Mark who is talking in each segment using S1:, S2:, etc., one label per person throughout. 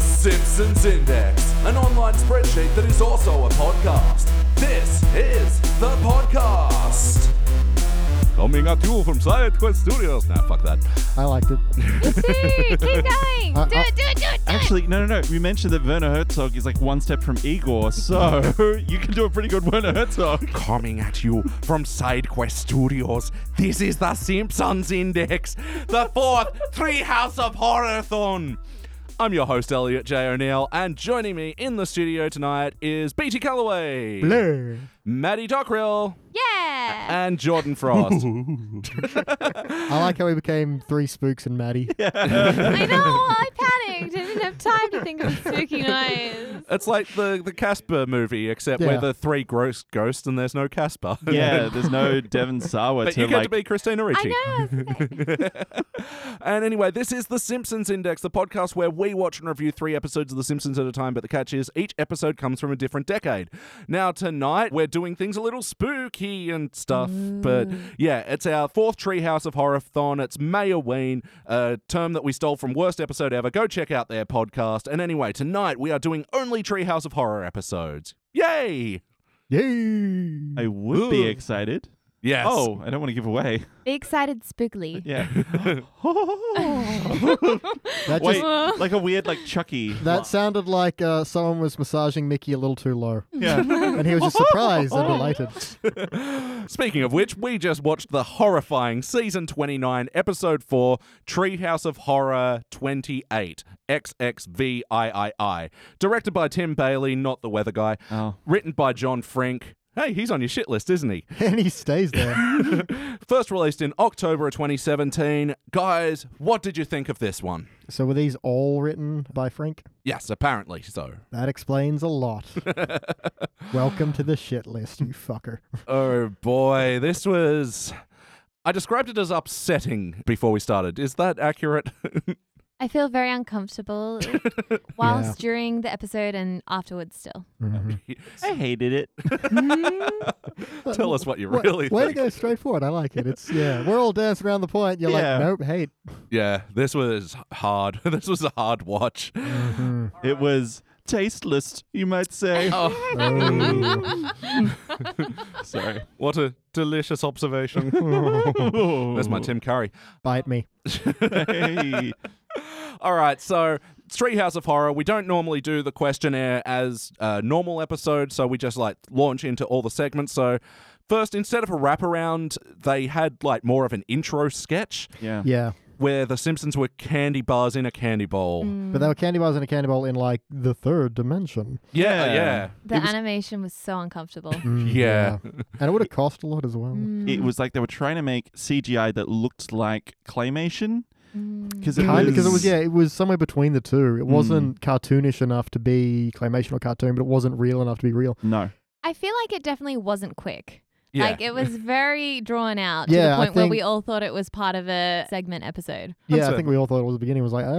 S1: Simpsons Index, an online spreadsheet that is also a podcast. This is the podcast.
S2: Coming at you from Side Quest Studios. Nah, fuck that.
S3: I liked it.
S4: Keep going.
S3: I-
S4: do
S3: I-
S4: it, do it, do it, do it.
S2: Uh, Actually, no, no, no. We mentioned that Werner Herzog is like one step from Igor, so you can do a pretty good Werner Herzog.
S5: Coming at you from SideQuest Studios, this is The Simpsons Index, the fourth Three House of Horrorthon. I'm your host, Elliot J. O'Neill, and joining me in the studio tonight is BT Calloway,
S3: Blur.
S5: Maddie Dockrill,
S4: Yeah.
S5: and Jordan Frost.
S3: I like how we became three spooks and Maddie.
S2: uh,
S4: I know. I panicked. I didn't have time to think of spooky noise.
S5: it's like the, the Casper movie, except
S3: Yeah.
S5: we're the three gross ghosts and there's no Casper.
S2: Yeah, there's no Devon Sawa
S5: But
S2: to
S5: you get
S2: like.
S5: to be Christina Ricci.
S4: I know. I was like,
S5: And anyway, this is The Simpsons Index, the podcast where we watch and review three episodes of The Simpsons at a time, but the catch is each episode comes from a different decade. Now, tonight, we're doing things a little spooky and stuff, but yeah, it's our fourth Treehouse of Horror-thon. It's Mayoween, a term that we stole from Worst Episode Ever. Go check out their podcast. And anyway, tonight, we are doing only Treehouse of Horror episodes. Yay!
S3: Yay.
S2: I would be excited.
S5: Yes.
S2: Oh, I don't want to give away.
S4: Be excited, spookly.
S2: Yeah.
S3: That,
S2: Wait,
S3: just,
S4: Just-
S2: like a weird like Chucky.
S3: that sounded like uh, someone was massaging Mickey a little too low.
S2: yeah.
S3: And he was just surprised and elated.
S5: Speaking of which, we just watched the horrifying season 29, episode 4, Treehouse of Horror 28, XXVIII. Directed by Tim Bailey, not the weather guy.
S2: Oh.
S5: Written by John Frank. Hey, he's on your shit list, isn't he?
S3: And he stays there.
S5: First released in October of 2017. Guys, what did you think of this one?
S3: So were these all written by Frank?
S5: Yes, apparently so.
S3: That explains a lot. Welcome to the shit list, you fucker.
S5: Oh boy, this was. I described it as upsetting before we started. Is that accurate?
S4: I feel very uncomfortable whilst during the episode and afterwards still.
S2: I hated it.
S5: Tell us what you
S3: Wa-
S5: really
S3: Way to
S5: think.
S3: go straight forward. I like it. It's yeah. We're all dancing around the point. You're
S2: Yeah.
S3: like, nope, hate.
S5: Yeah, this was hard. this was a hard watch.
S2: It was tasteless, you might say.
S5: Oh,
S3: Oh.
S2: Sorry.
S5: what a delicious observation. There's my Tim Curry.
S3: Bite me.
S2: Hey.
S5: All right, so Street House of Horror. We don't normally do the questionnaire as a normal episode, so we just like launch into all the segments. So first, instead of a wraparound, they had like more of an intro sketch
S2: Yeah.
S3: Yeah.
S5: where the Simpsons were candy bars in a candy bowl.
S3: But they were candy bars and a candy bowl in like the third dimension.
S5: Yeah,
S2: Yeah.
S5: yeah,
S4: The animation was so uncomfortable.
S5: yeah.
S3: Mm-hmm. And it would have cost a lot as well.
S2: Mm.
S4: Mm.
S2: It was like they were trying to make CGI that looked like claymation
S4: Mm.
S2: because it,
S3: Kind of because it was
S2: was
S3: yeah, it was somewhere between the two. It wasn't cartoonish enough to be claymation or cartoon, but it wasn't real enough to be real.
S2: no
S4: I feel like it definitely wasn't quick.
S5: Yeah.
S4: Like it was very drawn out to
S3: Yeah, I
S4: the point where
S3: think-
S4: we all thought it was part of a segment episode.
S3: Yeah,
S5: That's
S3: I
S5: it.
S3: think we all thought it was the beginning was like, oh,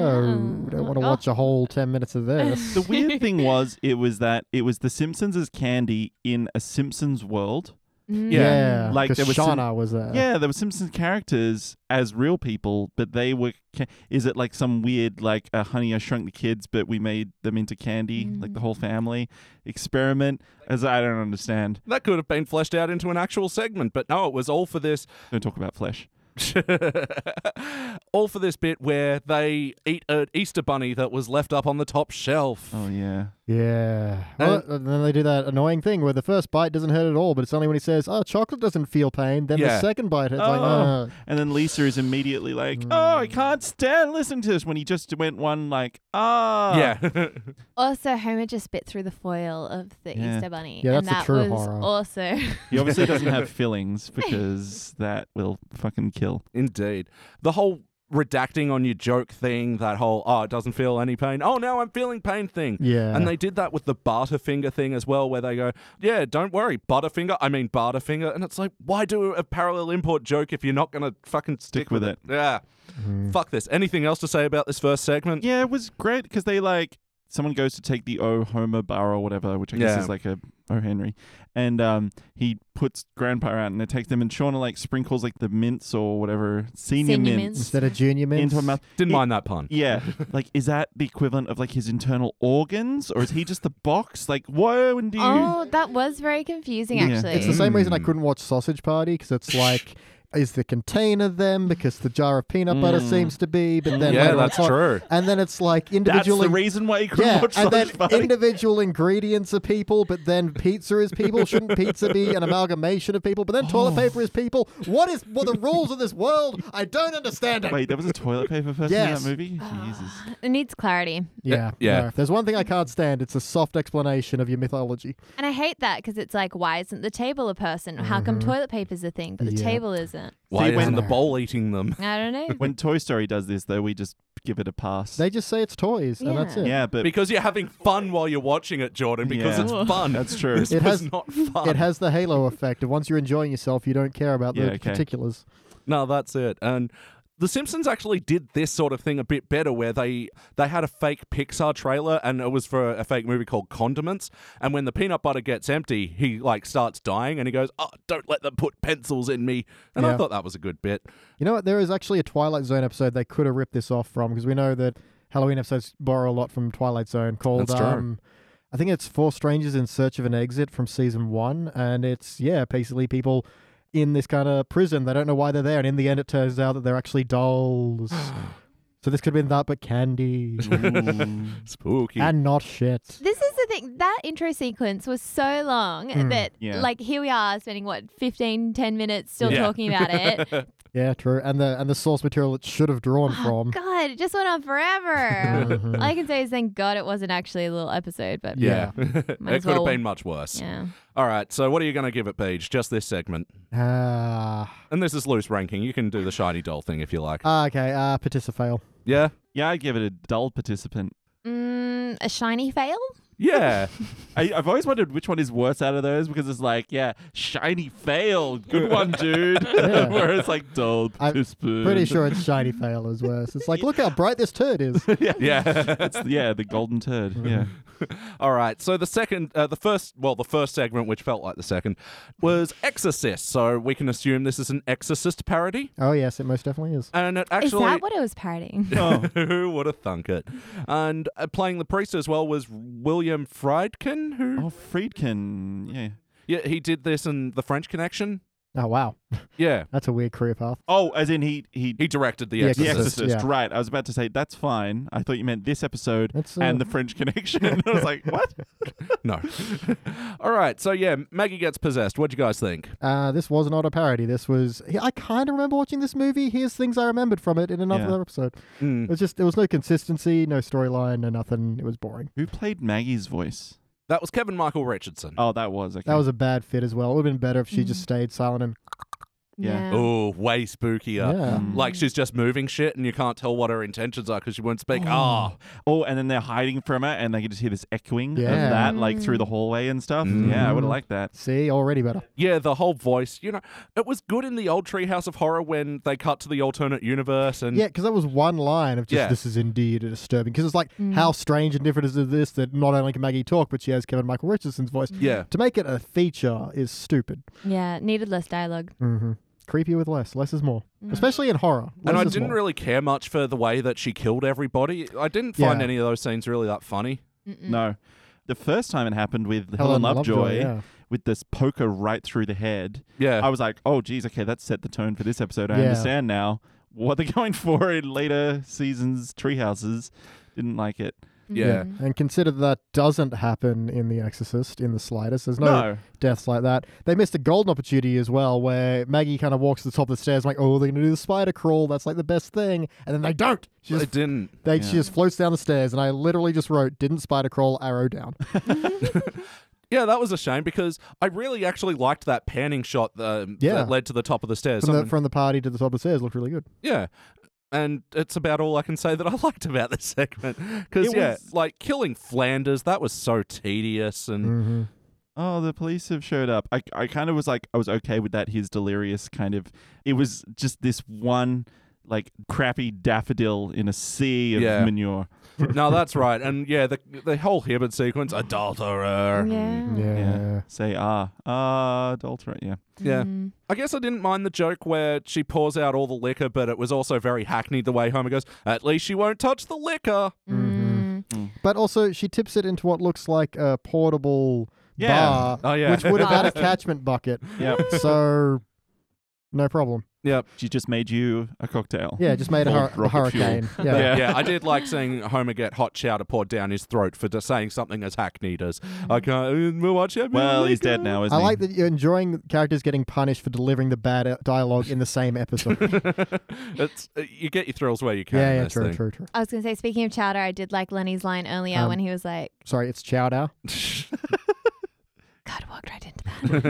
S3: we don't want to
S4: Oh.
S3: watch a whole ten minutes of this.
S2: the weird thing was it was that it was the Simpsons as candy in a Simpsons world
S4: Mm.
S3: yeah,
S2: Like,
S3: 'cause
S2: there was some-
S3: Shauna was there.
S2: yeah there were Simpsons characters as real people but they were ca- is it like some weird like uh, honey I shrunk the kids but we made them into candy like the whole family experiment as I don't understand
S5: That could have been fleshed out into an actual segment, but no, it was all for this
S2: don't talk about flesh
S5: all for this bit where they eat an Easter bunny that was left up on the top shelf.
S2: oh yeah
S3: yeah. Well,
S5: And-
S3: and then they do that annoying thing where the first bite doesn't hurt at all, but it's only when he says, "Oh, chocolate doesn't feel pain." Then
S5: Yeah.
S3: the second bite, it's like,
S2: Oh.
S3: oh,
S2: and then Lisa is immediately like oh I can't stand listening to this when he just went one like ah
S5: Yeah.
S4: Also, Homer just bit through the foil of the
S2: Yeah.
S4: Easter Bunny.
S3: Yeah,
S4: and
S3: that's a
S4: that
S3: true
S4: was
S3: horror.
S4: Also,
S2: He obviously doesn't have feelings because that will fucking kill.
S5: Indeed. The whole redacting on your joke thing, that whole, oh, it doesn't feel any pain. Oh, now I'm feeling pain thing.
S3: Yeah.
S5: And they did that with the Barterfinger thing as well, where they go, yeah, don't worry, Butterfinger, I mean Barterfinger. And it's like, why do a parallel import joke if you're not going to fucking stick,
S2: with it.
S3: Hmm. Mm.
S5: Yeah. Fuck this. Anything else to say about this first segment?
S2: Yeah, it was great because they like someone goes to take the O Homer bar or whatever, which I guess
S5: Yeah.
S2: is like a O Henry, and um, he puts Grandpa out and it takes them, and Shauna like sprinkles like the mints or whatever senior,
S4: Senior
S2: mints,
S4: mints.
S3: Instead of junior mints.
S2: into her mouth.
S5: Didn't
S2: It-
S5: mind that pun.
S2: Yeah, like is that the equivalent of like his internal organs, or is he just the box? Like, whoa, and do you?
S4: Oh, that was very confusing,
S2: Yeah.
S4: actually.
S3: It's the same reason I couldn't watch Sausage Party because it's like, is the container them? Because the jar of peanut butter
S2: Mm.
S3: seems to be, but then
S5: Yeah,
S3: later on
S5: that's
S3: it's not.
S5: true.
S3: And then it's like
S2: That's
S3: individually.
S2: the reason why he couldn't
S3: yeah,
S2: watch
S3: and then
S2: Sausage Party.
S3: individual ingredients are people, but then pizza is people. Shouldn't pizza be an amalgamation of people? But then
S2: Oh.
S3: toilet paper is people. What is what are the rules of this world? I don't understand it.
S2: Wait, there was a toilet paper person
S3: Yes.
S2: in that movie.
S4: Ah.
S2: Jesus.
S4: It needs clarity.
S3: Yeah,
S5: yeah.
S3: no, if there's one thing I can't stand, it's a soft explanation of your mythology.
S4: And I hate that because it's like, why isn't the table a person? How come toilet paper's a thing, but the
S3: Mm-hmm. Yeah.
S4: table isn't?
S5: Why
S2: See, when-
S5: isn't the bowl eating them?
S4: I don't know.
S2: When Toy Story does this, though, we just give it a pass.
S3: They just say it's toys, and that's
S4: Yeah.
S3: it.
S2: yeah, but
S5: Because you're having fun while you're watching it, Jordan, because
S2: Yeah.
S5: it's fun.
S2: That's true.
S5: This
S3: It
S5: was
S3: has-
S5: not fun.
S3: It has the halo effect of once you're enjoying yourself, you don't care about the
S2: Yeah, okay.
S3: particulars.
S5: No, that's it. And the Simpsons actually did this sort of thing a bit better where they they had a fake Pixar trailer and it was for a fake movie called Condiments and when the peanut butter gets empty he like starts dying and he goes, "Oh, don't let them put pencils in me." And I
S3: Yeah.
S5: thought that was a good bit.
S3: You know what? There is actually a Twilight Zone episode they could have ripped this off from because we know that Halloween episodes borrow a lot from Twilight Zone called.
S5: That's true.
S3: Um, I think it's Four Strangers in Search of an Exit from season one, and it's yeah, basically people in this kind of prison. They don't know why they're there, and in the end, it turns out that they're actually dolls. so this could have been that, but candy
S5: Spooky.
S3: and not shit.
S4: This is the thing. That intro sequence was so long
S3: Mm.
S4: that,
S2: Yeah.
S4: like, here we are spending, what, 15, 10 minutes still
S5: Yeah.
S4: talking about
S3: Mm.
S4: it.
S3: Yeah, true. And the and the source material it should have drawn
S4: oh,
S3: from.
S4: God, it just went on forever.
S3: Mm-hmm.
S4: All I can say is thank God it wasn't actually a little episode, but
S5: yeah. it could
S4: Might as
S5: have
S4: well.
S5: been much worse.
S4: Yeah.
S5: All right, so what are you going to give it, Paige? Just this segment.
S3: Ah,
S5: And this is loose ranking. You can do the shiny doll thing if you like.
S3: Ah, okay. Ah, Particifail.
S5: yeah?
S2: yeah, I give it a dull participant.
S4: Mm, a shiny fail?
S5: Yeah.
S2: I, I've always wondered which one is worse out of those because it's like, yeah, shiny fail, good one, dude.
S3: Yeah.
S2: Whereas like dull
S3: I'm
S2: participant.
S3: Pretty sure it's shiny fail is worse. It's like, look how bright this turd is.
S5: yeah.
S2: yeah, the golden turd. Yeah,
S5: All right. So the second, uh, the first, well, the first segment, which felt like the second, was Exorcist. So we can assume this is an Exorcist parody.
S3: Oh yes, it most definitely is.
S5: And it actually,
S4: is that what it was parodying?
S5: who would have thunk it? And uh, playing the priest as well was William Friedkin, who
S2: oh Friedkin. Yeah.
S5: yeah, he did this in The French Connection.
S3: Oh wow,
S5: Yeah,
S3: that's a weird career path.
S2: Oh, as in he he.
S5: he directed The
S3: The
S2: The
S5: Exorcist.
S2: Exorcist,
S3: yeah.
S2: right? I was about to say that's fine. I thought you meant this episode
S3: That's,
S2: and
S3: uh,
S2: the French Connection. I was like, what?
S5: No. All right. So yeah, Maggie gets possessed. What do you guys think?
S3: Uh, this was not a parody. This was. I kind of remember watching this movie. Here's things I remembered from it in another
S2: Yeah.
S3: episode.
S5: Mm.
S3: It was just there was no consistency, no storyline, no nothing. It was boring.
S2: Who played Maggie's voice?
S5: That was Kevin Michael Richardson.
S2: Oh, that was okay.
S3: That was a bad fit as well. It would have been better if she just stayed silent and
S2: Yeah.
S5: Oh, way spookier.
S3: Mm-hmm. yeah.
S2: Mm.
S5: Like she's just moving shit, and you can't tell what her intentions are because she won't speak. Ah,
S2: Oh, and then they're hiding from her, and they can just hear this echoing of
S3: Yeah.
S2: that, like through
S5: Mm.
S2: the hallway and stuff. Yeah, I would have liked that.
S3: See, already better.
S5: Yeah, the whole voice. You know, it was good in the old Treehouse of Horror when they cut to the alternate universe and
S3: Yeah, because that was one line of just
S5: Yeah.
S3: this is indeed disturbing. Because it's like how strange and different is this that not only can Maggie talk, but she has Kevin Michael Richardson's voice.
S5: Yeah.
S3: To make it a feature is stupid.
S4: Yeah, needed less dialogue.
S3: Mm-hmm. Creepy with less. Less is more, especially in horror.
S5: Mm. And
S3: Less
S5: I
S3: is
S5: didn't
S3: more.
S5: really care much for the way that she killed everybody. I didn't find
S3: Yeah.
S5: any of those scenes really that funny.
S2: No. The first time it happened with Helen, Lovejoy,
S3: yeah.
S2: with this poker right through the head,
S5: Yeah.
S2: I was like, oh, geez, okay, that set the tone for this episode. I
S3: Yeah.
S2: understand now what they're going for in later seasons' treehouses. Didn't like it.
S4: Mm-hmm.
S5: yeah.
S3: And consider that doesn't happen in The Exorcist in the slightest. There's no,
S2: No.
S3: deaths like that. They missed a golden opportunity as well, where Maggie kind of walks to the top of the stairs, like, oh, they're going to do the spider crawl. That's like the best thing. And then they don't. She
S5: I
S3: just
S5: didn't.
S3: They, She just floats down the stairs, and I literally just wrote, didn't spider crawl, arrow down.
S5: Yeah, that was a shame because I really actually liked that panning shot uh,
S3: Yeah.
S5: that led to the top of the stairs.
S3: from, the,
S5: Someone-
S3: from the party to the top of the stairs looked really good.
S5: yeah. And it's about all I can say that I liked about this segment. Because,
S2: It
S5: yeah,
S2: was-
S5: like killing Flanders, that was so tedious. And
S3: Mm-hmm.
S2: Oh, the police have showed up. I, I kind of was like, I was okay with that. His delirious kind of. It was just this one like crappy daffodil in a sea of
S5: Yeah.
S2: manure.
S5: no, that's right. And yeah, the the whole Hibbert sequence, adulterer.
S4: Yeah.
S3: Yeah.
S2: Yeah. Say ah, ah, adulterate. Yeah.
S5: Yeah.
S4: Mm.
S5: I guess I didn't mind the joke where she pours out all the liquor, but it was also very hackneyed the way Homer goes, at least she won't touch the liquor.
S3: Mhm. But also, she tips it into what looks like a portable
S2: Yeah.
S3: bar,
S5: Oh, yeah.
S3: which would have had a
S4: Bar.
S3: catchment bucket.
S2: Yeah.
S3: So, no problem.
S5: Yep.
S2: she just made you a cocktail.
S3: Yeah, just made a,
S2: Or
S3: hur- a
S2: rocket fuel.
S3: hurricane. Yeah.
S5: Yeah. I did like seeing Homer get hot chowder poured down his throat for just saying something as hackneyed as,
S4: Mm-hmm.
S5: I can't, we'll watch it.
S2: Well, he's dead now, isn't
S3: I
S2: he?
S3: like that you're enjoying characters getting punished for delivering the bad uh, dialogue in the same episode. yeah,
S5: it's, uh, you get your thrills where you can. in
S3: yeah,
S5: this
S3: true,
S5: thing.
S3: true, true.
S4: I was going to say, speaking of chowder, I did like Lenny's line earlier
S3: Um,
S4: when he was like,
S3: Sorry, it's Chowder.
S4: God, walked right into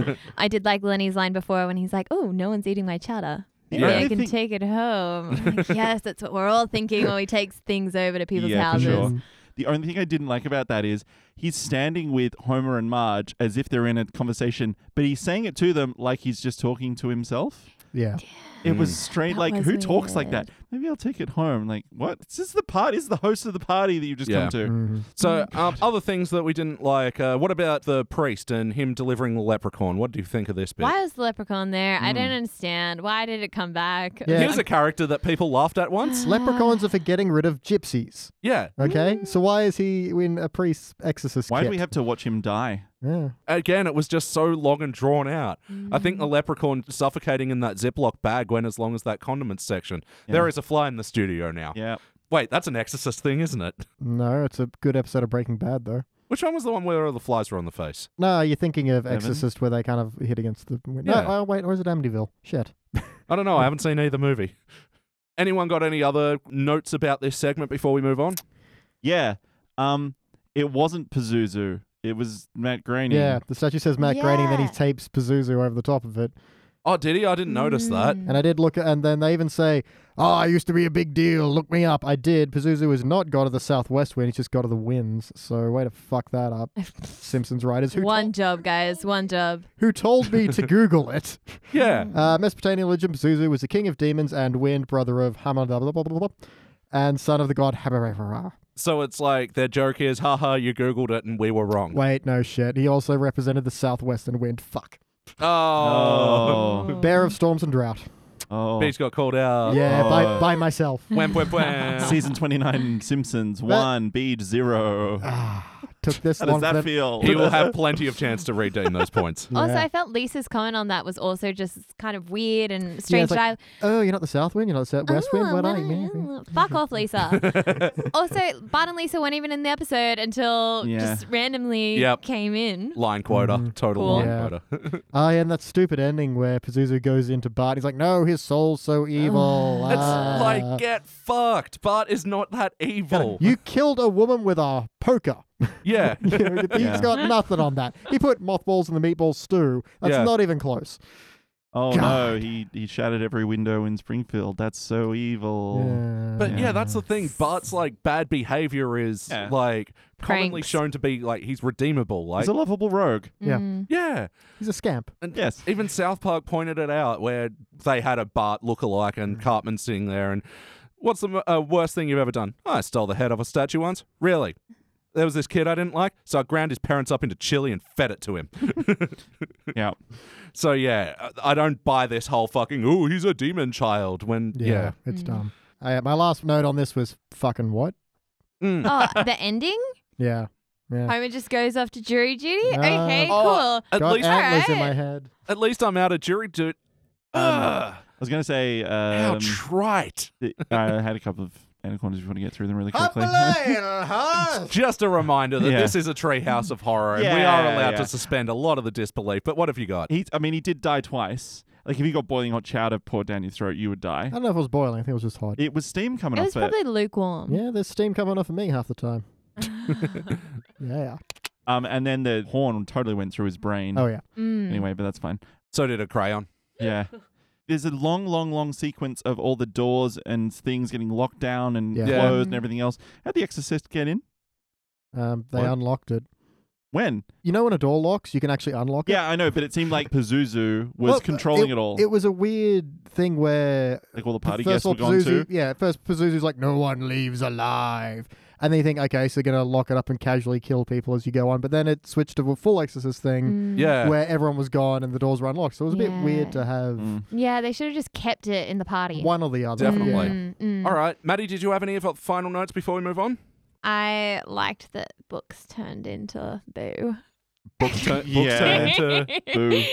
S4: that. I did like Lenny's line before when he's like, oh, no one's eating my chowder. Maybe
S5: Yeah.
S4: I can
S2: Anything-
S4: take it home. I'm like, yes, that's what we're all thinking when we take things over to people's
S2: Yeah, for
S4: houses.
S2: sure. The only thing I didn't like about that is he's standing with Homer and Marge as if they're in a conversation, but he's saying it to them like he's just talking to himself.
S3: Yeah.
S2: It was
S3: Hmm.
S2: strange.
S4: That
S2: Like,
S4: was
S2: who talks like
S4: weird.
S2: that? Maybe I'll take it home. Like, what? Is this the part? Is the host of the party that you just
S5: Yeah.
S2: come to?
S3: Mhm.
S5: So, um, other things that we didn't like. Uh, what about the priest and him delivering the leprechaun? What do you think of this bit?
S4: Why was the leprechaun there? I don't understand. Why did it come back?
S3: Yeah.
S5: He was a character that people laughed at once.
S3: Leprechauns are for getting rid of gypsies.
S5: Yeah.
S3: Okay, so
S2: Mm.
S3: why is he in a priest's exorcist
S2: Why
S3: kit?
S2: do we have to watch him die?
S3: yeah.
S5: Again, it was just so long and drawn out. I think the leprechaun suffocating in that Ziploc bag went as long as that condiments section. There is a fly in the studio now.
S3: Ah.
S2: Yeah.
S5: Wait, that's an exorcist thing, isn't it?
S3: No, it's a good episode of Breaking Bad though.
S5: Which one was the one where all the flies were on the face?
S3: No, you're thinking of
S2: Evan?
S3: Exorcist where they kind of hit against the window.
S5: Yeah.
S3: No, oh wait, or is it Amityville? Shit.
S5: I don't know. I haven't seen either movie. Anyone got any other notes about this segment before we move on?
S2: Yeah. Um, it wasn't Pazuzu. It was Matt Groening.
S3: Yeah, the statue says Matt Groening, then he
S4: Yeah.
S3: tapes Pazuzu over the top of it.
S5: Oh, did he? I didn't notice that.
S4: Mm.
S3: And I did look, at, and then they even say, "Oh, I used to be a big deal. Look me up. I did." Pazuzu is not god of the southwest wind; he's just god of the winds. So way to fuck that up, Simpsons writers who tol-
S4: One job, guys. One job.
S3: who told me to Google it.
S5: Yeah.
S3: Uh, Mesopotamian legend Pazuzu was the king of demons and wind, brother of Hammer, blah, blah, blah, blah, blah, and son of the god Hammurabi.
S5: So it's like their joke is, haha, you Googled it and we were wrong.
S3: Wait, no shit. He also represented the southwestern wind. Fuck.
S5: Oh.
S2: Oh.
S3: Bear of storms and drought.
S2: Oh.
S5: Beach got called out.
S3: Yeah, by,
S2: Oh.
S3: by myself.
S5: Wham, wham, wham.
S2: Season 29 Simpsons 1, Beach 0.
S3: Took this
S2: How
S3: long
S2: does
S3: for them-
S2: that feel?
S5: he will have plenty of chance to redeem those points.
S4: Also,
S3: Yeah.
S4: I felt Lisa's comment on that was also just kind of weird and
S3: Yeah,
S4: strange.
S3: it's
S4: that I
S3: like, oh, you're not the south wind, you're not the south west wind.
S4: Oh,
S3: What
S4: what
S3: are you? man?"
S4: I- Fuck off, Lisa. also, Bart and Lisa weren't even in the episode until
S2: Yeah.
S4: just randomly
S5: Yep.
S4: came in.
S5: Line quota, total
S4: Cool.
S5: line
S3: Yeah.
S5: quota.
S3: Oh, yeah, and that stupid ending where Pazuzu goes into Bart. He's like, no, his soul's so evil.
S5: Oh. it's
S3: ah."
S5: like, get fucked. Bart is not that evil.
S3: you killed a woman with a poker.
S5: yeah.
S3: You know, He's
S2: Yeah.
S3: got nothing on that. He put mothballs in the meatball stew. That's
S5: Yeah.
S3: not even close.
S2: Oh no,
S3: God.
S2: he he shattered every window in Springfield. That's so evil.
S5: But yeah. that's the thing. Bart's like bad behavior is
S2: Yeah.
S5: like commonly
S4: Pranks.
S5: shown to be like he's redeemable. Like
S2: He's a lovable rogue.
S3: Yeah.
S4: Mm.
S5: yeah,
S3: he's a scamp.
S5: and
S2: Yes.
S5: Even South Park pointed it out where they had a Bart lookalike and
S2: Mm.
S5: Cartman sitting there. And what's the mo- uh, worst thing you've ever done? I stole the head off a statue once. Really. There was this kid I didn't like, so I ground his parents up into chili and fed it to him.
S2: Yeah.
S5: so yeah, I I don't buy this whole fucking "oh, he's a demon child" when yeah,
S3: it's dumb. I, uh, my last note on this was fucking what?
S5: Mm.
S4: oh, the ending?
S3: Yeah, yeah. Uh,
S4: Homer just goes off to jury duty?
S3: No.
S4: okay,
S5: Oh,
S4: cool.
S5: At
S3: Got
S5: least,
S3: antlers in
S4: Alright.
S3: my head.
S5: at least I'm out of jury duty. Ugh,
S2: I was gonna say
S5: how
S2: um,
S5: trite!
S2: it- I had a couple of anacondas. If you want to get through them really quickly.
S5: Just a reminder that
S2: Yeah.
S5: this is a treehouse of horror, and we
S2: Yeah,
S5: are allowed
S2: yeah.
S5: to suspend a lot of the disbelief. But what have you got?
S2: he, I mean, he did die twice. Like if you got boiling hot chowder poured down your throat, you would die.
S3: I don't know if it was boiling. I think it was just hot.
S2: It was steam coming
S4: It was
S2: off it.
S4: probably lukewarm.
S3: yeah, there's steam coming off of me half the time. yeah.
S2: Um, and then the horn totally went through his brain.
S3: Oh yeah.
S4: Mm.
S2: Anyway, but that's fine.
S5: So did a crayon.
S2: Yeah. There's a long, long, long sequence of all the doors and things getting locked down and
S3: Yeah.
S5: Yeah.
S2: closed and everything else. How'd the exorcist get in?
S3: Um, they
S2: What?
S3: unlocked it.
S2: When?
S3: You know, when a door locks, you can actually unlock it.
S2: Yeah, I know, but it seemed like Pazuzu was
S3: Well,
S2: controlling it, all.
S3: It was a weird thing where
S2: like all the party
S3: first
S2: guests
S3: of all,
S2: were gone
S3: Pazuzu-
S2: too.
S3: Yeah, at first Pazuzu's like, no one leaves alive. And then you think, okay, so they're going to lock it up and casually kill people as you go on. But then it switched to a full exorcist thing
S4: Mm.
S5: Yeah.
S3: where everyone was gone and the doors were unlocked. So it was a bit
S4: Yeah.
S3: weird to have
S2: Mm.
S4: Yeah, they should have just kept it in the party.
S3: one or the other.
S5: Definitely.
S3: Yeah.
S4: Mm, mm.
S5: All right, Maddie, did you have any of- final notes before we move on?
S4: I liked that books turned into boo.
S5: Books turn,
S2: Yeah. Boo.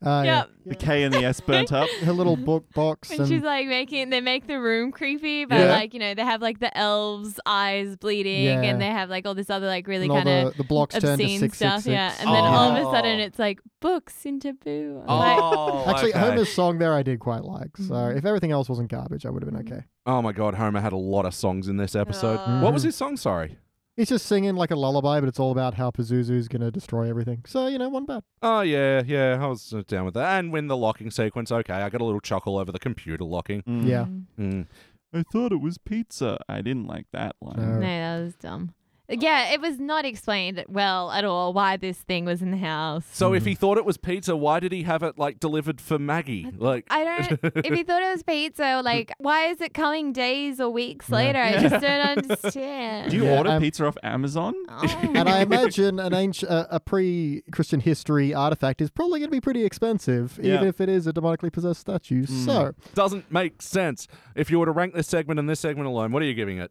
S3: Uh, yeah.
S4: Yep.
S2: The K and the S burnt up.
S3: Her little book box.
S4: And she's
S3: and
S4: like making they make the room creepy by
S3: Yeah.
S4: like, you know, they have like the elves eyes bleeding
S3: Yeah.
S4: and they have like all this other like really
S3: and all
S4: kind of
S3: the, the blocks turned to
S4: obscene
S3: six,
S4: stuff.
S3: six,
S4: Yeah.
S3: six.
S4: And then all of
S5: Oh.
S4: a sudden it's like books into boo. I'm like,
S5: Oh,
S3: Actually,
S5: okay.
S3: Homer's song there I did quite like. So
S4: Mhm.
S3: if everything else wasn't garbage, I would have been
S4: Mm-hmm.
S3: okay.
S5: Oh my God, Homer had a lot of songs in this episode.
S4: Oh.
S5: What was his song? Sorry.
S3: He's just singing like a lullaby, but it's all about how Pazuzu's going to destroy everything. So, you know, one bad.
S5: Oh yeah, yeah, I was uh, down with that. And when the locking sequence, okay, I got a little chuckle over the computer locking.
S2: Mm.
S3: Yeah.
S5: Mm.
S2: I thought it was pizza. I didn't like that line.
S4: No, that was dumb. Yeah, it was not explained well at all why this thing was in the house.
S5: So if he thought it was pizza, why did he have it like delivered for Maggie? Like,
S4: I don't. if he thought it was pizza, like, why is it coming days or weeks
S3: Yeah.
S4: later? I just don't understand.
S2: Do you
S3: Yeah,
S2: order
S3: um,
S2: pizza off Amazon?
S4: Oh.
S3: and I imagine an ancient, uh, a pre-Christian history artifact is probably going to be pretty expensive,
S2: Yeah. Mm.
S3: even if it is a demonically possessed statue. So,
S5: doesn't make sense. If you were to rank this segment and this segment alone, what are you giving it?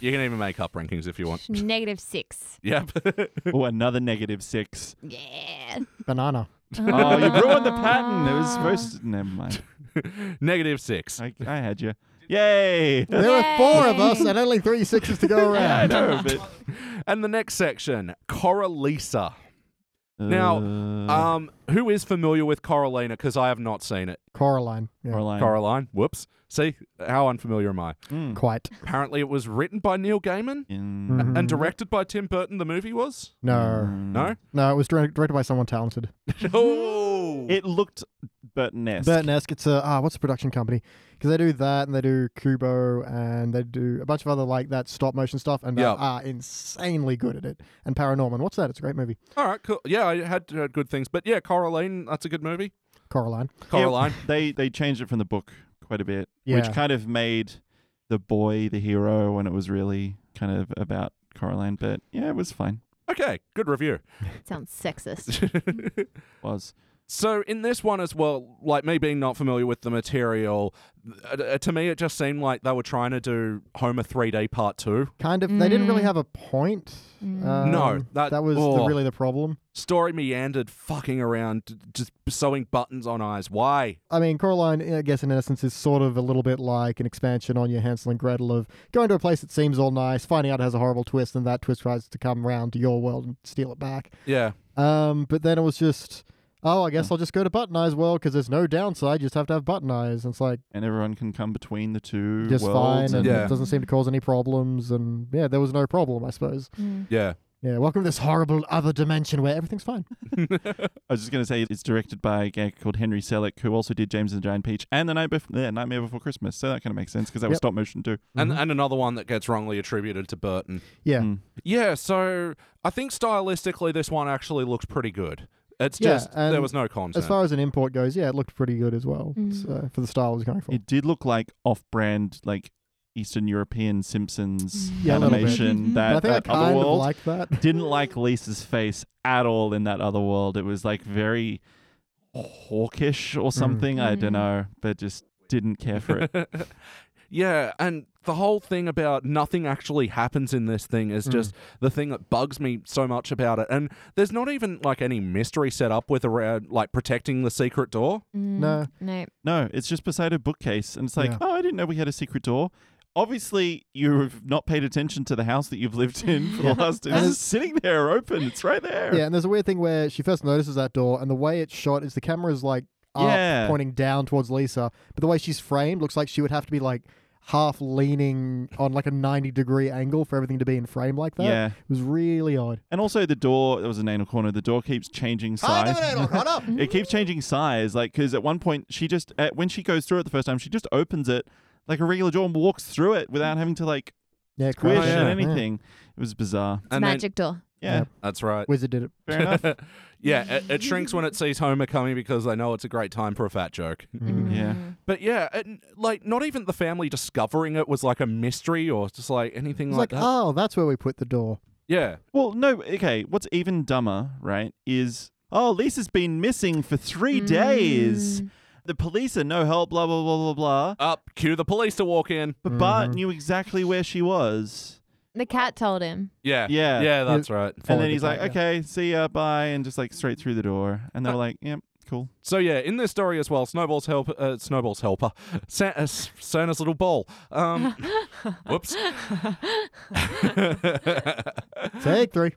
S5: You can even make up rankings if you want.
S4: Negative six.
S5: Yep.
S2: oh, another negative six.
S4: Yeah.
S3: banana.
S2: Oh, you ruined the pattern. It was supposed to. Never mind.
S5: Negative six.
S2: I, I had you. Yay!
S3: There are four of
S4: Yay.
S3: us and only three sixes to go
S2: I
S3: around.
S2: know, but.
S5: And the next section, Coralisa. Now,
S2: Uh,
S5: Um, who is familiar with Coralina? Because I have not seen it.
S3: Coraline. Yeah.
S2: Coraline.
S5: Coraline. Whoops. See how unfamiliar am I?
S2: Mm.
S3: Quite.
S5: Apparently, it was written by Neil Gaiman
S2: In-
S3: Mm-hmm.
S5: and directed by Tim Burton. The movie was
S2: Mm.
S3: No.
S5: no.
S3: No, it was dir- directed by someone talented.
S5: oh,
S2: It looked Burton-esque.
S3: Burton-esque. It's a, ah, what's the production company? Because they do that and they do Kubo and they do a bunch of other like that stop motion stuff and they
S5: Yeah.
S3: are insanely good at it. And Paranorman. What's that? It's a great movie.
S5: all right, cool. Yeah, I had heard good things, but yeah, Coraline. That's a good movie.
S3: Coraline.
S5: Coraline.
S2: They they changed it from the book quite a bit,
S3: Yeah.
S2: which kind of made the boy the hero when it was really kind of about Coraline. But yeah, it was fine.
S5: Okay, good review.
S4: Sounds sexist.
S2: was
S5: So in this one as well, like me being not familiar with the material, uh, uh, to me it just seemed like they were trying to do Homer 3D Part 2.
S3: Kind of. They didn't really
S4: Mm.
S3: have a point.
S4: Mm.
S2: Uh,
S5: No,
S3: Um,
S5: that-
S3: that was the,
S5: oh.
S3: really the problem.
S5: Story meandered fucking around, d- just sewing buttons on eyes. Why?
S3: I mean, Coraline, I guess in essence, is sort of a little bit like an expansion on your Hansel and Gretel of going to a place that seems all nice, finding out it has a horrible twist, and that twist tries to come round to your world and steal it back.
S5: Yeah.
S3: Um, but then it was just, oh, I guess I'll just go to Button Eyes World because there's no downside. You just have to have Button Eyes. And it's like
S2: and everyone can come between the two
S3: just
S2: worlds.
S3: fine, and
S2: and-
S5: Yeah.
S3: it doesn't seem to cause any problems. And yeah, there was no problem, I suppose.
S4: Mm.
S5: Yeah.
S3: Yeah, welcome to this horrible other dimension where everything's fine.
S2: I was just gonna say it's directed by a guy called Henry Selick, who also did James and the Giant Peach and the Night Before yeah, Nightmare Before Christmas. So that kind of makes sense because that was
S3: Yep.
S2: stop motion too.
S5: And, and another one that gets wrongly attributed to Burton.
S3: Yeah.
S2: Mm.
S5: Yeah, so I think stylistically this one actually looks pretty good. It's
S3: Yeah,
S5: just there
S3: and
S5: was no content.
S3: As far as an import goes, yeah, it looked pretty good as well.
S4: Mm.
S3: So for the style it was going for.
S2: It did look like off-brand, like Eastern European Simpsons
S3: Yeah, a little bit.
S2: animation.
S4: Mhm.
S2: That,
S3: I think
S2: that
S3: I kind
S2: other
S3: of
S2: world.
S3: like that.
S2: didn't like Lisa's face at all in that other world. It was like very hawkish or something. I don't
S4: Mm.
S2: know, but just didn't care for it.
S5: Yeah, and the whole thing about nothing actually happens in this thing
S3: Mm.
S5: is just the thing that bugs me so much about it. And there's not even like any mystery set up with around like protecting the secret door.
S4: Mm.
S3: No.
S4: No.
S2: no, it's just beside a bookcase, and it's like,
S3: Yeah.
S2: oh, I didn't know we had a secret door. Obviously, you've not paid attention to the house that you've lived in for the last. It's
S3: And
S2: just sitting there open. It's right there.
S3: Yeah, and there's a weird thing where she first notices that door, and the way it's shot is the camera's like up,
S2: Yeah.
S3: pointing down towards Lisa, but the way she's framed looks like she would have to be like half leaning on like a 90 degree angle for everything to be in frame like that.
S2: Yeah.
S3: It was really odd.
S2: And also the door. There was an anal corner. The door keeps changing size. it keeps changing size like because at one point she just at, when she goes through it the first time she just opens it like a regular door and walks through it without having to like
S3: Yeah,
S2: squish
S3: crash.
S5: yeah.
S2: and anything it was bizarre
S4: It's a
S5: And then-
S4: magic door.
S2: Yeah,
S3: Yep.
S5: That's right.
S3: Wizard did it.
S2: fair enough.
S5: Yeah, it, it shrinks when it sees Homer coming because they know it's a great time for a fat joke.
S4: Mm-hmm.
S2: Mm.
S4: Mm.
S2: Yeah.
S5: But yeah, it, like not even the family discovering it was like a mystery or just like anything
S3: It's
S5: like,
S3: like,
S5: that.
S3: oh, that's where we put the door.
S5: yeah.
S2: Well, no, okay. What's even dumber, right, is oh, Lisa's been missing for three
S4: Mm.
S2: days. The police are no help, blah, blah, blah, blah, blah.
S5: Up, cue the police to walk in.
S2: But Bart knew exactly where she was.
S4: The cat told him.
S5: Yeah.
S2: Yeah.
S5: Yeah, that's right.
S2: And
S3: Followed
S2: then
S3: the
S2: he's like,
S3: cat, yeah.
S2: okay, see ya, bye. And just like straight through the door. And they were like, yep, cool.
S5: So yeah, in this story as well, Snowball's help, uh, Snowball's helper, Sa- uh, S- Santa's little ball. Um, whoops.
S3: Take three.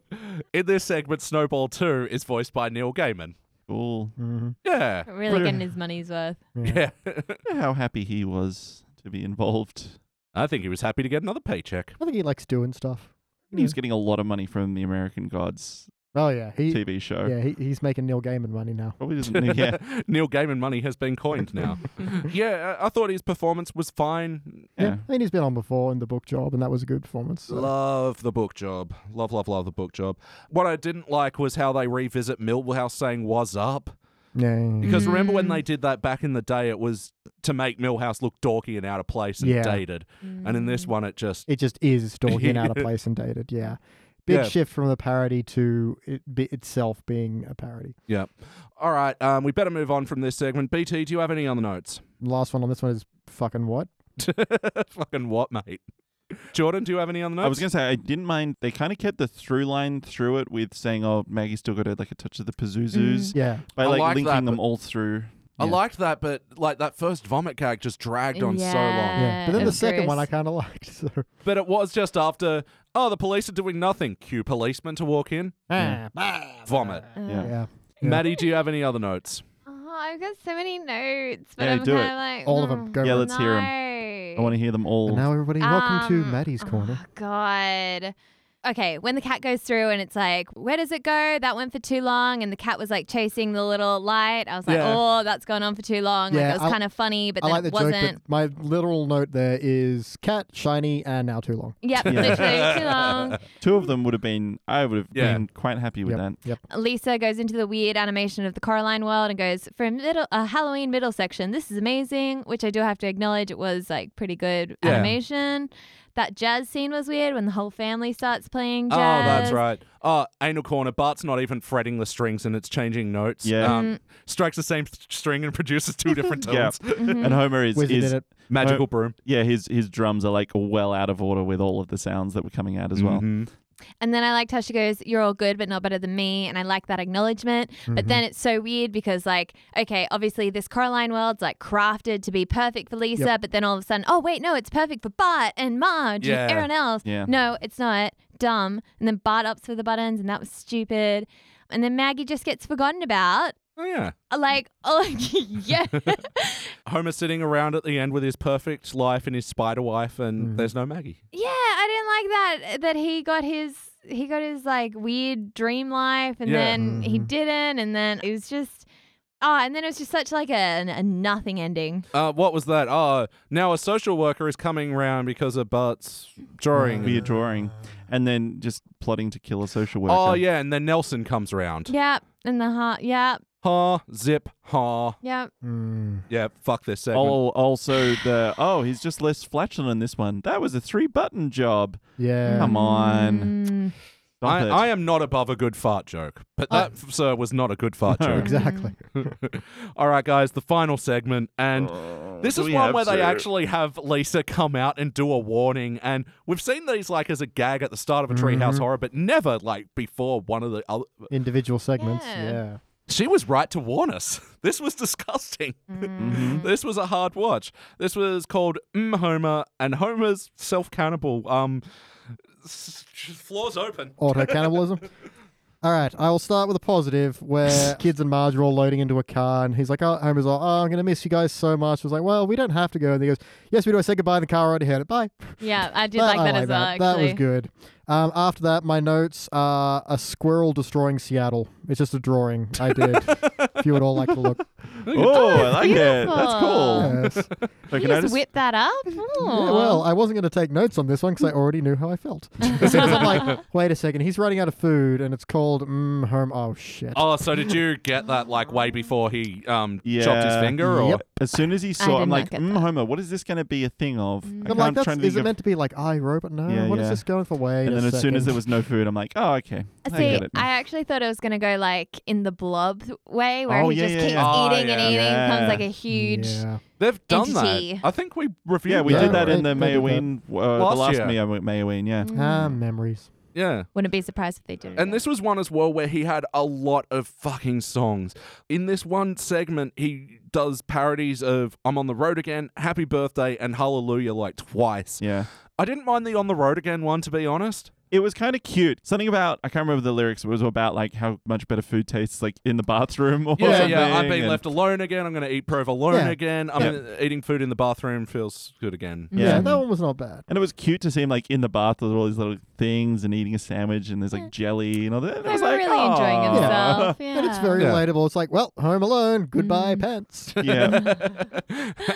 S5: in this segment, Snowball Two is voiced by Neil Gaiman.
S2: Cool.
S3: Mm-hmm.
S5: Yeah,
S4: Really getting his money's worth.
S5: yeah.
S2: I wonder How happy he was to be involved.
S5: I think he was happy to get another paycheck.
S3: I think he likes doing stuff.
S2: And He was getting a lot of money from the American Gods
S3: Oh yeah, Hmm. he
S2: TV show.
S3: yeah he, he's making Neil Gaiman money now.
S2: Probably doesn't. Mm, Yeah.
S5: Neil Gaiman money has been coined now. yeah, I I thought his performance was fine.
S2: Yeah.
S3: I mean he's been on before in the book job, and that was a good performance. so-
S5: Love the book job. Love, love, love the book job. What I didn't like was how they revisit Millhouse saying "was up."
S3: Yeah, yeah, yeah.
S5: Because remember when
S2: Mm.
S5: they did that back in the day, it was to make Millhouse look dorky and out of place and
S3: Yeah.
S5: dated.
S4: Mm.
S5: And in
S2: Mm.
S5: this one, it just
S3: it just is stalking out of place and dated. Yeah, big
S5: Yeah.
S3: shift from the parody to it be itself being a parody.
S5: yeah. All right, um, we better move on from this segment. BT, do you have any other notes?
S3: Last one on this one is fucking what?
S5: Fucking what, mate? Jordan, do you have any other notes?
S2: I was gonna say I didn't mind. They kind of kept the through line through it with saying, "Oh, Maggie's still got a, like a touch of the Pazuzu's,"
S3: Yeah,
S2: by
S5: I
S2: like,
S5: like
S2: linking
S5: that,
S2: them
S5: but-
S2: all through.
S5: I
S2: Yeah.
S5: liked that, but like that first vomit gag just dragged on so long.
S3: yeah. But
S4: it
S3: then the
S4: was
S3: second one I
S4: gross.
S3: kind of liked. So
S5: But it was just after. Oh, the police are doing nothing. Cue policeman to walk in.
S3: yeah,
S5: Vomit.
S4: Uh,
S2: Yeah.
S3: yeah.
S5: Maddie, do you have any other notes?
S4: Oh, I've got so many notes, but
S2: Yeah,
S4: I'm
S2: do
S4: kind
S2: it.
S4: of like "Mm,
S3: All of 'em. Go for
S2: Yeah,
S3: it.
S2: let's hear 'em. I want to hear them all.
S3: And now everybody, welcome to
S4: Um,
S3: Maddie's corner.
S4: Oh, God. Okay, when the cat goes through and it's like, where does it go? That went for too long. And the cat was like chasing the little light. I was like,
S5: Yeah.
S4: oh, that's gone on for too long.
S3: Yeah,
S4: like, it was
S3: I-
S4: kind of funny, but
S3: I
S4: then
S3: like the
S4: it wasn't.
S3: joke, but my literal note there is cat, shiny, and now too long.
S4: Yep,
S2: Yeah.
S4: literally too long.
S2: Two of them would have been. I would have
S5: Yeah.
S2: been quite happy with
S3: Yep. Yep.
S4: Lisa goes into the weird animation of the Coraline world and goes for a middle a Halloween middle section. This is amazing, which I do have to acknowledge. It was like pretty good
S5: Yeah.
S4: animation. That jazz scene was weird when the whole family starts playing jazz.
S5: Oh, that's right. Oh, anal corner. Bart's not even fretting the strings and it's changing notes.
S2: Yeah.
S3: Mm.
S5: Um, strikes the same th- string and produces two different
S2: that. Yeah,
S5: tones.
S2: and Homer is
S3: Wizard
S2: is
S3: did it.
S5: Magical broom.
S2: yeah his his drums are like well out of order with all of the sounds that were coming out as well.
S3: Mm-hmm.
S5: Mhm.
S4: And then I liked how she goes, "You're all good, but not better than me," and I like that acknowledgment. But then it's so weird because, like, okay, obviously this Coraline world's like crafted to be perfect for Lisa,
S3: Yep.
S4: but then all of a sudden, oh wait, no, it's perfect for Bart and Marge
S5: Yeah.
S4: and everyone else.
S2: Yeah.
S4: No, it's not. Dumb. And then Bart opts for the buttons, and that was stupid. And then Maggie just gets forgotten about.
S5: Oh, yeah.
S4: Like, oh yeah,
S5: Homer sitting around at the end with his perfect life and his spider wife, and there's no Maggie.
S4: Yeah, I didn't like that that he got his he got his like weird dream life and
S5: Yeah.
S4: then
S3: Mm-hmm.
S4: he didn't and then it was just oh and then it was just such like a, a nothing ending.
S5: Uh, what was that? Oh, now a social worker is coming round because of Bart's drawing.
S2: Weird drawing, and then just plotting to kill a social worker.
S5: Oh, yeah. And then Nelson comes round.
S4: Yep. And the heart yep,
S5: Ha, zip, ha.
S4: yep.
S3: Mm.
S5: Yeah, fuck this segment.
S2: Oh, also the oh he's just less flatulent on this one. That was a three button job.
S3: Yeah.
S2: Come on.
S4: Mm.
S2: Stop
S5: I,
S2: it.
S5: I am not above a good fart joke, but that,
S2: Uh,
S5: f- sir, was not a good fart
S2: No.
S5: joke.
S3: Exactly.
S5: All right, guys, the final segment. And this
S2: Uh,
S5: is
S2: do we
S5: one
S2: have
S5: where they
S2: to?
S5: actually have Lisa come out and do a warning. And we've seen these like as a gag at the start of a Treehouse Horror, but never like before one of the other.
S3: Individual segments.
S4: Yeah.
S3: Yeah.
S5: She was right to warn us. This was disgusting.
S4: Mm-hmm.
S2: Mm-hmm.
S5: This was a hard watch. This was called mm, Homer and Homer's self cannibal. Um, s- floors open.
S3: Auto cannibalism. All right, I will start with a positive where kids and Marge are all loading into a car, and he's like, "Oh, Homer's like, oh, I'm gonna miss you guys so much." I was like, "Well, we don't have to go," and he goes, "Yes, we do." I said goodbye in the car. I already heard it. Bye.
S4: Yeah, I did
S3: But
S4: like
S3: I
S4: that as well
S3: that.
S4: actually.
S3: That was good. Um, after that, my notes are a squirrel destroying Seattle. It's just a drawing I did. if you would all like to look.
S2: Oh, I like it.
S4: beautiful.
S2: That's cool.
S3: Yes.
S2: Wait,
S4: You
S2: can I
S4: just
S2: just-
S4: whip that up.
S3: Yeah, well, well, I wasn't going to take notes on this one because I already knew how I felt. As soon as I'm like, wait a second, he's running out of food and it's called mm, home. Oh, shit.
S5: Oh, so did you get that like way before he um chopped his
S2: Yeah.
S5: finger? Or
S3: Yep.
S2: As soon as he saw,
S4: did
S2: I'm
S4: not
S2: like,
S4: get
S2: mm,
S4: that."
S2: Homer, what is this going to be a thing of? I
S3: I'm Mm. like,
S2: can't-
S3: that's,
S2: trying to
S3: is it
S2: think of-
S3: meant to be like I robot? No, What
S2: Yeah,
S3: is
S2: yeah.
S3: this going for? Wait
S2: And
S3: a
S2: then as soon as
S3: second.
S2: there was no food, I'm like, oh, okay. I
S4: See,
S2: get it. now."
S4: I actually thought it was going to go like in the blob way where
S2: Oh,
S4: he
S2: yeah,
S4: just
S2: yeah,
S4: keeps
S5: yeah. Oh,
S4: eating and
S5: yeah.
S4: eating,
S2: Yeah.
S4: becomes like a huge.
S3: Yeah.
S5: they've done
S4: Entity.
S5: that. I think we reviewed.
S2: yeah, we
S3: Yeah,
S2: did that in
S3: they-
S2: the
S3: they did that.
S2: Mayoween, uh, the
S5: Last
S2: last
S5: year.
S2: Mayo- Mayoween, yeah.
S4: Mm.
S3: Ah, memories.
S5: Yeah.
S4: Wouldn't be surprised if they did. it
S5: And
S4: again.
S5: this was one as well where he had a lot of fucking songs. In this one segment, he does parodies of I'm on the road again, Happy Birthday, and Hallelujah like twice.
S2: Yeah.
S5: I didn't mind the on the road again one, to be honest.
S2: It was kind of cute. Something about, I can't remember the lyrics, it was about like how much better food tastes like in the bathroom or
S5: Yeah,
S2: something.
S5: yeah. I'm being
S2: and-
S5: left alone again. I'm going to eat provolone
S3: Yeah.
S5: again. I'm eating food in the bathroom feels good again.
S2: Yeah.
S3: Yeah. that one was not bad.
S2: And it was cute to see him like in the bath with all these little things and eating a sandwich and there's like jelly and all that. And I
S4: they
S2: was
S4: were
S2: like,
S4: really enjoying
S2: "Aw."
S4: himself. Yeah.
S3: And it's very
S5: Yeah.
S3: relatable. It's like, well, Home Alone, goodbye,
S4: Mm.
S3: pants.
S2: Yeah.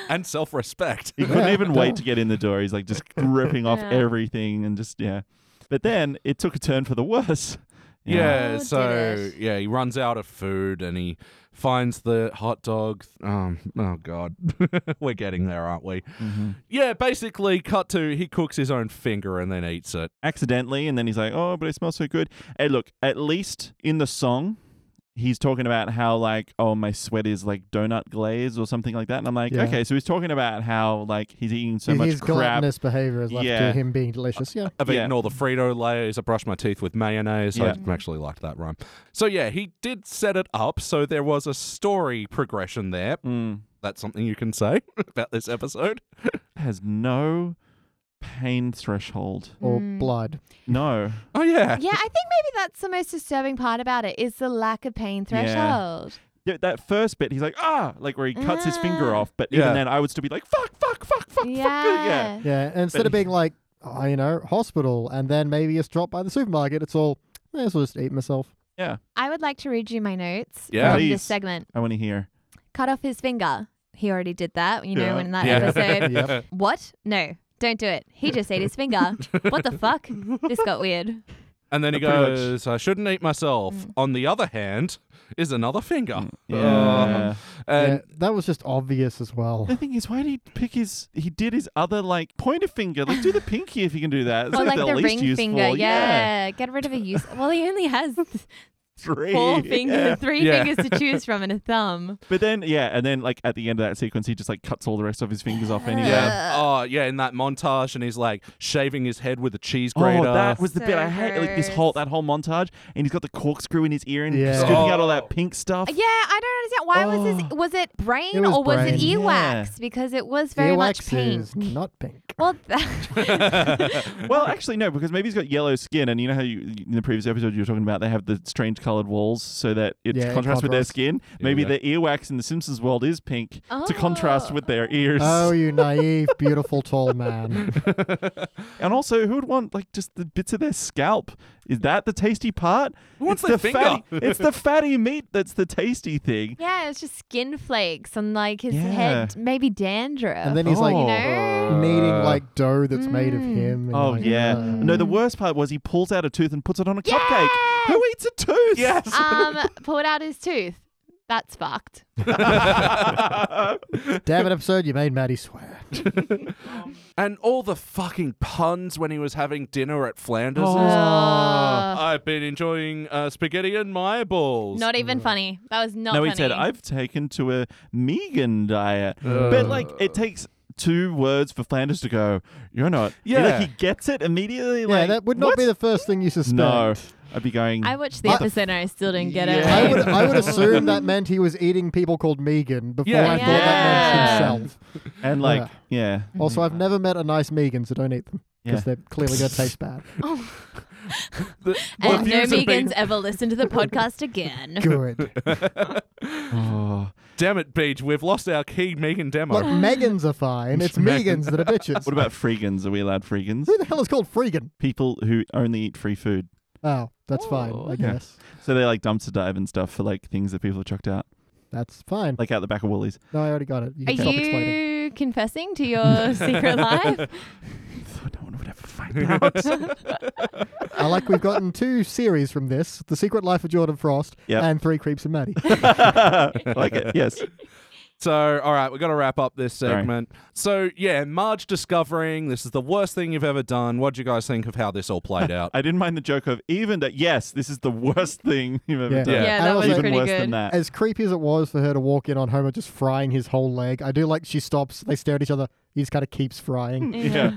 S5: and self respect.
S2: He couldn't even wait to get in the door. He's like just ripping off
S4: Yeah.
S2: everything and just, yeah. But then it took a turn for the worse. You know,
S5: Yeah,
S4: Oh, did
S5: so
S4: it.
S5: yeah, he runs out of food and he finds the hot dog. Um, oh god, we're getting there, aren't we?
S2: Mm-hmm.
S5: Yeah, basically, cut to he cooks his own finger and then eats it.
S2: accidentally, and then he's like, "Oh, but it smells so good." Hey, look, at least in the song, he's talking about how like, "Oh, my sweat is like donut glaze" or something like that, and I'm like,
S3: Yeah.
S2: "Okay, so he's talking about how like he's eating so much
S3: His
S2: crap."
S3: gluttonous behavior is left
S2: Yeah.
S3: to him being delicious. Yeah.
S5: I've
S2: Yeah.
S5: eaten all the Frito layers. I brushed my teeth with mayonnaise.
S2: Yeah.
S5: I actually liked that rhyme. So yeah, he did set it up. So there was a story progression there.
S2: Mm.
S5: That's something you can say about this episode.
S2: Has no pain threshold.
S3: Or
S4: Mm.
S3: blood.
S2: No,
S5: Oh yeah,
S4: Yeah, I think maybe that's the most disturbing part about it is the lack of pain
S2: Yeah.
S4: threshold.
S2: Yeah, that first bit, he's like, "Ah," like where he cuts his finger
S4: Ah.
S2: off. But
S5: Yeah.
S2: even then, I would still be like, "Fuck, fuck, fuck, fuck, fuck." Yeah.
S4: Yeah.
S3: Yeah. And instead of being like, oh, you know, hospital, and then maybe it's dropped by the supermarket, it's all, may as well just eat myself.
S4: I would like to read you my notes
S5: Yeah.
S4: from
S2: Please.
S4: this segment.
S2: I want to hear.
S4: Cut off his finger. He already did that, you
S5: Yeah.
S4: know, in that
S5: Yeah.
S4: episode.
S3: Yep.
S4: What? No, don't do it. He just ate his finger. What the fuck? This got weird.
S5: and then he
S2: Pretty much.
S5: goes, "I shouldn't eat myself."
S4: Mm.
S5: On the other hand, is another
S4: Ah.
S5: finger.
S2: Mm, Yeah.
S5: Uh, and
S3: Yeah, that was just obvious as well.
S2: The thing is, why did he pick his? He did his other like pointer finger. Like do the pinky if you can do that. It's
S4: or like the
S2: least
S4: ring
S2: useful.
S4: finger. Yeah. Get rid of a use. Well, he only has
S2: three.
S4: four
S2: Yeah.
S4: fingers, three
S5: Yeah.
S4: fingers to choose from and a thumb.
S2: But then yeah, and then like at the end of that sequence, he just like cuts all the rest of his fingers off anyway.
S5: Yeah. Oh, yeah. In that montage, and he's like shaving his head with a cheese grater.
S2: Oh, that was the bit I
S4: So
S2: hate. Like this whole that whole montage, and he's got the corkscrew in his ear and
S3: Yeah.
S2: scooping out
S5: Oh.
S2: all that pink stuff.
S4: Uh, Yeah, I don't understand. Why was this? Was it brain
S3: It was
S4: or was
S3: brain.
S4: it
S3: Yeah.
S4: earwax? Because it was very much
S3: Earwax
S4: pink.
S3: E is not pink.
S4: Well, that,
S2: Well, actually no, because maybe he's got yellow skin, and you know how you, in the previous episode you were talking about they have the strange colored walls so that it
S3: Yeah, it
S2: contrasts with their
S3: contrasts.
S2: skin. Maybe
S5: yeah.
S2: the earwax in the Simpsons world is pink to contrast
S4: Oh.
S2: with their ears.
S3: Oh, you naive, beautiful, tall man.
S2: And also, who would want like just the bits of their scalp? Is that the tasty part?
S5: Who wants
S2: it's
S5: their
S2: the
S5: finger?
S2: fatty, It's the fatty meat that's the tasty thing.
S4: yeah, it was just skin flakes on like his
S2: Yeah.
S4: head, maybe dandruff.
S3: And then he's like,
S2: Oh.
S4: you know,
S3: kneading like dough that's made of
S4: Mm.
S3: him. and
S2: Uh, Oh
S3: like,
S2: yeah.
S3: uh,
S2: No, the worst part was he pulls out a tooth and puts it on a cupcake.
S4: Yes!
S2: Who eats a tooth?
S5: Yes.
S4: um, pulled out his tooth. That's fucked.
S3: Damn it, episode, you made Maddie swear.
S5: and all the fucking puns when he was having dinner at Flanders.
S4: Oh. Uh,
S5: I've been enjoying uh, spaghetti and my balls.
S4: not even funny. That was not.
S2: no,
S4: funny.
S2: he said I've taken to a Megan diet,
S5: Uh,
S2: but like it takes two words for Flanders to go. You're not.
S5: Yeah.
S2: Like, he gets it immediately.
S3: yeah,
S2: like
S3: that would not
S2: what?
S3: be the first thing you suspect.
S2: No, I'd be going.
S4: I watched the
S3: I-
S4: episode and I still didn't get it.
S5: Yeah.
S3: I would, I would assume that meant he was eating people called Megan before
S5: Yeah.
S3: I thought that
S4: Yeah.
S3: meant himself.
S2: and like yeah.
S3: Also, I've never met a nice Megan, so don't eat them because
S2: Mm. Yeah.
S3: they're clearly going to taste bad.
S5: The-
S4: Oh. and
S5: the
S4: no
S5: views have been-
S4: Megan's ever listened to the podcast again.
S3: Good.
S2: Oh.
S5: Damn it, Beach. We've lost our key Megan demo.
S3: Look, Megans are fine. It's Megans that are bitches.
S2: What about freegans? Are we allowed freegans?
S3: Who the hell is called Freegan?
S2: people who only eat free food.
S3: Oh, that's fine,
S4: Oh,
S3: I
S4: okay.
S3: guess.
S2: So they like dumpster dive and stuff for like things that people have chucked out,
S3: That's fine.
S2: like out the back of Woolies.
S3: No, I already got it. You
S4: Are
S3: can stop explaining.
S4: you confessing to your secret life?
S2: find out.
S3: I like we've gotten two series from this The Secret Life of Jordan Frost
S2: Yep.
S3: and Three Creeps and Maddie.
S2: I like it. Yes.
S5: So, all right, we've got to wrap up this
S2: Sorry.
S5: segment. So, yeah, Marge discovering this is the worst thing you've ever done. What do you guys think of how this all played out?
S2: I didn't mind the joke of even that. Yes, this is the worst thing you've ever
S3: Yeah.
S2: done.
S4: Yeah,
S3: I
S4: that
S3: was
S4: was
S2: even
S4: pretty
S2: worse
S4: good.
S2: than that.
S3: As creepy as it was for her to walk in on Homer just frying his whole leg, I do like she stops, they stare at each other, he just kind of keeps frying.
S2: yeah.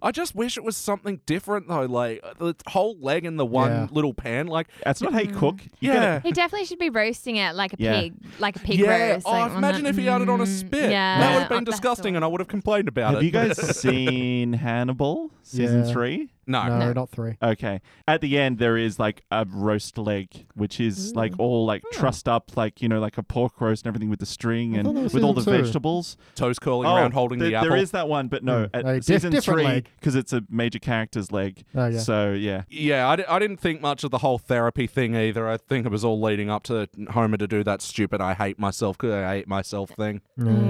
S5: I just wish it was something different, though. Like, uh, the whole leg in the one
S3: Yeah.
S5: little pan. Like,
S2: That's not how you cook.
S3: Mm-hmm.
S2: You gotta-
S5: yeah.
S4: He definitely should be roasting it like a
S2: Yeah.
S4: pig, like a pig
S5: Yeah,
S4: roast.
S5: oh,
S4: like,
S5: imagine
S4: mm,
S5: if he had it on a spit.
S4: Yeah,
S5: that would have been
S4: Oh, that's
S5: disgusting,
S4: all.
S5: and I would have complained about
S2: Have
S5: it.
S2: you guys seen Hannibal season
S3: Yeah.
S2: three?
S5: no,
S3: No,
S4: No.
S3: not three.
S2: Okay. At the end, there is like a roast leg, which is like all like trussed up, like you know, like a pork roast and everything with the string
S3: I thought
S2: and
S3: that was
S2: with all the
S3: season two.
S2: vegetables.
S5: toes curling around, holding
S2: Oh, there-
S5: the apple.
S2: There is that one, but no,
S3: Hmm.
S2: at
S3: A diff-
S2: season
S3: different
S2: three
S3: leg.
S2: because it's a major character's leg.
S3: Oh, yeah.
S2: So yeah,
S5: yeah, I, di- I didn't think much of the whole therapy thing either. I think it was all leading up to Homer to do that stupid "I hate myself because I hate myself" thing.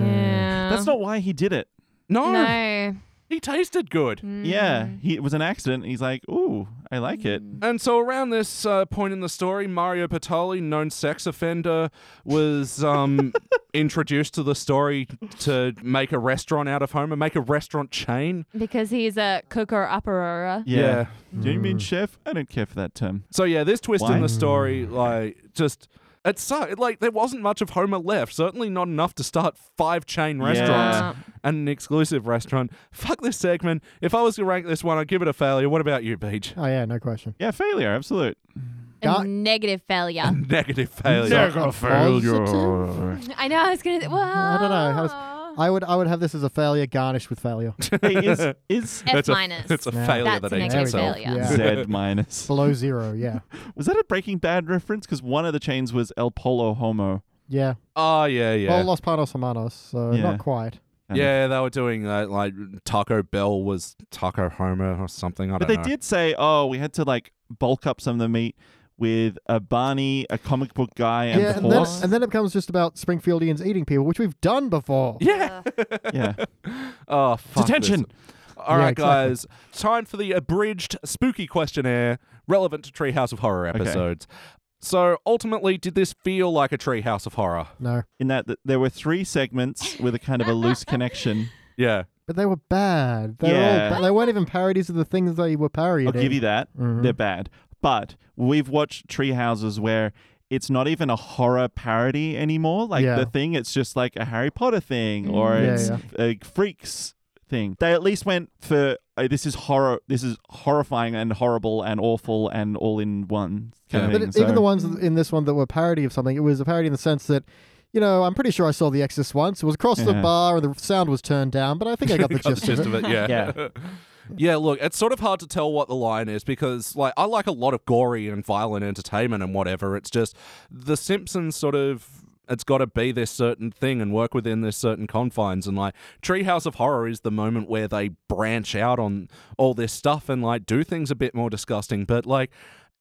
S4: Yeah.
S2: that's not why he did it.
S5: No,
S4: No.
S5: he tasted good.
S2: Mm. Yeah, he, it was an accident. and He's like, ooh, I like it.
S5: And so around this uh, point in the story, Mario Patoli, known sex offender, was um, introduced to the story to make a restaurant out of Homer, make a restaurant chain.
S4: Because he's a cooker upper.
S2: Yeah. Do you mean chef? I don't care for that term.
S5: So yeah, this twist
S2: Why?
S5: in the story, like, just it sucked. Like there wasn't much of Homer left. Certainly not enough to start five chain restaurants
S4: Yeah.
S5: and an exclusive restaurant. Fuck this segment. If I was to rank this one, I'd give it a failure. What about you, Beach?
S3: Oh, yeah, no question.
S2: Yeah, failure, absolute.
S3: Gar-
S4: A negative failure.
S5: Negative failure.
S3: A positive?
S4: I know. I was gonna. Well,
S3: I don't know. I, was- I would I would have this as a failure garnished with failure.
S2: hey, is is
S4: F
S5: That's a,
S4: minus.
S5: that's a
S3: Yeah.
S5: failure
S4: That's
S5: that
S4: a
S5: eats
S4: negative
S5: itself.
S4: failure.
S3: Yeah.
S2: Z minus?
S3: Below zero, yeah.
S2: Was that a Breaking Bad reference? Because one of the chains was El Polo Homo.
S3: Yeah.
S5: Oh yeah, yeah.
S3: Well, Los Panos Hermanos, so
S2: Yeah.
S3: not quite.
S2: kind of.
S5: yeah, they were doing that. Like Taco Bell was Taco Homer or something. I
S2: But
S5: don't
S2: they
S5: know.
S2: did say, oh, we had to like bulk up some of the meat with a Barney, a comic book guy, and
S3: yeah,
S2: the
S3: and then,
S2: horse.
S3: and then it becomes just about Springfieldians eating people, which we've done before.
S5: Yeah.
S2: yeah.
S5: Oh fuck.
S2: Detention.
S5: All
S3: Yeah,
S5: right,
S3: exactly.
S5: guys. Time for the abridged spooky questionnaire relevant to Treehouse of Horror episodes. So ultimately, did this feel like a Treehouse of Horror?
S3: No.
S2: In that th- there were three segments with a kind of a loose connection.
S5: Yeah.
S3: But they were bad. They,
S2: Yeah.
S3: were all ba- they weren't even parodies of the things they were Mm-hmm.
S2: I'll
S3: parodying.
S2: give you that. They're bad. But we've watched tree houses where it's not even a horror parody anymore. Like
S3: Yeah.
S2: the thing, it's just like a Harry Potter thing or
S3: Yeah,
S2: it's a freaks thing. They at least went for uh, this is horror, this is horrifying and horrible and awful and all in one kind
S5: Yeah.
S2: of
S3: But
S2: thing.
S3: it, even
S2: So-
S3: the ones in this one that were parody of something, it was a parody in the sense that, you know, I'm pretty sure I saw The Exorcist once. It was across the
S2: Yeah.
S3: bar and the sound was turned down, but I think I got the
S5: Got
S3: gist of it.
S5: Yeah.
S2: Yeah.
S5: Yeah, look, it's sort of hard to tell what the line is because, like, I like a lot of gory and violent entertainment and whatever. It's just The Simpsons sort of. It's got to be this certain thing and work within this certain confines. And like Treehouse of Horror is the moment where they branch out on all this stuff and like do things a bit more disgusting. But like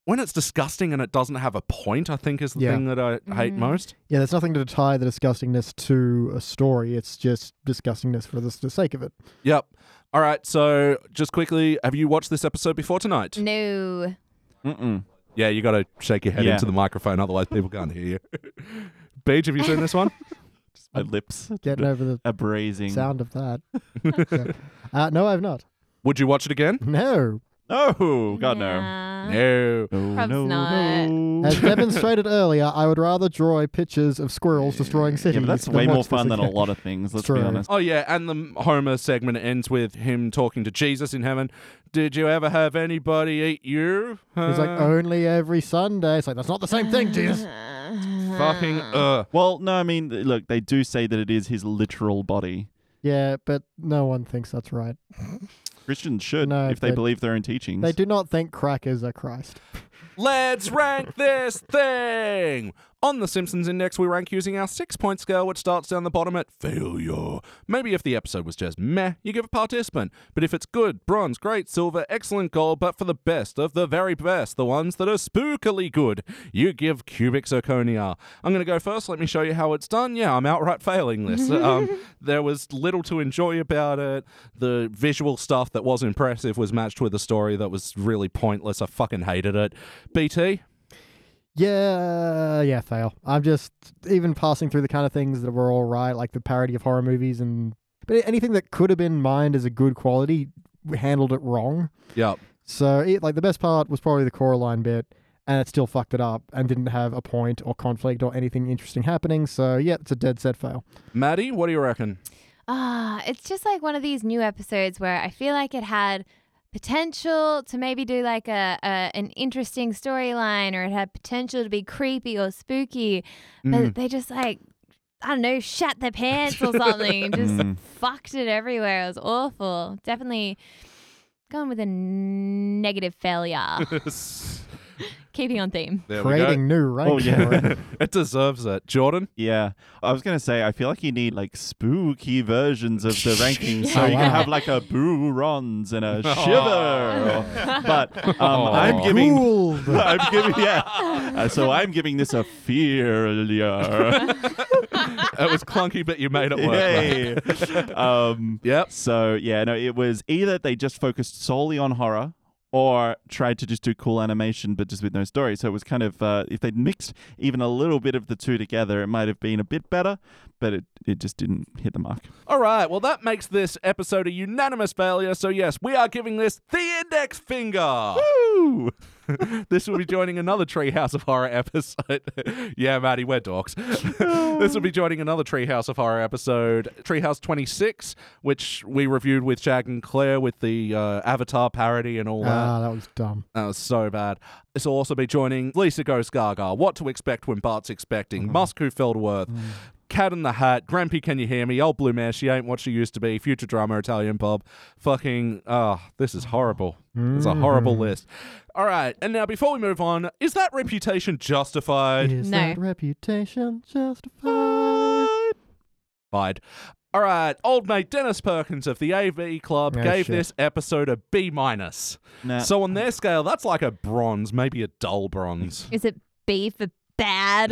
S5: when it's disgusting and it doesn't have a point, I think is the
S3: Yeah.
S5: thing that I hate most.
S3: Yeah, there's nothing to tie the disgustingness to a story. It's just disgustingness for the, the sake of it.
S5: Yep. All right. So just quickly, have you watched this episode before tonight?
S4: No.
S2: Mm-mm.
S5: Yeah, you got to shake your head
S2: Yeah.
S5: into the microphone, otherwise people can't hear you. Beach, have you seen this one?
S2: my lips
S3: Getting over the
S2: are braising.
S3: sound of that. Yeah. uh, no, I've not.
S5: Would you watch it again?
S3: No.
S2: Oh God, no.
S4: Nah.
S5: No.
S2: No,
S4: Perhaps
S2: no,
S4: not.
S2: no.
S3: As demonstrated earlier, I would rather draw pictures of squirrels destroying cities.
S2: Yeah, but that's
S3: than
S2: way
S3: watch
S2: more
S3: this
S2: fun than a
S3: again.
S2: lot of things. Let's be
S3: True.
S2: honest.
S5: Oh yeah, and the Homer segment ends with him talking to Jesus in heaven. Did you ever have anybody eat you?
S3: It's like
S2: Uh.
S3: "Oh."
S5: Huh?
S3: only every Sunday. It's like that's not the same thing, Jesus.
S4: Uh-huh.
S5: fucking uh.
S2: Well, no, I mean, th- look, they do say that it is his literal body.
S3: Yeah, but no one thinks that's right.
S2: Christians should,
S3: No,
S2: if they
S3: they-
S2: believe their own teachings.
S3: They do not think crackers are Christ.
S5: Let's rank this thing. On the Simpsons Index, we rank using our six point scale, which starts down the bottom at failure. Maybe if the episode was just meh, you give a participant. But if it's good, bronze, great, silver, excellent, gold, but for the best of the very best, the ones that are spookily good, you give cubic zirconia. I'm going to go first. Let me show you how it's done. Yeah, I'm outright failing this. um, there was little to enjoy about it. The visual stuff that was impressive was matched with a story that was really pointless. I fucking hated it. BT,
S3: Yeah, yeah, fail. I'm just even passing through the kind of things that were all right, like the parody of horror movies and but anything that could have been mined as a good quality handled it wrong.
S5: yeah.
S3: So it, like the best part was probably the Coraline bit, and it still fucked it up and didn't have a point or conflict or anything interesting happening. So yeah, it's a dead set fail.
S5: Maddie, what do you reckon?
S4: Ah, it's just like one of these new episodes where I feel like it had potential to maybe do like a, a an interesting storyline or it had potential to be creepy or spooky, but they just like I don't know, shat their pants or something. and Just fucked it everywhere. It was awful. Definitely going with a negative failure. Keeping on theme.
S5: There
S3: Creating new rank.
S2: Oh, yeah.
S3: for it.
S5: It deserves it. Jordan?
S2: Yeah, I was gonna say I feel like you need like spooky versions of the rankings, so
S3: Yeah.
S2: you
S3: Wow.
S2: can have like a boo runs and a shiver. or- but um, I'm
S5: Aw.
S2: giving,
S3: Cool.
S2: I'm giving, yeah. Uh, so I'm giving this a failure.
S5: It was clunky, but you made it work. mate.
S2: Yay. um,
S5: Yep.
S2: so yeah, no, it was either they just focused solely on horror or tried to just do cool animation but just with no story. So it was kind of uh, if they'd mixed even a little bit of the two together, it might have been a bit better, but it, it just didn't hit the mark.
S5: All right. Well, that makes this episode a unanimous failure. So, yes, we are giving this the index finger. Woo! this will be joining another Treehouse of Horror episode. yeah, Maddie, we're dogs. this will be joining another Treehouse of Horror episode, Treehouse 26, which we reviewed with Jag and Claire with the uh, Avatar parody and all that.
S3: Ah, that was dumb.
S5: That was so bad. This will also be joining Lisa Goes Gaga, What to Expect When Bart's Expecting, Musk Who Fell to Earth, Cat in the Hat, Grampy Can You Hear Me, Old Blue Mare, She Ain't What She Used to Be, Future Drama, Italian Bob. Fucking, oh, this is horrible. It's a horrible
S3: Mm. Mm-hmm.
S5: list. All right, and now before we move on, is that reputation justified?
S3: Is
S4: No.
S3: that reputation justified?
S5: Justified. All right, old mate Dennis Perkins of the AV Club
S3: Oh,
S5: gave
S3: shit.
S5: this episode a B minus.
S2: Nah.
S5: So on their scale, that's like a bronze, maybe a dull bronze.
S4: Is it B for bad?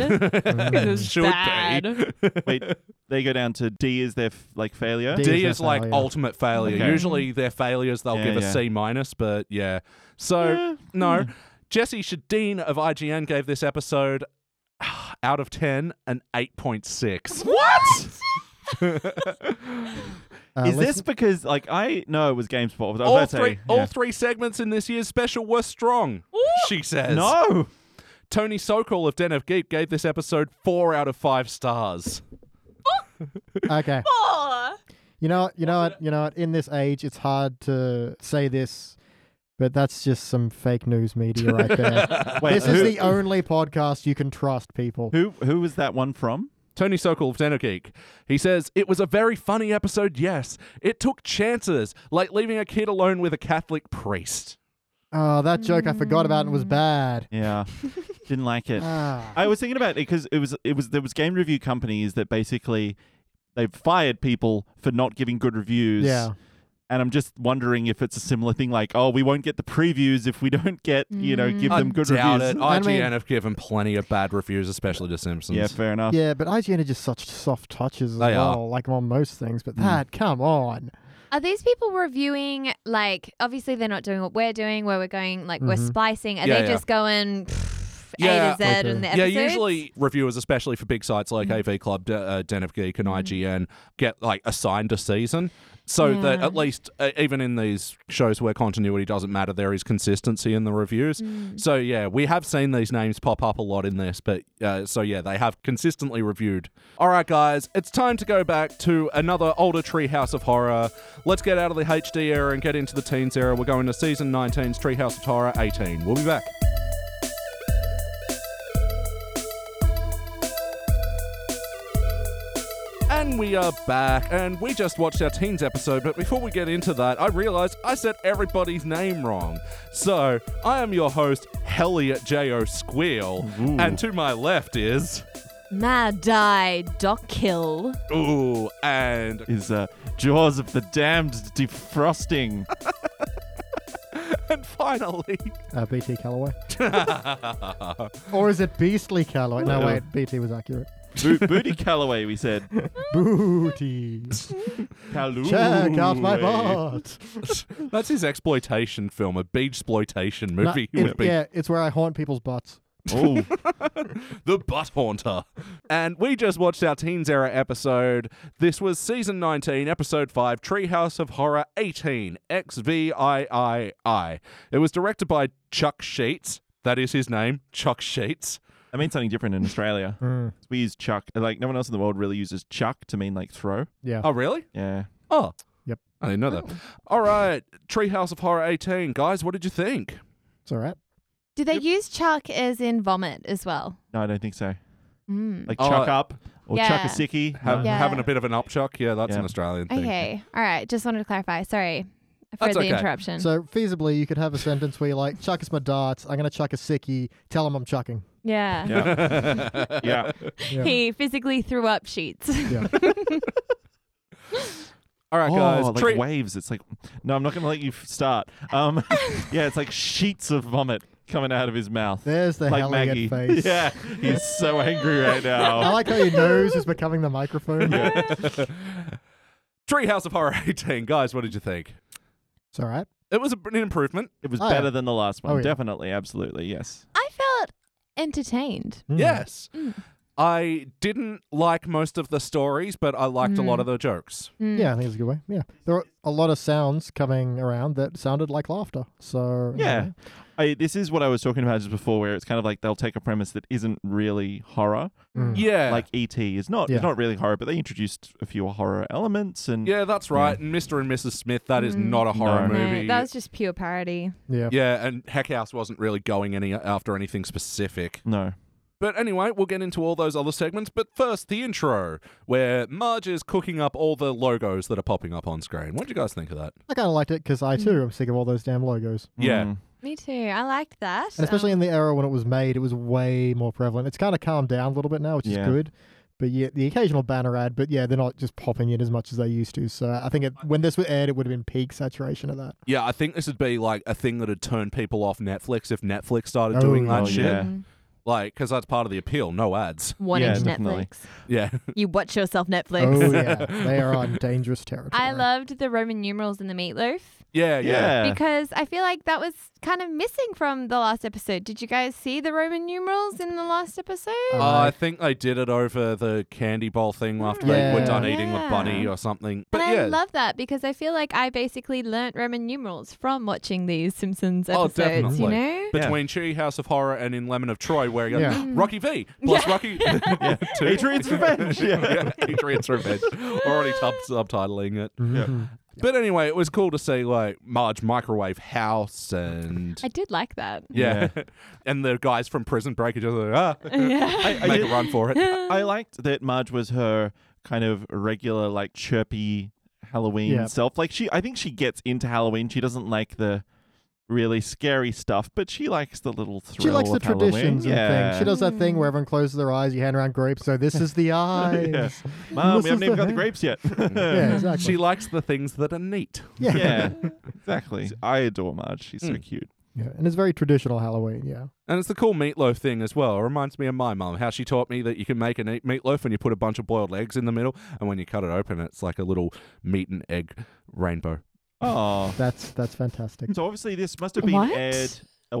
S4: 'Cause it was
S5: Should be.
S4: bad.
S2: Wait, they go down to D is their f- like failure.
S3: D.
S5: D
S3: is
S5: is
S3: their
S5: like
S3: failure.
S5: ultimate failure.
S2: Okay.
S5: Usually their failures they'll
S2: Yeah,
S5: give a
S2: yeah.
S5: C minus, but yeah. So no, Jesse Shadeen of IGN gave this episode out of ten an eight point six.
S2: What?
S3: Uh,
S2: Is
S3: let's-
S2: this because like I no it was GameSpot. I was
S5: All
S2: about to
S5: three,
S2: say,
S5: all
S2: yeah.
S5: three segments in this year's special were strong. She says.
S2: No.
S5: Tony Sokol of Den of Geek gave this episode four out of five stars.
S3: Okay. You know, you know what, you know what. In this age, it's hard to say this, but that's just some fake news media right there.
S2: Wait,
S3: this
S2: who,
S3: is the only podcast you can trust, people.
S2: who who was that one from?
S5: Tony Sokol of Denogeek. He says, It was a very funny episode, yes. It took chances, like leaving a kid alone with a Catholic priest.
S3: Oh, that joke I forgot about and was bad.
S2: Yeah. Didn't like it.
S3: Ah.
S2: I was thinking about it because it was it was there was game review companies that basically they've fired people for not giving good reviews.
S3: Yeah.
S2: And I'm just wondering if it's a similar thing like, oh, we won't get the previews if we don't get, you know, give them good
S5: Doubt
S2: reviews.
S5: it.
S3: I
S5: IGN
S3: mean-
S5: have given plenty of bad reviews, especially to Simpsons.
S2: Yeah, fair enough.
S3: Yeah, but IGN are just such soft touches as
S5: They
S3: well,
S5: are. Mm.
S3: like on most things. But that, come on.
S4: Are these people reviewing like obviously they're not doing what we're doing where we're going like we're splicing are
S5: Yeah,
S4: they
S5: yeah.
S4: just going pff,
S5: Yeah.
S4: A to Z
S3: Okay.
S4: in the
S5: Yeah,
S4: episodes?
S5: usually reviewers, especially for big sites like AV Club, D- uh, Den of Geek, and IGN, get like assigned a season, so that
S4: Yeah.
S5: at least uh, even in these shows where continuity doesn't matter, there is consistency in the reviews. So yeah, we have seen these names pop up a lot in this, but uh, so yeah, they have consistently reviewed. All right, guys, it's time to go back to another older Treehouse of Horror. Let's get out of the HD era and get into the teens era. We're going to season 19's Treehouse of Horror 18. We'll be back. And and we are back, and we just watched our teens episode. But before we get into that, I realized I said everybody's name wrong. So I am your host, Helliot J.O. Squeal, and to my left is.
S4: Mad die, Doc Kill.
S5: Ooh, and
S2: Is uh, Jaws of the Damned defrosting.
S5: and finally,
S3: Uh, BT Calloway. or is it Beastly Calloway? No, wait, BT was accurate.
S2: Bo- Booty Calloway, we said.
S3: Booty.
S2: Calloway.
S3: Check out my butt.
S5: that's his exploitation film, a beach exploitation
S3: No,
S5: movie
S3: it-
S5: with beach
S3: yeah, it's where I haunt people's butts.
S2: Oh,
S5: The Butt Haunter. And we just watched our Teens Era episode. This was season 19, episode 5, Treehouse of Horror 18, XVIII. It was directed by Chuck Sheets. That is his name, Chuck Sheets.
S2: I mean something different in Australia.
S3: Mm,
S2: We use chuck. Like no one else in the world really uses chuck to mean like throw.
S3: yeah.
S5: Oh, really?
S2: Yeah.
S5: Oh.
S3: Yep.
S5: I didn't know that. All right, Treehouse of Horror 18. Guys, what did you think?
S3: It's all right.
S4: Do they use chuck as in vomit as well?
S2: No, I don't think so.
S4: Mm.
S2: Like
S5: Oh,
S2: chuck
S5: uh,
S2: up or chuck a
S4: yeah.
S2: sickie.
S5: Have,
S4: Yeah.
S5: Having a bit of an upchuck? Yeah, that's
S2: Yeah.
S5: an Australian thing.
S4: Okay. All right. Just wanted to clarify. Sorry for
S5: That's
S4: the
S5: okay.
S4: interruption.
S3: So feasibly, you could have a sentence where you're like, "Chuck is my darts. I'm gonna chuck a sickie. Tell him I'm chucking."
S4: yeah.
S2: Yeah. yeah.
S3: Yeah.
S4: He physically threw up sheets.
S3: Yeah.
S5: All right, guys.
S2: oh, like
S5: Tree-
S2: waves. It's like no, I'm not going to let you f- start. Um, yeah, it's like sheets of vomit coming out of his mouth,
S3: There's the
S2: like
S3: Helliot
S2: Maggie.
S3: face.
S2: Yeah, he's so angry right
S3: I
S2: now.
S3: like how your nose is becoming the microphone.
S5: Treehouse of Horror 18. Guys, what did you think?
S3: It's all right.
S5: It was a- an improvement.
S2: It was
S3: Oh, yeah.
S2: better than the last one,
S3: Oh, yeah.
S2: definitely, absolutely, yes.
S4: I felt entertained.
S3: Mm.
S5: Yes. I didn't like most of the stories, but I liked a lot
S4: Mm.
S5: of the jokes.
S4: Mm.
S3: Yeah, I think it's a good way. Yeah, there were a lot of sounds coming around that sounded like laughter. So
S2: Yeah. I, this is what I was talking about just before, where it's kind of like they'll take a premise that isn't really horror,
S3: Mm.
S5: Yeah.
S2: like ET is not.
S3: Yeah.
S2: It's not really horror, but they introduced a few horror elements, and
S5: yeah, that's right. And Mr. and Mrs. Smith, that is
S4: Mm.
S5: not a horror
S2: No.
S4: No,
S5: movie.
S4: that was just pure parody.
S3: yeah,
S5: yeah, and Heck House wasn't really going any after anything specific.
S2: no,
S5: But anyway, we'll get into all those other segments. But first, the intro, where Marge is cooking up all the logos that are popping up on screen. What did you guys think of that?
S3: I kind of liked it because I too am sick of all those damn logos,
S5: Yeah.
S2: Mm.
S4: Me too. I liked that. Um,
S3: and especially in the era when it was made, it was way more prevalent. It's kind of calmed down a little bit now, which
S2: Yeah.
S3: is good. But yeah, the occasional banner ad, but yeah, they're not just popping in as much as they used to. So I think it, when this was aired, it would have been peak saturation of that.
S5: Yeah, I think this would be like a thing that would turn people off Netflix if Netflix started doing
S3: Oh,
S5: that
S2: oh,
S5: shit.
S2: yeah.
S4: Mm.
S5: Like, because that's part of the appeal. No ads.
S4: One
S2: Yeah,
S4: inch
S2: definitely.
S4: Netflix.
S5: Yeah.
S4: You watch yourself Netflix.
S3: Oh yeah, they are on dangerous territory.
S4: I loved the Roman numerals in the meatloaf
S5: Yeah, yeah.
S2: yeah,
S4: because I feel like that was kind of missing from the last episode. Did you guys see the Roman numerals in the last episode?
S5: Uh, I think they did it over the candy bowl thing after they were
S3: Yeah.
S5: done eating with
S4: Yeah.
S5: Bunny or something. But
S4: and
S5: yeah,
S4: I love that because I feel like I basically learnt Roman numerals from watching these Simpsons
S5: Oh,
S4: episodes,
S5: definitely.
S4: you know?
S5: between Tree House of Horror and in Lemon of Troy, where you go,
S3: Yeah.
S5: Rocky V plus Rocky Two.
S2: Adrian's E Revenge,
S5: yeah, Adrian's Revenge. Already sub- subtitling it.
S3: Mhm.
S5: But anyway, it was cool to see like Marge Microwave House and.
S4: I did like that.
S5: yeah. and the guys from Prison Break are just like, ah,
S4: Yeah.
S2: I, I
S5: make
S2: did-
S5: a run for it.
S2: I liked that Marge was her kind of regular, like chirpy Halloween
S3: Yeah.
S2: self. Like she, I think she gets into Halloween. She doesn't like the really scary stuff, but she likes the little thrill.
S3: She likes the
S2: of Halloween.
S3: traditions and
S2: yeah.
S3: things. She does that thing where everyone closes their eyes, you hand around grapes, so this is the eyes.
S2: Yeah. Mom,
S3: This
S2: we
S3: is
S2: haven't even
S3: the
S2: got the
S3: hand.
S2: grapes yet.
S3: Yeah, exactly.
S5: She likes the things that are neat.
S3: yeah. yeah.
S2: yeah, exactly. I adore Marge. She's so
S5: Mm.
S2: cute.
S3: And it's very traditional Halloween, yeah.
S5: And it's the cool meatloaf thing as well. It reminds me of my mum, how she taught me that you can make an eat meatloaf and you put a bunch of boiled eggs in the middle, and when you cut it open, it's like a little meat and egg rainbow.
S2: Oh,
S3: That's that's fantastic.
S2: so obviously this must have been
S4: What?
S2: aired a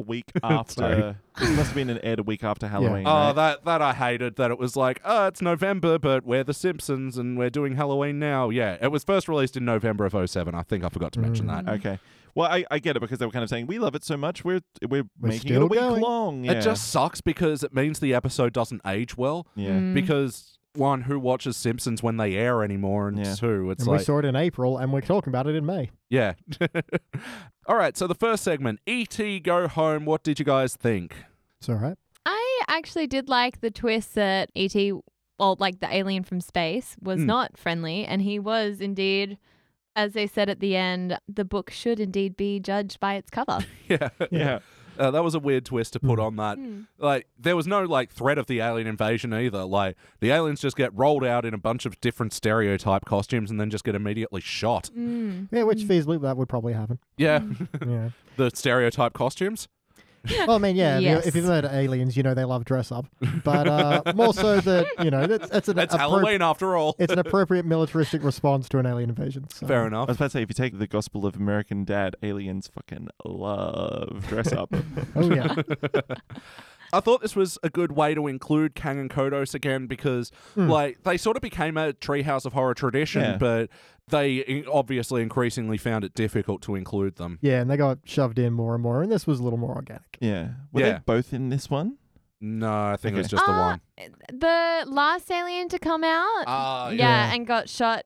S2: week
S5: Sorry.
S2: after. it must have been an aired a week after Halloween.
S5: Oh,
S2: right?
S5: that that I hated. That it was like, oh, it's November, but we're the Simpsons and we're doing Halloween now. Yeah, it was first released in November of 07. I think I forgot to mention
S3: Mm.
S5: that.
S2: Okay. Well, I, I get it because they were kind of saying we love it so much we're we're, making it a
S3: still
S2: week
S3: going."
S2: long. Yeah.
S5: It just sucks because it means the episode doesn't age well.
S2: yeah.
S3: Mm.
S4: Mm.
S5: Because one, who watches Simpsons when they air anymore, and
S2: Yeah.
S5: two, it's
S3: and
S5: like
S3: we saw it in April and we're talking about it in May.
S5: Yeah. all right. So the first segment, ET Go Home. What did you guys think?
S3: It's all right.
S4: I actually did like the twist that E.T. well, like the alien from space, was not friendly, and he was indeed. As they said at the end, the book should indeed be judged by its cover.
S5: yeah.
S2: Yeah.
S5: Uh, that was a weird twist to put on that.
S3: Hmm.
S4: Mm.
S5: Like, there was no like threat of the alien invasion either. Like, the aliens just get rolled out in a bunch of different stereotype costumes and then just get immediately shot.
S4: Mm.
S3: Yeah, which feasibly that would probably happen.
S5: Yeah,
S3: Yeah.
S5: the stereotype costumes.
S3: well, I mean, yeah.
S4: Yes.
S3: If you've heard of aliens, you know they love dress up, but uh, more so that you know that's, that's an
S5: It's
S3: appro-
S5: Halloween after all.
S3: It's an appropriate militaristic response to an alien invasion. So.
S5: Fair
S2: I was
S5: enough.
S2: about to say, if you take the gospel of American Dad, aliens fucking love dress up.
S3: Oh yeah.
S5: I thought this was a good way to include Kang and Kodos again because, like, they sort of became a Treehouse of Horror tradition,
S2: Yeah.
S5: but they in- obviously increasingly found it difficult to include them.
S3: Yeah, and they got shoved in more and more, and this was a little more organic.
S2: yeah. Were
S5: Yeah.
S2: they both in this one?
S5: No, I think it was
S2: Okay.
S5: just the
S4: Uh,
S5: one.
S4: The last alien to come out,
S5: Ah,
S4: yeah,
S3: yeah.
S4: and got shot.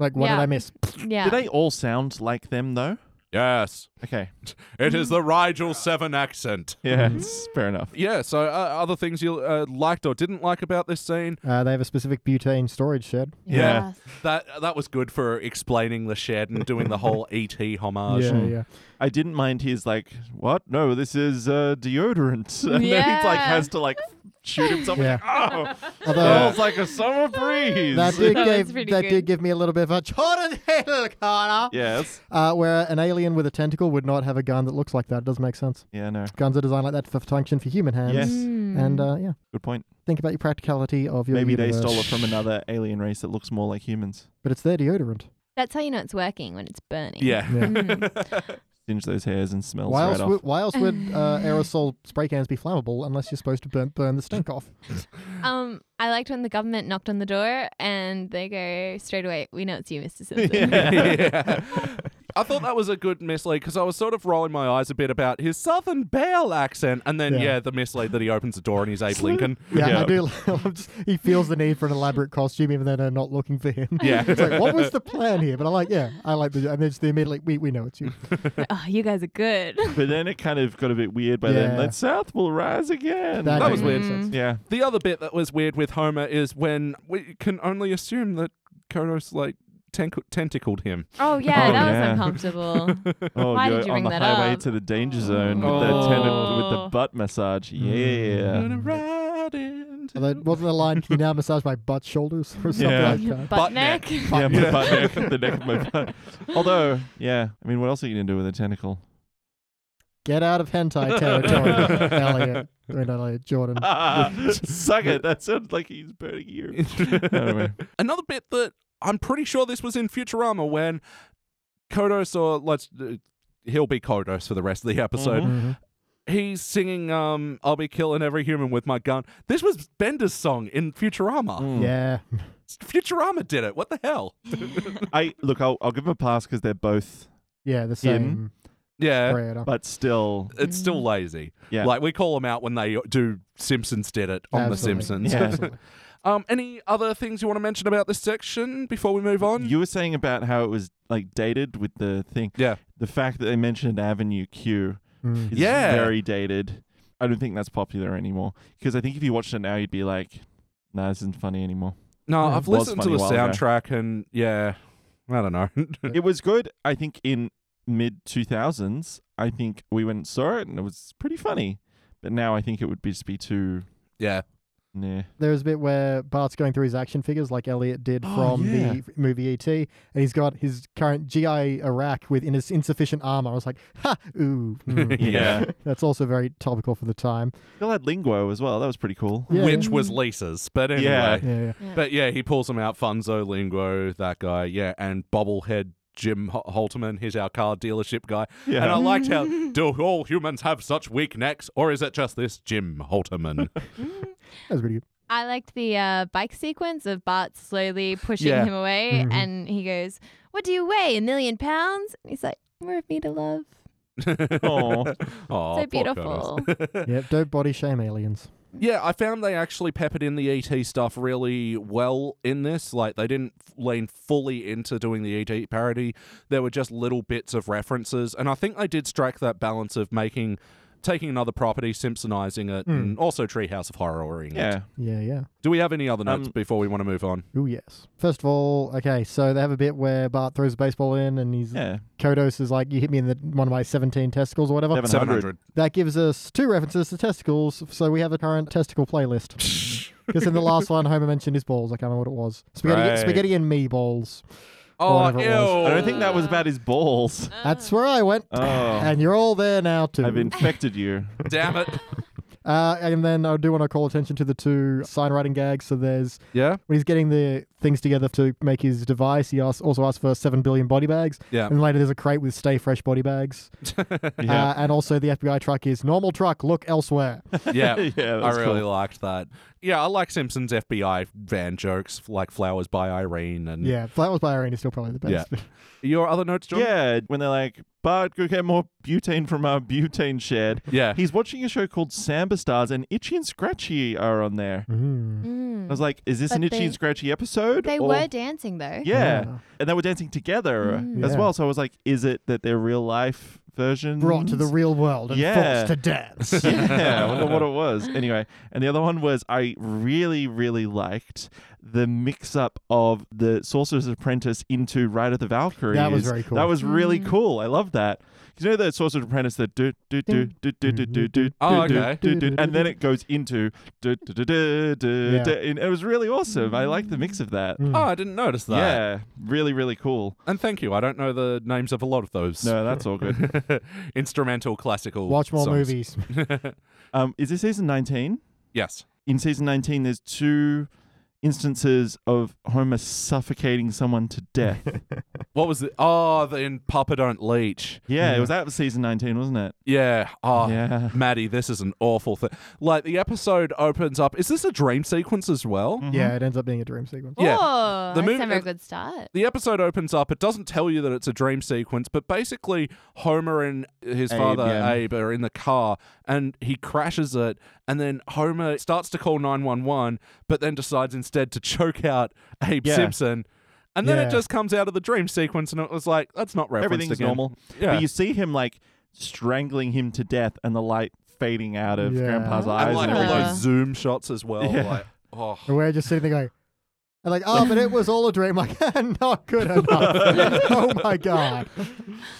S3: Like, what did
S4: Yeah.
S3: I miss?
S4: Yeah,
S2: Do they all sound like them, though?
S5: Yes,
S2: Okay.
S5: it
S4: Mm-hmm.
S5: is the Rigel Seven accent.
S2: Yeah,
S3: Mm.
S2: it's fair enough.
S5: Yeah. So, uh, other things you uh, liked or didn't like about this scene?
S3: Uh, they have a specific butane storage shed.
S5: Yeah. That that was good for explaining the shed and doing the whole ET homage.
S3: yeah, yeah.
S2: I didn't mind his like, what? No, this is uh, deodorant. And then he like
S4: Yeah.
S2: has to like shoot himself.
S3: Yeah.
S2: Yeah. Like, oh,
S3: Although
S2: that was like a summer breeze.
S3: that did
S4: That was
S3: gave
S4: pretty
S3: that
S4: good.
S3: did give me a little bit of a Jordan Hill corner,
S2: yes.
S3: uh, where an alien with a tentacle would not have a gun that looks like that. It doesn't make sense.
S2: Yeah. No.
S3: Guns are designed like that for function for human hands.
S2: Yes.
S4: Mm.
S3: And uh, yeah,
S2: Good point.
S3: think about your practicality of your.
S2: Maybe they
S3: universe.
S2: stole it from another alien race that looks more like humans.
S3: but it's their deodorant.
S4: that's how you know it's working when it's burning.
S5: Yeah.
S3: Yeah.
S4: Mm.
S2: Singe those hairs and smells
S3: Why
S2: right
S3: else,
S2: off.
S3: would, why else would uh, aerosol spray cans be flammable unless you're supposed to burn, burn the stink off?
S4: Um, I liked when the government knocked on the door and they go straight away. We know it's you, Mr. Simpson.
S5: yeah. I thought that was a good mislead because I was sort of rolling my eyes a bit about his Southern Belle accent, and then yeah,
S3: Yeah.
S5: the mislead that he opens the door and he's Abe Lincoln.
S3: Yeah,
S2: Yeah.
S3: I do. I'm just- he feels the need for an elaborate costume, even though they're not looking for him.
S5: Yeah.
S3: it's like, what was the plan here? But I'm like, yeah, I like the. And then just the immediately, we, we know it's you.
S4: oh, you guys are good.
S2: But then it kind of got a bit weird by then.
S3: Yeah.
S2: That South will rise again.
S3: That
S5: That was
S3: makes
S5: weird.
S4: Mm.
S2: Yeah.
S5: The other bit that was weird with Homer is when we can only assume that Kodos like tenc- tentacled him.
S4: Oh yeah, that
S2: Oh, yeah.
S4: was uncomfortable.
S2: Oh,
S4: Why
S2: you're
S4: did you
S2: on
S4: bring
S2: the
S4: that
S2: highway
S4: up?
S2: to the danger zone with,
S5: Oh.
S2: the tendon, with the butt massage. Yeah.
S5: Gonna ride into-
S3: Although, wasn't the line, "Can you now massage my butt shoulders or something
S2: Yeah.
S3: like that?
S4: Butt
S5: neck.
S4: neck.
S2: Yeah, my butt neck, the neck of my butt. Although, yeah, I mean, what else are you going to do with a tentacle?
S3: Get out of hentai territory, Elliot. I mean, Elliot, Jordan.
S2: Ah. Suck it. That sounds like he's burning you. anyway.
S5: Another bit that I'm pretty sure this was in Futurama when Kodos or let's uh, he'll be Kodos for the rest of the episode.
S3: Mhm.
S5: He's singing um I'll be killing every human with my gun. This was Bender's song in Futurama.
S2: Mm.
S3: Yeah.
S5: Futurama did it. What the hell?
S2: I look. I'll, I'll give him a pass because they're both,
S3: Yeah, the same
S5: Yeah.
S3: creator.
S2: but still,
S5: It's still lazy.
S2: yeah.
S5: Like we call them out when they do Simpsons did it on
S3: Absolutely.
S5: the Simpsons.
S2: Yeah.
S3: Absolutely.
S5: um any other things you want to mention about this section before we move on?
S2: you were saying about how it was like dated with the thing.
S5: yeah.
S2: The fact that they mentioned Avenue Q
S3: Mm.
S2: is
S5: Yeah.
S2: very dated. I don't think that's popular anymore because I think if you watched it now, you'd be like, "Nah, this isn't funny anymore."
S5: No,
S3: Yeah.
S5: I've
S2: Was
S5: listened to
S2: funny
S5: the
S2: a while ago.
S5: soundtrack and yeah, I don't know.
S2: It was good, I think, in mid two thousands. I think we went and saw it, and it was pretty funny. But now I think it would be just be too.
S5: yeah.
S2: Nah.
S3: There was a bit where Bart's going through his action figures, like Elliot did
S2: Oh,
S3: from
S2: yeah.
S3: the movie ET, and he's got his current GI Iraq with in his insufficient armor. I was like, ha, ooh.
S2: Mm.
S3: hmm."
S5: Yeah.
S3: That's also very topical for the time.
S2: Still had lingo as well. That was pretty cool.
S3: Yeah,
S5: Which was Lisa's, but anyway.
S2: Yeah.
S3: Yeah, yeah.
S5: But yeah, he pulls him out. Funzo, Lingo, that guy. Yeah, and Bobblehead Jim Ho- Holterman. He's our car dealership guy.
S2: Yeah.
S5: And I liked how do all humans have such weak necks, or is it just this Jim Holterman?
S3: That was pretty good.
S4: Mm, I liked the uh, bike sequence of Bart slowly pushing
S5: Yeah.
S4: him away,
S3: Mhm.
S4: and he goes, "What do you weigh? A million pounds?" And he's like, "More of me to love."
S2: Aw.
S5: Aw,
S4: so
S5: poor
S4: beautiful.
S5: guys.
S3: Yeah, don't body shame aliens.
S5: yeah, I found they actually peppered in the ET stuff really well in this. Like, they didn't f- lean fully into doing the E ET parody. There were just little bits of references. And I think they did strike that balance of making taking another property, Simpsonizing it, and also Treehouse of Horroring it.
S2: Hmm. Yeah.
S3: Yeah, yeah.
S5: Do we have any other notes
S2: Um,
S5: before we want to move on?
S3: Oh, yes. First of all, okay, so they have a bit where Bart throws a baseball in and he's.
S2: Yeah.
S3: Kodos is like, you hit me in the, one of my 17 testicles or whatever.
S2: Seven.
S5: 700.
S3: That gives us two references to testicles, so we have a current testicle playlist. Because in the last one, Homer mentioned his balls. I can't remember what it was. Spaghetti,
S2: Right.
S3: spaghetti and me balls.
S5: Oh, ew.
S3: Whatever it was.
S2: I don't think that was about his balls.
S3: That's
S4: Mm.
S3: where I went.
S2: Oh.
S3: And you're all there now, too.
S2: I've infected you.
S5: Damn it.
S3: Uh, and then I do want to call attention to the two sign writing gags. So there's
S5: Yeah?
S3: when he's getting the things together to make his device, he asks, also asks for 7 billion body bags.
S5: Yeah.
S3: And later there's a crate with stay fresh body bags.
S2: Yeah.
S3: Uh, and also the FBI truck is normal truck, look elsewhere.
S5: Yeah.
S2: Yeah,
S5: Uh, I
S2: that's
S5: really
S2: cool.
S5: liked that. Yeah, I like Simpsons FBI van jokes, like Flowers by Irene. and
S3: yeah, Flowers by Irene is still probably the
S5: Yeah.
S3: best.
S5: Your other notes, John?
S2: yeah. When they're like, Bart, go get more butane from our butane shed.
S5: Yeah.
S2: He's watching a show called Samba Stars, and Itchy and Scratchy are on there.
S3: Mm.
S2: I was like, is this an
S4: But
S2: Itchy
S4: they-
S2: and Scratchy episode?
S4: They
S2: or-
S4: were dancing though.
S2: Yeah.
S3: Yeah.
S2: And they were dancing together
S4: Mm.
S2: as
S3: Yeah.
S2: well. So I was like, is it that they're real life versions?
S3: Brought to the real world and
S2: Yeah.
S3: forced to dance.
S2: yeah, I wonder what it was. Anyway, and the other one was I really, really liked the mix up of the Sorcerer's Apprentice into Ride of the Valkyries.
S3: That was very cool.
S2: That was really cool. I love that. 'Cause You know the Sorcerer's Apprentice that do do do do do do do do
S5: Oh,
S2: do, do,
S5: okay.
S2: do, do, and then it goes into do do do do do
S3: Yeah. Mm.
S2: do. and it was really awesome. I like the mix of that.
S5: Oh, I didn't notice that.
S2: Yeah, really, really cool.
S5: And thank you. I don't know the names of a lot of those
S2: No, that's all good.
S5: instrumental classical.
S3: Watch more
S5: songs.
S3: movies.
S2: Mm-hmm. Um, is this season nineteen?
S5: Yes.
S2: in season 19 there's two instances of homer suffocating someone to death
S5: What was the. Oh, the, in Papa Don't Leach.
S2: yeah it was that was season 19 wasn't it
S5: Yeah. Oh,
S2: Yeah.
S5: Maddie, this is an awful thing. Like, the episode opens up. Is this a dream sequence as well?
S3: yeah, it ends up being a dream sequence.
S5: Yeah.
S4: Oh,
S5: The
S4: that's
S5: mov-
S4: never
S5: uh,
S4: a good start.
S5: The episode opens up. It doesn't tell you that it's a dream sequence, but basically, Homer and his
S2: Abe,
S5: father,
S2: yeah.
S5: Abe, are in the car and he crashes it. And then Homer starts to call 911, but then decides instead to choke out Abe
S2: Yeah.
S5: Simpson. And then
S3: Yeah.
S5: it just comes out of the dream sequence, and it was like, that's not referenced
S2: everything's
S5: again.
S2: normal
S5: Yeah.
S2: but you see him like strangling him to death and the light fading out of
S3: Yeah.
S2: grandpa's eyes
S5: and like
S2: and
S5: all
S2: everything.
S5: those zoom shots as well.
S2: Yeah.
S5: Like, oh.
S3: And we're just sitting there going, and like, oh, but it was all a dream. Like, not good enough. oh my god.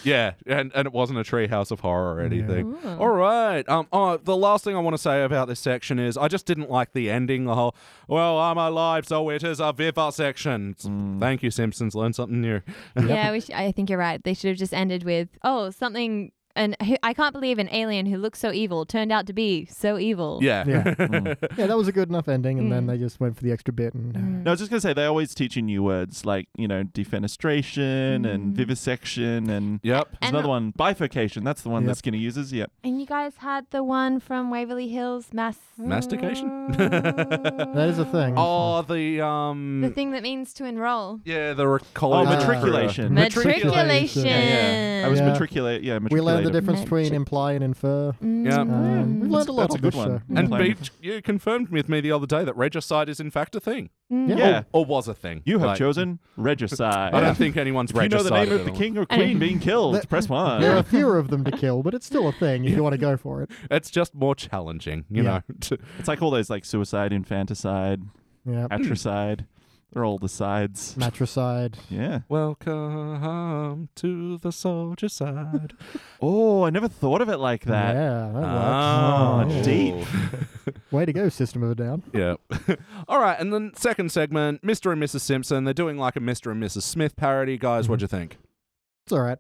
S5: Yeah, and, and it wasn't a treehouse of horror or anything.
S4: Ooh.
S5: All right. Um. Oh, the last thing I want to say about this section is I just didn't like the ending. The whole "Well, I'm alive, so it is a viva" section.
S2: Mm.
S5: It's- Thank you, Simpsons. Learn something new.
S4: Yeah, we sh- I think you're right. They should have just ended with, oh, something. And who- I can't believe an alien who looks so evil turned out to be so evil.
S5: Yeah.
S3: Yeah. Mm. Yeah, that was a good enough ending, and then they just went for the extra bit. And
S2: no, I was just gonna say they always teach you new words like you know defenestration
S3: Mm.
S2: and vivisection and
S5: yep.
S2: there's
S4: And-
S2: another one bifurcation. That's the one
S3: Yep.
S2: that Skinner uses. Yep.
S4: And you guys had the one from Waverly Hills Mass.
S5: Mastication?
S3: that is a thing.
S5: Oh, the um.
S4: The thing that means to enroll.
S5: yeah, the recall.
S2: Oh,
S3: yeah.
S2: matriculation.
S3: Ma- Matriculation.
S4: Matriculation.
S2: yeah, I was
S3: Yeah.
S2: matriculate. Yeah,
S3: we learned the
S2: matriculate.
S3: difference between imply and infer.
S5: Yeah.
S4: Mm.
S3: Um, we learned a lot
S2: That's a
S3: on this
S2: good one.
S3: show.
S2: Yeah.
S5: and
S2: Plain
S5: Beach, you confirmed with me the other day that regicide is in fact a thing,
S4: Mm.
S3: Yeah.
S2: Yeah.
S5: or was a thing.
S2: You have
S5: Like,
S2: chosen regicide.
S5: I don't think anyone's
S2: If you know
S5: regicided.
S2: the name
S5: at
S2: of the
S5: all.
S2: king or
S4: And-
S2: queen being killed, press one.
S3: There are fewer of them to kill, but it's still a thing if you want to go for it.
S5: It's just more challenging, you
S3: Yeah.
S5: know. to-
S2: It's like all those like suicide, infanticide,
S3: Yeah.
S2: atricide. They're all the sides.
S3: Matricide.
S2: Yeah.
S5: Welcome to the soldier side.
S2: Oh, I never thought of it like that.
S3: Yeah, that
S5: Ah,
S3: works.
S2: Oh, deep.
S3: Way to go, System of a Down.
S5: yeah. All right, and then second segment, Mr. and Mrs. Simpson. They're doing like a Mr. and Mrs. Smith parody, guys. What'd you
S2: Mm-hmm.
S5: think?
S3: It's all right.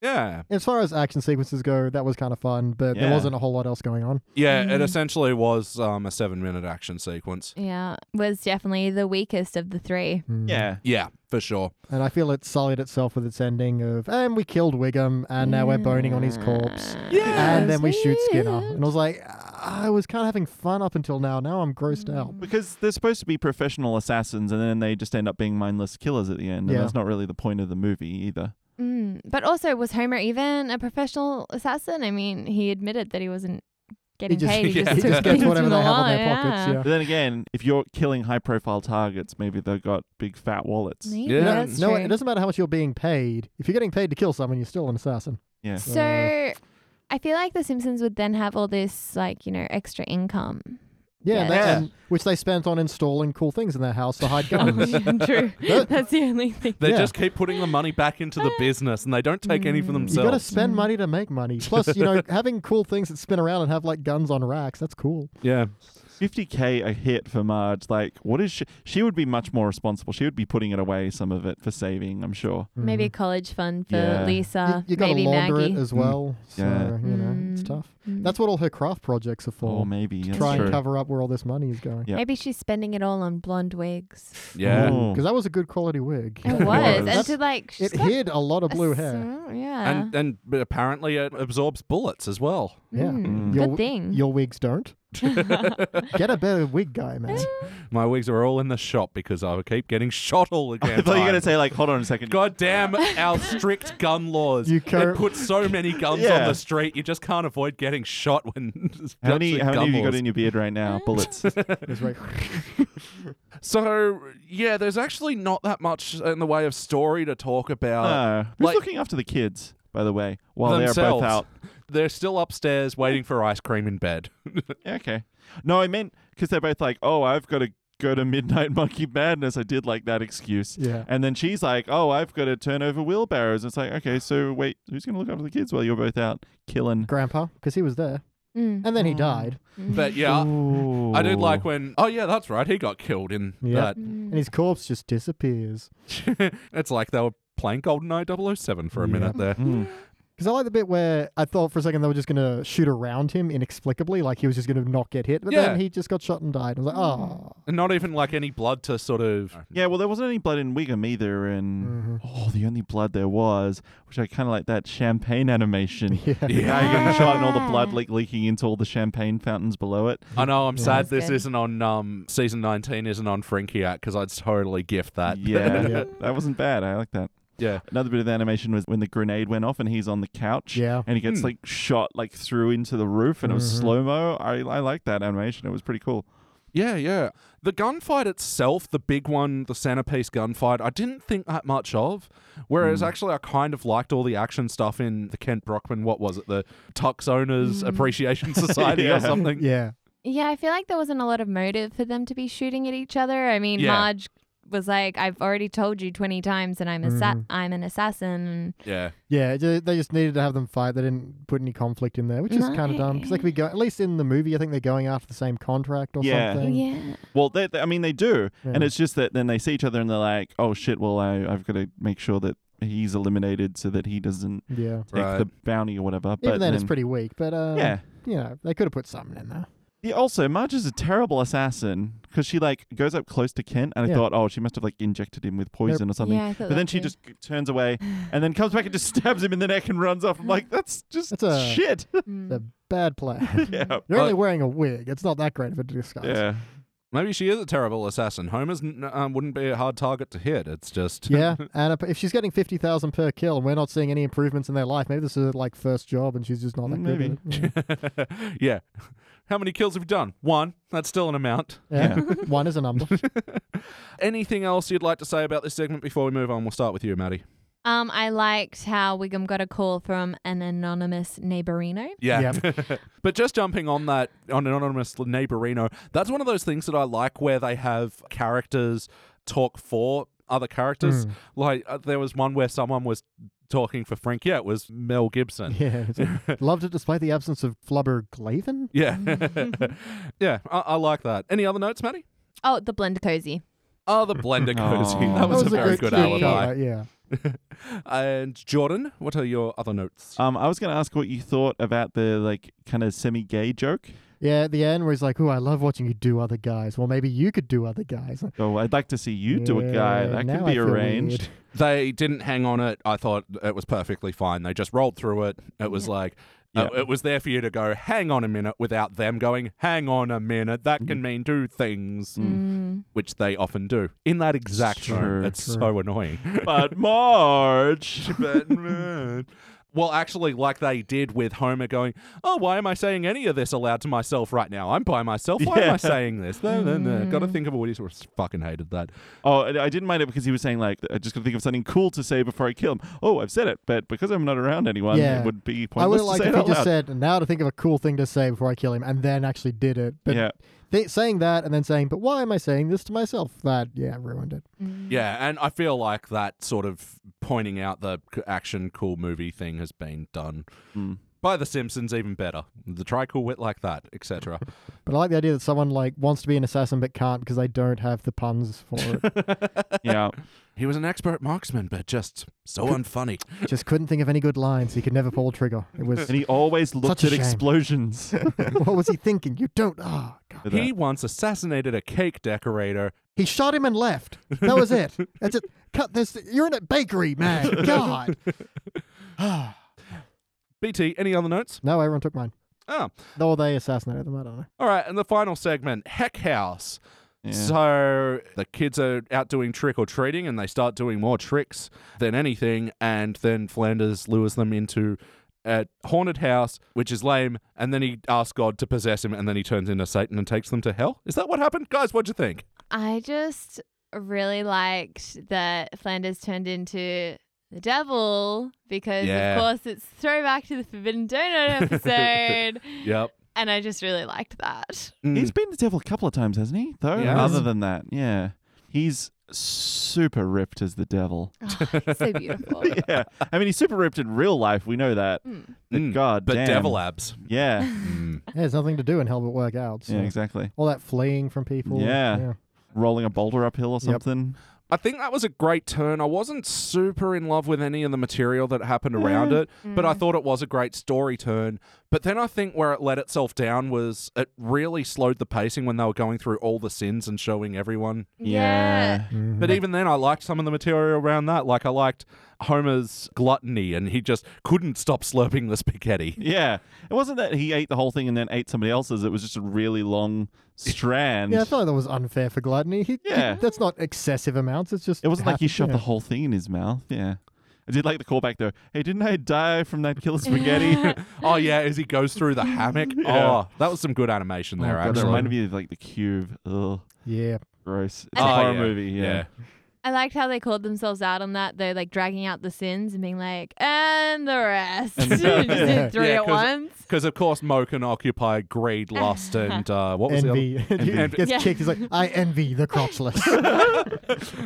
S5: Yeah,
S3: As far as action sequences go, that was kind of fun, but
S2: Yeah.
S3: there wasn't a whole lot else going on.
S5: yeah. It
S4: Mm.
S5: essentially was um, a seven-minute action sequence.
S4: Yeah. Was definitely the weakest of the three.
S3: Mm.
S2: Yeah.
S5: Yeah, for sure.
S3: And I feel it sullied itself with its ending of, and we killed Wiggum, and now we're boning on his
S4: Mm.
S3: corpse.
S5: Yeah.
S3: And then we shoot Skinner.
S4: Sweet.
S3: And I was like, I was kind of having fun up until now. Now I'm grossed
S4: Mm.
S3: out.
S5: Mm.
S2: Because they're supposed to be professional assassins and then they just end up being mindless killers at the end. And
S3: Yeah.
S2: that's not really the point of the movie either.
S4: Mm. But also, was Homer even a professional assassin? I mean, he admitted that he wasn't
S3: He
S4: getting
S3: just,
S4: paid. He
S5: Yeah.
S4: just
S3: he
S4: took
S3: just
S4: things
S3: gets whatever
S4: from
S3: they
S4: the
S3: have
S4: law.
S3: on their pockets.
S2: But
S3: Yeah.
S2: then again, if you're killing high profile targets, maybe they've got big fat wallets.
S4: Maybe,
S5: Yeah.
S4: that's
S3: No,
S4: true.
S3: it doesn't matter how much you're being paid. If you're getting paid to kill someone, you're still an assassin.
S2: Yeah.
S4: So I feel like The Simpsons would then have all this, like, you know, extra income.
S3: Yeah,
S4: Yeah,
S3: and they-
S5: that's-
S3: and- which they spent on installing cool things in their house to hide guns.
S4: True. That's the only thing.
S5: They
S3: Yeah.
S5: just keep putting the money back into the business and they don't take any for
S3: you got to
S5: themselves.
S3: spend money to make money. Plus, you know, having cool things that spin around and have like guns on racks, that's cool.
S5: yeah.
S2: 50k a hit for Marge. Like, what is she? She would be much more responsible. She would be putting it away, some of it for saving, I'm sure.
S4: Mm-hmm. Maybe a college fund for
S2: Yeah.
S4: Lisa.
S3: Mm-hmm. you got to
S4: maybe
S3: launder
S4: Maggie.
S3: it as well. So,
S2: Yeah. Oh,
S3: you know, it's
S4: Mm.
S3: tough.
S4: Mm.
S3: That's what all her craft projects are for.
S2: Or maybe that's
S3: try
S2: true.
S3: and cover up where all this money is going.
S2: Yeah.
S4: Mm. Maybe she's spending it all on blonde wigs.
S5: Yeah.
S2: Ooh.
S3: Because Mm. that was a good quality wig.
S4: It
S2: It was.
S4: was. And
S3: That's-
S4: to like, she's
S3: it
S4: got
S3: hid a lot of
S4: a
S3: blue hair.
S4: sm- Yeah.
S5: And
S2: uh,
S5: and but apparently it absorbs bullets as well.
S3: Yeah.
S4: Mm,
S2: Mm.
S3: Your-
S4: Good thing.
S3: Your wigs don't. Get a better wig guy, man.
S5: My wigs are all in the shop because I keep getting shot all
S2: I
S5: again.
S2: thought you were gonna say like, hold on a second.
S5: God damn our strict gun laws.
S3: You
S5: You
S3: cur-
S5: can't put so many guns
S2: Yeah.
S5: on the street. You just can't avoid getting shot when
S2: how many?
S5: that's
S2: How
S5: gun
S2: many have you got
S5: laws.
S2: in your beard right now? Bullets.
S3: It's like,
S5: So yeah, there's actually not that much in the way of story to talk about.
S2: Uh, who's
S5: like-
S2: looking after the kids, by the way, while they are both
S5: Themselves.
S2: out?
S5: They're still upstairs waiting for ice cream in bed.
S2: Yeah, okay. No, I meant because they're both like, oh, I've got to go to Midnight Monkey Madness. I did like that excuse.
S3: Yeah.
S2: And then she's like, oh, I've got to turn over wheelbarrows. It's like, okay, so wait, who's going to look after the kids while you're both out killing?
S3: Grandpa, because he was there.
S4: Mm.
S3: And then he died.
S5: But yeah, I did like
S2: Ooh.
S5: when. Oh yeah, that's right. He got killed in
S3: Yeah.
S4: Mm.
S3: And his corpse just disappears.
S5: that. it's like they were playing GoldenEye 007 for a
S3: Yeah.
S5: minute there.
S2: Mm.
S3: Because I like the bit where I thought for a second they were just going to shoot around him inexplicably, like he was just going to not get hit. But
S5: Yeah.
S3: then he just got shot and died. I was like, oh.
S5: And not even like any blood to sort of.
S2: Yeah, well, there wasn't any blood in Wiggum either,
S3: Mm. Mm-hmm.
S2: and oh, the only blood there was, which I kind of like that champagne animation.
S3: Yeah.
S2: The guy getting shot and all the blood
S4: Yeah.
S2: like leaking into all the champagne fountains below it.
S5: I know. I'm sad
S4: That's
S5: this
S4: good.
S5: isn't on um season 19 isn't on Frinkiac because I'd totally gift that.
S2: Yeah,
S3: Yeah.
S2: that wasn't bad. I like that.
S5: yeah.
S2: Another bit of the animation was when the grenade went off and he's on the couch.
S3: Yeah.
S2: And he gets
S5: Hmm.
S2: like shot like through into the roof and it was
S3: Mhm.
S2: slow mo. I, I like that animation. It was pretty cool.
S5: Yeah, yeah. The gunfight itself, the big one, the centerpiece gunfight, I didn't think that much of. Whereas actually, I kind of liked all the action stuff in the Kent Brockman, what was it, the Tux Owners Appreciation Society
S2: Yeah.
S5: or something.
S3: Yeah.
S4: Yeah, I feel like there wasn't a lot of motive for them to be shooting at each other. I mean,
S5: Yeah.
S4: Marge was like, "I've already told you twenty times that I'm a sa-
S2: Mm-hmm.
S4: I'm an assassin."
S5: Yeah.
S3: Yeah. ju- They just needed to have them fight. They didn't put any conflict in there, which is kind of dumb. Because they could be going, at least in the movie, I think they're going after the same contract or
S2: Yeah.
S3: something.
S4: Yeah,
S2: Well, they, they- I mean, they do. And
S3: Yeah.
S2: it's just that then they see each other and they're like, oh shit, well, I, I've got to make sure that he's eliminated so that he doesn't
S3: Yeah.
S2: take
S5: Right.
S2: the bounty or whatever. But
S3: Even then, it's pretty weak. But, uh,
S2: Yeah.
S3: you know, they could have put something in there.
S2: Yeah, also, Marge is a terrible assassin because she like goes up close to Kent, and I
S3: Yeah.
S2: thought, oh, she must have like injected him with poison or something.
S4: Yeah, I thought
S2: but then
S4: that
S2: she
S4: too.
S2: just g- turns away and then comes back and just stabs him in the neck and runs off. I'm like, that's just
S3: That's a-
S2: shit.
S4: Hmm.
S3: The bad plan.
S2: yeah,
S3: You're only
S5: Uh,
S3: wearing a wig. It's not that great of a disguise.
S2: yeah.
S5: Maybe she is a terrible assassin. Homer's n- um, wouldn't be a hard target to hit. It's just.
S3: yeah, and if- if she's getting fifty thousand per kill, and we're not seeing any improvements in their life, maybe this is her, like first job, and she's just not that
S2: Maybe.
S3: good. at it.
S5: yeah. How many kills have you done? One. That's still an amount.
S3: Yeah, Yeah. one is a number.
S5: Anything else you'd like to say about this segment before we move on? We'll start with you, Maddie.
S4: um, I liked how Wiggum got a call from an anonymous neighborino.
S5: Yeah. but just jumping on that, on Anonymous Neighborino, that's one of those things that I like where they have characters talk for other characters.
S3: Mm.
S5: Like, uh, there was one where someone was talking for Frank. Yeah, it was Mel Gibson.
S3: Yeah, it's- loved it despite the absence of Flubber Glavin.
S5: Yeah. yeah, I-, I like that. Any other notes, Maddie?
S4: Oh, the blender cozy.
S5: Oh, the blender cozy.
S2: Aw.
S5: that was,
S4: That was
S5: a
S4: a
S5: very
S4: good
S5: good
S4: cute
S5: alibi.
S3: cover, Yeah,
S5: And Jordan, what are your other notes?
S2: Um, I was going to ask what you thought about the like kind of semi-gay joke.
S3: yeah. At the end, where he's like, "Oh, I love watching you do other guys." Well, maybe you could do other guys.
S2: Oh, I'd like to see you do a guy
S3: Yeah,
S2: that
S3: now
S2: can
S3: I
S2: be
S3: feel
S2: arranged.
S3: weird.
S5: They didn't hang on it. I thought it was perfectly fine. They just rolled through it. It was like, uh,
S2: Yeah.
S5: it was there for you to go, hang on a minute, without them going, hang on a minute. That
S2: Mm.
S5: can mean two things,
S4: Mm.
S5: which they often do in that exact
S2: True,
S5: tone. It's
S3: true.
S5: so annoying.
S2: but Marge.
S5: Batman. Well, actually, like they did with Homer going, Oh, why am I saying any of this aloud to myself right now? I'm by myself. Why am I
S2: Yeah. Mm.
S5: saying this? No, no, no. Gotta think of a Woody Source. Fucking hated that.
S2: Oh, and I didn't mind it because he was saying like, I just got to think of something cool to say before I kill him. Oh, I've said it, but because I'm not around anyone,
S3: Yeah.
S2: it would be
S3: I would have
S2: pointless to
S3: liked
S2: say
S3: if
S2: it
S3: he
S2: out
S3: just
S2: loud.
S3: said, now to think of a cool thing to say before I kill him, and then actually did it. But
S2: yeah,
S3: th- saying that and then saying, but why am I saying this to myself? That, yeah, ruined it.
S5: Yeah, and I feel like that sort of pointing out the c- action cool movie thing has been done
S2: Mm.
S5: by The Simpsons, even better. The try cool wit like that, etc.
S3: But I like the idea that someone like wants to be an assassin but can't because they don't have the puns for it.
S2: yeah.
S5: he was an expert marksman, but just so unfunny.
S3: just couldn't think of any good lines. He could never pull a trigger. It was
S2: And he always looked
S3: a
S2: at
S3: shame.
S2: explosions.
S3: what was he thinking? You don't. Ah, God.
S2: With
S5: He
S2: that.
S5: once assassinated a cake decorator.
S3: He shot him and left. That was it. That's it. Cut this. You're in a bakery, man. God.
S5: BT, any other notes?
S3: No, everyone took mine.
S5: Oh,
S3: Or they assassinated them. I don't know.
S5: all right. And the final segment, Heck House.
S2: Yeah.
S5: So the kids are out doing trick or treating and they start doing more tricks than anything. And then Flanders lures them into a haunted house, which is lame. And then he asks God to possess him. And then he turns into Satan and takes them to hell. Is that what happened? Guys, what'd you think?
S4: I just really liked that Flanders turned into the devil because,
S5: Yeah.
S4: of course, it's throwback to the Forbidden Donut episode.
S5: Yep.
S4: and I just really liked that.
S5: Mm.
S2: He's been the devil a couple of times, hasn't Hmm. he? Though,
S5: Yeah.
S2: other than that, yeah, he's super ripped as the devil.
S4: Oh, he's so beautiful.
S2: yeah, I mean, he's super ripped in real life. We know that.
S4: Mm.
S2: But God,
S5: Hmm. But
S2: damn.
S5: devil abs.
S2: Yeah,
S5: Mm.
S3: Yeah, there's nothing to do in hell but work out. So.
S2: yeah, exactly.
S3: All that fleeing from people.
S2: Yeah. Rolling a boulder uphill or
S3: Yep.
S2: something.
S5: I think that was a great turn. I wasn't super in love with any of the material that happened
S2: Mm.
S5: around it, but I thought it was a great story turn. But then I think where it let itself down was it really slowed the pacing when they were going through all the sins and showing everyone.
S4: Yeah.
S3: Mhm.
S2: Mm.
S5: But even then, I liked some of the material around that. Like, I liked Homer's gluttony and he just couldn't stop slurping the spaghetti.
S2: Yeah. It wasn't that he ate the whole thing and then ate somebody else's. It was just a really long strand.
S3: Yeah, I thought that was unfair for gluttony. He, he-
S2: Yeah.
S3: that's not excessive amounts. It's just.
S2: it wasn't like he
S3: happened,
S2: shoved
S3: yeah.
S2: the whole thing in his mouth. Yeah. I did like the callback though. Hey, didn't I die from that killer spaghetti? that
S5: oh, yeah, as he goes through the hammock.
S2: Yeah. Oh,
S5: Oh, that was some good animation there,
S3: God,
S5: actually.
S2: reminded me of like the cube. Ugh,
S3: Yeah.
S2: gross. It's
S5: Oh,
S2: a horror
S5: yeah.
S2: movie. Yeah.
S5: Yeah.
S4: I liked how they called themselves out on that. They're like dragging out the sins and being like, and the rest. Just did three
S5: Yeah,
S4: at
S5: 'cause-
S4: once.
S5: Because of course, Mo can occupy greed, lust, and uh, what was
S3: Envy. He
S5: Envy.
S3: gets
S4: Yeah.
S3: kicked. He's like, I envy the crotchless.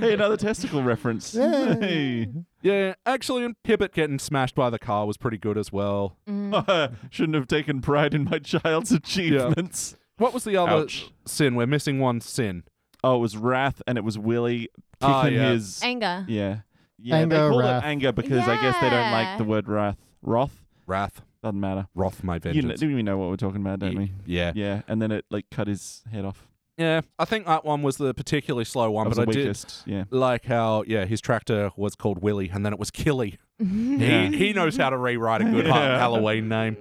S2: Hey, another testicle reference.
S3: Yeah.
S2: Hey.
S5: the other? Yeah, actually, and Hibbert getting smashed by the car was pretty good as well.
S4: Mm.
S2: Oh, Shouldn't have taken pride in my child's achievements.
S5: What was the
S3: Oh,
S5: other
S2: Ouch.
S5: sin? We're missing one sin.
S2: Oh, it was wrath and it was Willie kicking
S5: Ah, yeah.
S2: his
S4: Anger.
S2: Yeah. Yeah, they
S3: Anger,
S2: call
S3: wrath.
S2: it anger because I guess they don't
S4: Yeah.
S2: like the word wrath. Wrath?
S5: Wrath,
S2: Doesn't matter.
S5: wrath, my
S2: You know,
S5: vengeance.
S2: we know what we're talking about, don't
S5: Ye-
S2: we?
S5: yeah. yeah,
S2: Yeah, and then it like cut his head off.
S5: I think that one was the particularly slow
S2: That
S5: one,
S2: was
S5: Oh, but I
S2: the
S5: did
S2: weakest. Yeah.
S5: like how yeah his tractor was called Willy, and then it was Killy.
S2: Yeah.
S5: He he knows how to rewrite a good
S2: Yeah.
S5: Halloween name.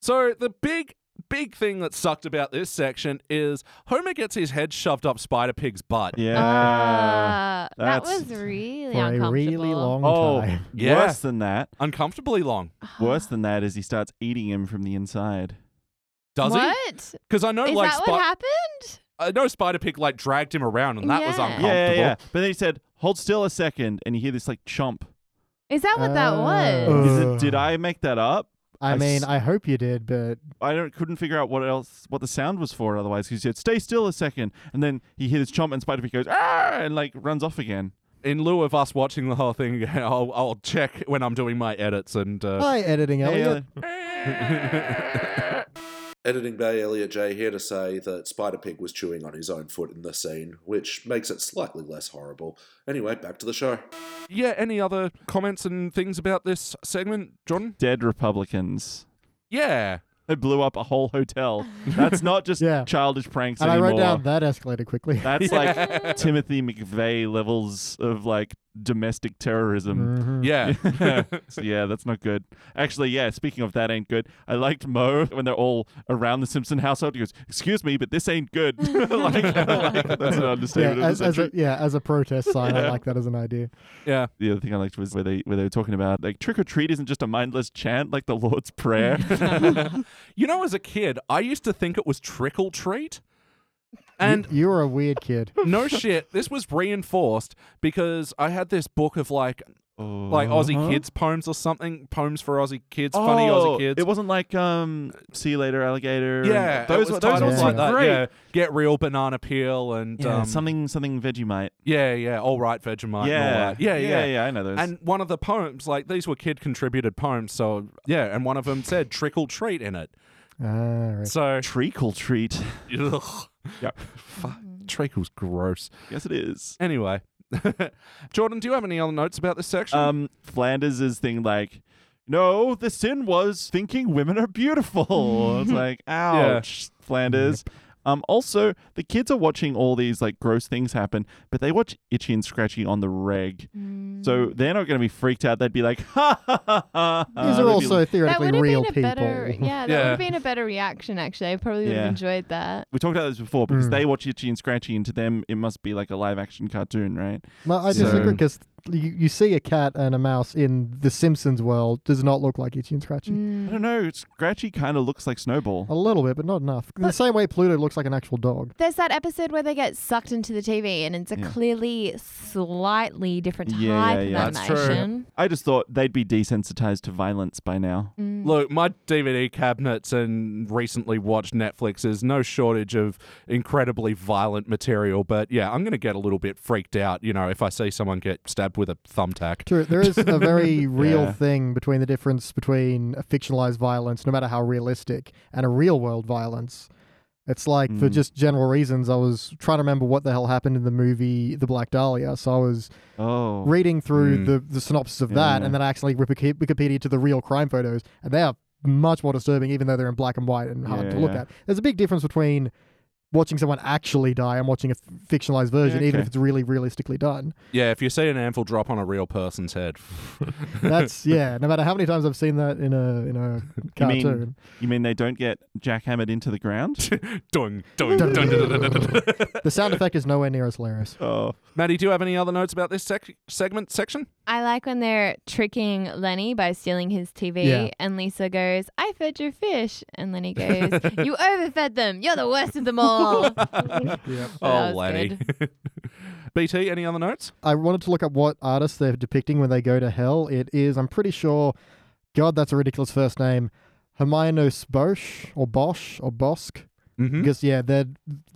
S5: So the big big thing that sucked about this section is Homer gets his head shoved up Spider Pig's butt.
S2: Yeah.
S4: Ah, that
S2: that's-
S4: was really
S3: for a
S4: uncomfortable.
S3: really long
S2: oh,
S3: time.
S5: Yeah.
S2: worse than that.
S5: Uncomfortably long,
S2: Worse than that is he starts eating him from the inside.
S5: does he?
S4: what? Is
S5: Because I know like
S4: that
S5: Spi-
S4: what happened?
S5: I know Uh, Spider Pig like dragged him around, and that was
S4: Yeah.
S5: uncomfortable.
S2: Yeah, yeah, yeah. But then he said, "Hold still a second, and you hear this like chomp.
S4: Is that what that
S3: Uh,
S4: was?
S2: Is it,
S3: Ugh.
S2: did I make that up?
S3: I
S2: I
S3: mean,
S2: s-
S3: I hope you did, but
S2: I don't couldn't figure out what else what the sound was for otherwise. 'cause he said, "Stay still a second. and then he hears chomp, and Spider Pig goes ah, and like runs off again.
S5: In lieu of us watching the whole thing, I'll, I'll check when I'm doing my edits. And uh,
S3: hi, editing
S2: Hey,
S3: Elliot.
S2: uh,
S6: Editing Bay Elliot J here to say that Spider Pig was chewing on his own foot in the scene, which makes it slightly less horrible. Anyway, back to the show.
S5: yeah, any other comments and things about this segment, Jordan?
S2: dead Republicans.
S5: Yeah,
S2: They blew up a whole hotel. That's not just
S3: Yeah.
S2: childish pranks
S3: And I
S2: anymore.
S3: wrote down that escalated quickly.
S2: That's like Timothy McVeigh levels of like domestic
S3: Mm.
S2: terrorism.
S5: Yeah.
S2: So, yeah, that's not good. Actually, yeah, speaking of that ain't good, I liked Mo when they're all around the Simpson household. He goes, Excuse me, but this ain't good. like, like, that's an understatement.
S3: Yeah,
S2: of
S3: as,
S2: the
S3: as a,
S2: century.
S3: yeah, as a protest sign, I like that as an idea.
S5: yeah.
S2: the other thing I liked was where they where they were talking about like trick or treat isn't just a mindless chant like the Lord's Prayer.
S5: You know, as a kid, I used to think it was trick or treat. And
S3: you, are a weird kid.
S5: no shit, this was reinforced because I had this book of like like Aussie kids poems or something, poems for Aussie kids, funny Aussie kids.
S2: Uh-huh. Oh, It wasn't like um, see you later, alligator. and-
S5: yeah,
S2: those
S5: it was
S2: were- those
S5: titles
S2: ones
S3: yeah.
S2: were
S5: like that.
S2: great.
S5: Yeah, get real banana peel and
S2: Yeah,
S5: um,
S2: something something Vegemite.
S5: Yeah, yeah, all right, Vegemite. and all
S2: Yeah.
S5: that. yeah, yeah,
S2: yeah, I know those.
S5: And one of the poems, like these were kid contributed poems, so yeah, and one of them said trick or treat in it.
S3: Ah, right.
S5: So
S2: treacle treat.
S5: ugh,
S2: Yeah.
S5: fuck, treacle's gross.
S2: Yes, it is.
S5: Anyway, Jordan, do you have any other notes about this section?
S2: Um, Flanders' thing like, no, the sin was thinking women are beautiful. it's like, ouch, Flanders. Um, also, the kids are watching all these like gross things happen, but they watch Itchy and Scratchy on the reg,
S4: Mm.
S2: so they're not going to be freaked out. They'd be like, ha ha ha. ha, ha.
S3: These Mm. are
S2: They'd be
S3: also
S2: like-
S4: That
S3: theoretically
S4: would have
S3: real
S4: been a
S3: people.
S4: better, yeah, that would
S5: Yeah.
S4: have been a better reaction. Actually, I probably would
S2: Yeah.
S4: have enjoyed that.
S2: we talked about this before because
S3: Mm.
S2: they watch Itchy and Scratchy, and to them it must be like a live action cartoon, right?
S3: Well, I
S2: So-
S3: disagree because you, you see a cat and a mouse in the Simpsons world does not look like Itchy and Scratchy.
S4: Mm.
S2: I don't know. Scratchy kind of looks like Snowball.
S3: A little bit, but not enough. In the same way Pluto looks like an actual dog.
S4: There's that episode where they get sucked into the TV, and it's a
S2: Yeah.
S4: clearly slightly different type
S2: Yeah, yeah, yeah.
S4: of
S5: That's true.
S4: animation.
S2: I just thought they'd be desensitized to violence by now.
S4: Mm.
S5: Look, my DVD cabinets and recently watched Netflix is no shortage of incredibly violent material, but yeah, I'm going to get a little bit freaked out, you know, if I see someone get stabbed with a thumbtack.
S3: True. There is a very real
S2: Yeah.
S3: thing between the difference between a fictionalized violence, no matter how realistic, and a real world violence. It's like for
S2: Mm.
S3: just general reasons, I was trying to remember what the hell happened in the movie The Black Dahlia. So I was
S2: Oh,
S3: reading through
S5: Mm.
S3: the, the synopsis of
S2: Yeah,
S3: that,
S2: yeah.
S3: and then I actually Wiki- Wikipedia to the real crime photos, and they are much more disturbing, even though they're in black and white and hard
S2: Yeah,
S3: to look
S2: yeah.
S3: at. There's a big difference between watching someone actually die and watching a f- fictionalized version, even
S2: okay.
S3: if it's really realistically done.
S5: Yeah, if you see an anvil drop on a real person's head.
S3: That's yeah. No matter how many times I've seen that in a in a
S2: You mean-
S3: cartoon,
S2: You mean they don't get jackhammered into the ground?
S5: dung, dung, dung, dung, dung, dung, dung.
S3: the sound effect is nowhere near as hilarious.
S2: oh,
S5: Maddie, do you have any other notes about this sec- segment section?
S4: I like when they're tricking Lenny by stealing his TV,
S3: Yeah.
S4: and Lisa goes, "I fed your fish," and Lenny goes, "You overfed them. You're the worst of them all."
S3: Yeah.
S4: So that
S5: Oh,
S4: was good.
S5: BT, any other notes?
S3: I wanted to look up what artists they're depicting when they go to hell. It is, I'm pretty sure, God, that's a ridiculous first name, Herminos Bosch or Bosch or Bosk.
S2: Hmm?
S5: Mm-hmm.
S3: Because yeah, they're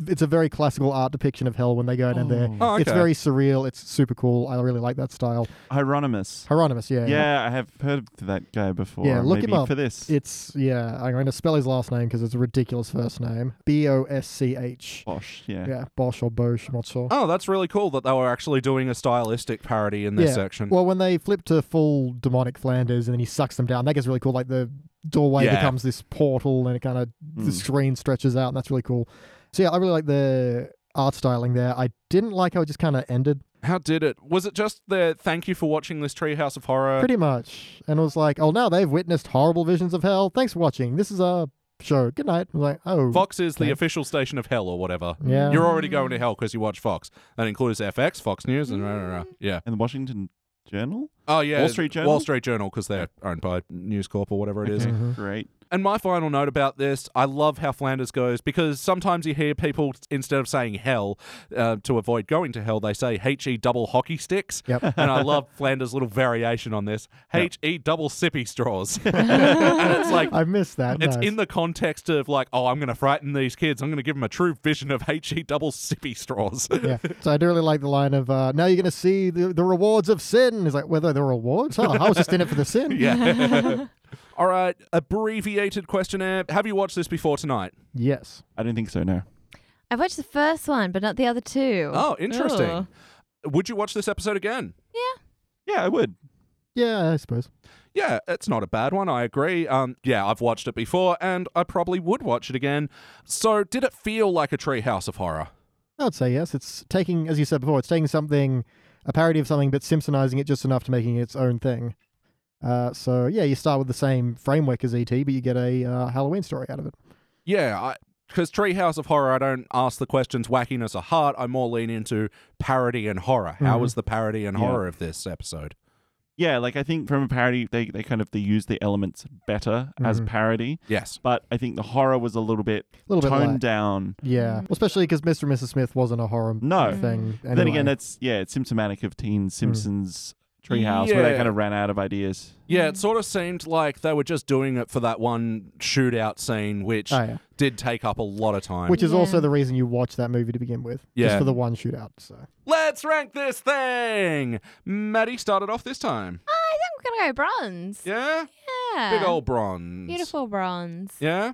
S3: it's a very classical art depiction of hell when they go down there.
S5: Oh, okay.
S3: It's very surreal. It's super cool. I really like that style.
S2: Hieronymus.
S3: Hieronymus, yeah.
S2: Yeah, I have heard of that guy before.
S3: Yeah, look him
S2: Maybe
S3: up.
S2: for this.
S3: It's yeah. I'm going to spell his last name because it's a ridiculous first name. B O S C H.
S2: Bosch. Oh, Yeah.
S3: Yeah, Bosch or Bosch. I'm not sure.
S5: Oh, that's really cool that they were actually doing a stylistic parody in this
S3: yeah.
S5: section.
S3: Well, when they flip to full demonic Flanders and then he sucks them down, that gets really cool. Like the doorway
S5: Yeah.
S3: becomes this portal and it kind of the
S2: Mm.
S3: screen stretches out, and that's really cool. So yeah, I really like the art styling there. I didn't like how it just kind of ended.
S5: How did it? Was it just the thank you for watching this Treehouse of Horror?
S3: pretty much. And it was like, oh, now they've witnessed horrible visions of hell. Thanks for watching. This is our show. Good night. I was like, oh,
S5: Fox is the
S3: Okay.
S5: official station of hell or whatever.
S3: yeah.
S5: You're already going to hell because you watch Fox. That includes FX, Fox News, and rah,
S3: Mm.
S5: rah, rah. yeah.
S2: And the Washington Journal.
S5: Oh yeah,
S2: Wall Street Journal?
S5: Wall Street Journal because they're owned by News Corp or whatever it is.
S2: Okay,
S3: Mhm.
S2: Great.
S5: And my final note about this, I love how Flanders goes because sometimes you hear people instead of saying hell uh, to avoid going to hell, they say H E double hockey sticks.
S3: Yep.
S5: And I love Flanders' little variation on this H E double sippy straws. and it's like
S3: I missed that.
S5: It's
S3: Nice.
S5: in the context of like, oh, I'm going to frighten these kids. I'm going to give them a true vision of HE double sippy straws.
S3: yeah. So I do really like the line of uh, now you're going to see the, the rewards of sin. He's like, whether the rewards? Huh, I was just in it for the sin.
S5: yeah. All right. Abbreviated questionnaire. Have you watched this before tonight?
S3: Yes.
S2: I don't think so. No.
S4: I've watched the first one, but not the other two.
S5: Oh, interesting.
S4: Ooh.
S5: Would you watch this episode again?
S2: Yeah, I would.
S3: Yeah, I suppose.
S5: Yeah, it's not a bad one. I agree. Um, yeah, I've watched it before, and I probably would watch it again. So, did it feel like a Treehouse of Horror?
S3: I'd say yes. It's taking, as you said before, it's taking something a parody of something, but Simpsonizing it just enough to making it its own thing. Uh, so yeah, you start with the same framework as ET, but you get a uh, Halloween story out of it.
S5: Yeah, because Treehouse of Horror, I don't ask the questions wackiness or heart. I more lean into parody and horror. How was the parody and
S2: Yeah.
S5: horror of this episode?
S2: Yeah, like I think from a parody, they, they kind of they use the elements better as
S3: Mm-hmm.
S2: parody,
S5: Yes.
S2: but I think the horror was a little bit
S3: Little bit
S2: toned
S3: light.
S2: down.
S3: Yeah, well, especially because Mr. and Mrs. Smith wasn't a horror
S2: No.
S3: thing.
S2: But Then
S3: anyway. Mm.
S2: again, that's yeah, it's symptomatic of Teen Simpsons Treehouse where
S5: Yeah.
S2: they kind of ran out of ideas.
S5: Yeah, it sort of seemed like they were just doing it for that one shootout scene, which
S3: Oh, yeah.
S5: did take up a lot of time.
S3: which is also
S4: Yeah.
S3: the reason you watch that movie to begin with,
S5: Yeah.
S3: just for the one shootout. So
S5: Let's rank this thing! Maddie started off this time.
S4: I think we're gonna go bronze.
S5: Yeah?
S4: Yeah.
S5: Big old bronze.
S4: Beautiful bronze. Mm.
S5: Yeah?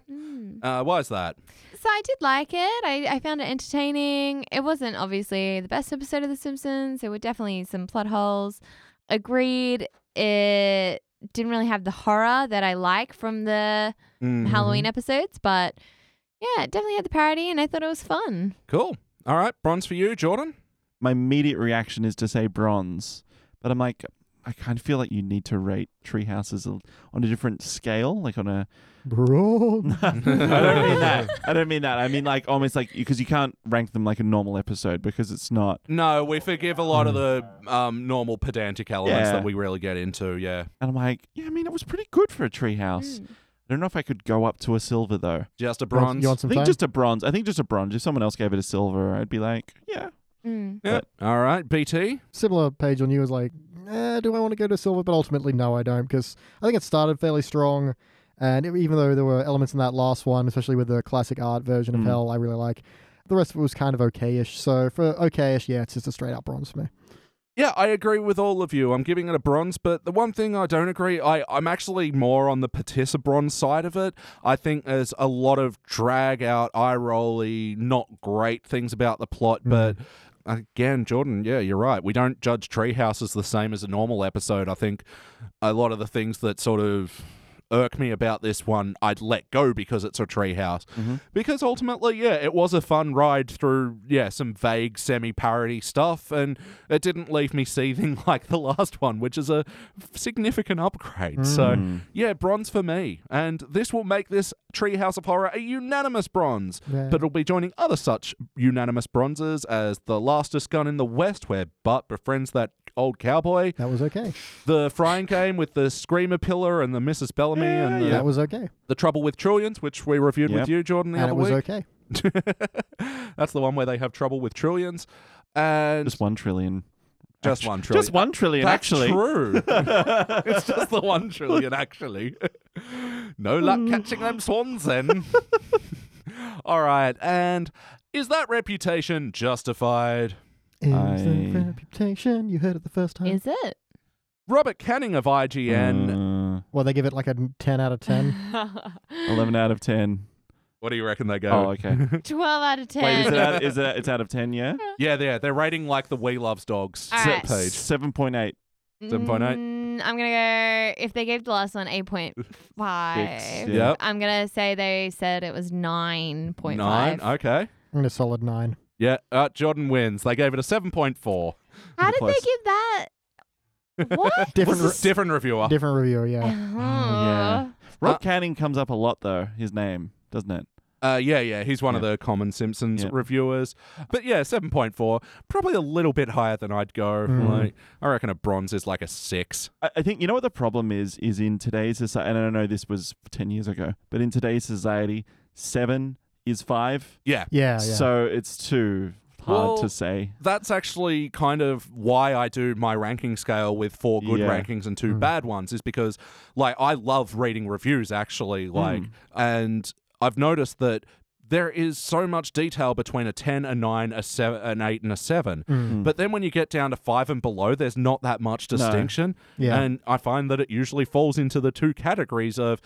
S5: Uh, why is that?
S4: So I did like it. I, I found it entertaining. It wasn't obviously the best episode of The Simpsons. There were definitely some plot holes. Agreed. It didn't really have the horror that I like from the
S5: Mm.
S2: Mm-hmm.
S4: Halloween episodes, but yeah, it definitely had the parody and I thought it was fun.
S5: Cool. All right, bronze for you, Jordan.
S2: My immediate reaction is to say bronze, but I'm like, I kind of feel like you need to rate Treehouses a- on a different scale, like on a.
S3: bro,
S2: I don't mean that. I don't mean that. I mean like almost like because you can't rank them like a normal episode because it's not.
S5: No, we forgive a lot of the um, normal pedantic elements
S2: Yeah.
S5: that we really get into. Yeah,
S2: And I'm like, yeah, I mean it was pretty good for a Treehouse. I don't know if I could go up to a silver though.
S5: just a
S3: You want-
S5: bronze.
S3: You want
S2: I
S3: some
S2: think
S3: time?
S2: just a bronze. I think just a bronze. If someone else gave it a silver, I'd be like, yeah.
S4: Mm.
S5: Yeah. All right, BT.
S3: similar page on you was like, eh, do I want to go to silver? But ultimately, no, I don't, because I think it started fairly strong. And it- even though there were elements in that last one, especially with the classic art version of
S2: Mm.
S3: Hell, I really like. The rest of it was kind of okayish. So for okayish, yeah, it's just a straight up bronze for me.
S5: Yeah, I agree with all of you. I'm giving it a bronze, but the one thing I don't agree, I, I'm actually more on the Patissa bronze side of it. I think there's a lot of drag out, eye rolly, not great things about the plot, but again, Jordan, yeah, you're right. We don't judge Treehouse as the same as a normal episode. I think a lot of the things that sort of irk me about this one, I'd let go because it's a treehouse. Because ultimately, yeah, it was a fun ride through, yeah, some vague semi parody stuff, and it didn't leave me seething like the last one, which is a significant upgrade. So, yeah, bronze for me. And this will make this Treehouse of Horror a unanimous bronze,
S3: Yeah.
S5: but it'll be joining other such unanimous bronzes as The Lastest Gun in the West, where Bart befriends that old cowboy,
S3: That was okay.
S5: the frying game with the screamer pillar and the Mrs. Bellamy and the,
S3: That was okay.
S5: the trouble with trillions, which we reviewed with
S2: Yep.
S5: you, Jordan, the
S3: and
S5: other
S3: it was
S5: week.
S3: okay.
S5: That's the one where they have trouble with trillions, and
S2: Just
S5: just,
S2: one trillion. Actu-
S5: one trillion.
S2: Just one trillion,
S5: That's
S2: actually.
S5: true. it's just the one trillion, actually. no luck
S2: Mm.
S5: catching them swans, then. All right, and is that reputation justified?
S3: Is
S2: I-
S3: the reputation you heard it the first time?
S4: Is it?
S5: Robert Canning of IGN.
S2: Mm,
S3: well, they give it like a ten out of ten.
S2: 11 out of 10.
S5: What do you reckon they go?
S2: Oh, okay.
S4: 12 out of 10.
S2: Wait, is it, out, is it it's out of 10, yeah?
S5: Yeah, they're, they're rating like the We Loves Dogs
S4: All right.
S5: page.
S2: 7.8.
S5: 7.8?
S4: Mm, I'm gonna go. If they gave the last one 8.5,
S2: Six, yeah.
S5: Yep.
S4: I'm gonna say they said it was 9.5.
S5: Nine. Okay.
S3: and a solid nine.
S5: Yeah, uh, Jordan wins. They gave it a 7.4.
S4: How did
S2: Close.
S4: they give that? What? Uh-huh.
S3: Different,
S5: This is
S3: re-
S5: different reviewer.
S3: different reviewer. Yeah.
S2: Mm, yeah.
S4: Oh.
S2: Rob
S5: Uh,
S2: Canning comes up a lot, though, his name, doesn't it?
S5: Uh, yeah, yeah, he's one of the common Simpsons
S2: Yep.
S5: reviewers. But yeah, 7.4, probably a little bit higher than I'd go.
S3: Mm.
S5: Like, I reckon a bronze is like a 6.
S2: I, I think, you know what the problem is, is in today's society, and I don't know this was 10 years ago, but in today's society, seven is five.
S5: Yeah.
S3: Ah, Yeah. Yeah.
S2: So it's too hard
S5: Well,
S2: to say.
S5: That's actually kind of why I do my ranking scale with four good
S2: Yeah.
S5: rankings and two bad ones, is because, like, I love reading reviews, actually. Like, and I've noticed that. There is so much detail between a 10, a 9, a 7, an 8, and a 7. But then when you get down to 5 and below, there's not that much distinction.
S3: Yeah.
S5: And I find that it usually falls into the two categories of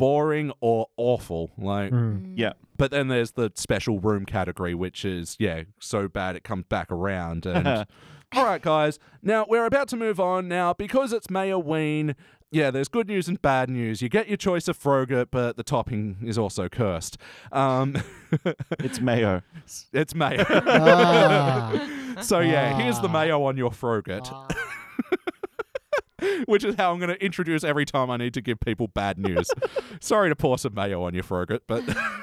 S5: boring or awful. Like,
S3: Mm.
S4: Mm.
S2: Yeah.
S5: but then there's the special room category, which is, yeah, so bad it comes back around. And all right, guys, now we're about to move on now because it's Maya Ween. Yeah, there's good news and bad news. You get your choice of Frogurt, but the topping is also cursed. Um,
S2: It's mayo.
S5: it's mayo.
S3: Ah.
S5: so yeah, here's the
S3: Ah.
S5: mayo on your Frogurt, which is how I'm going to introduce every time I need to give people bad news. Sorry to pour some mayo on your Frogurt, but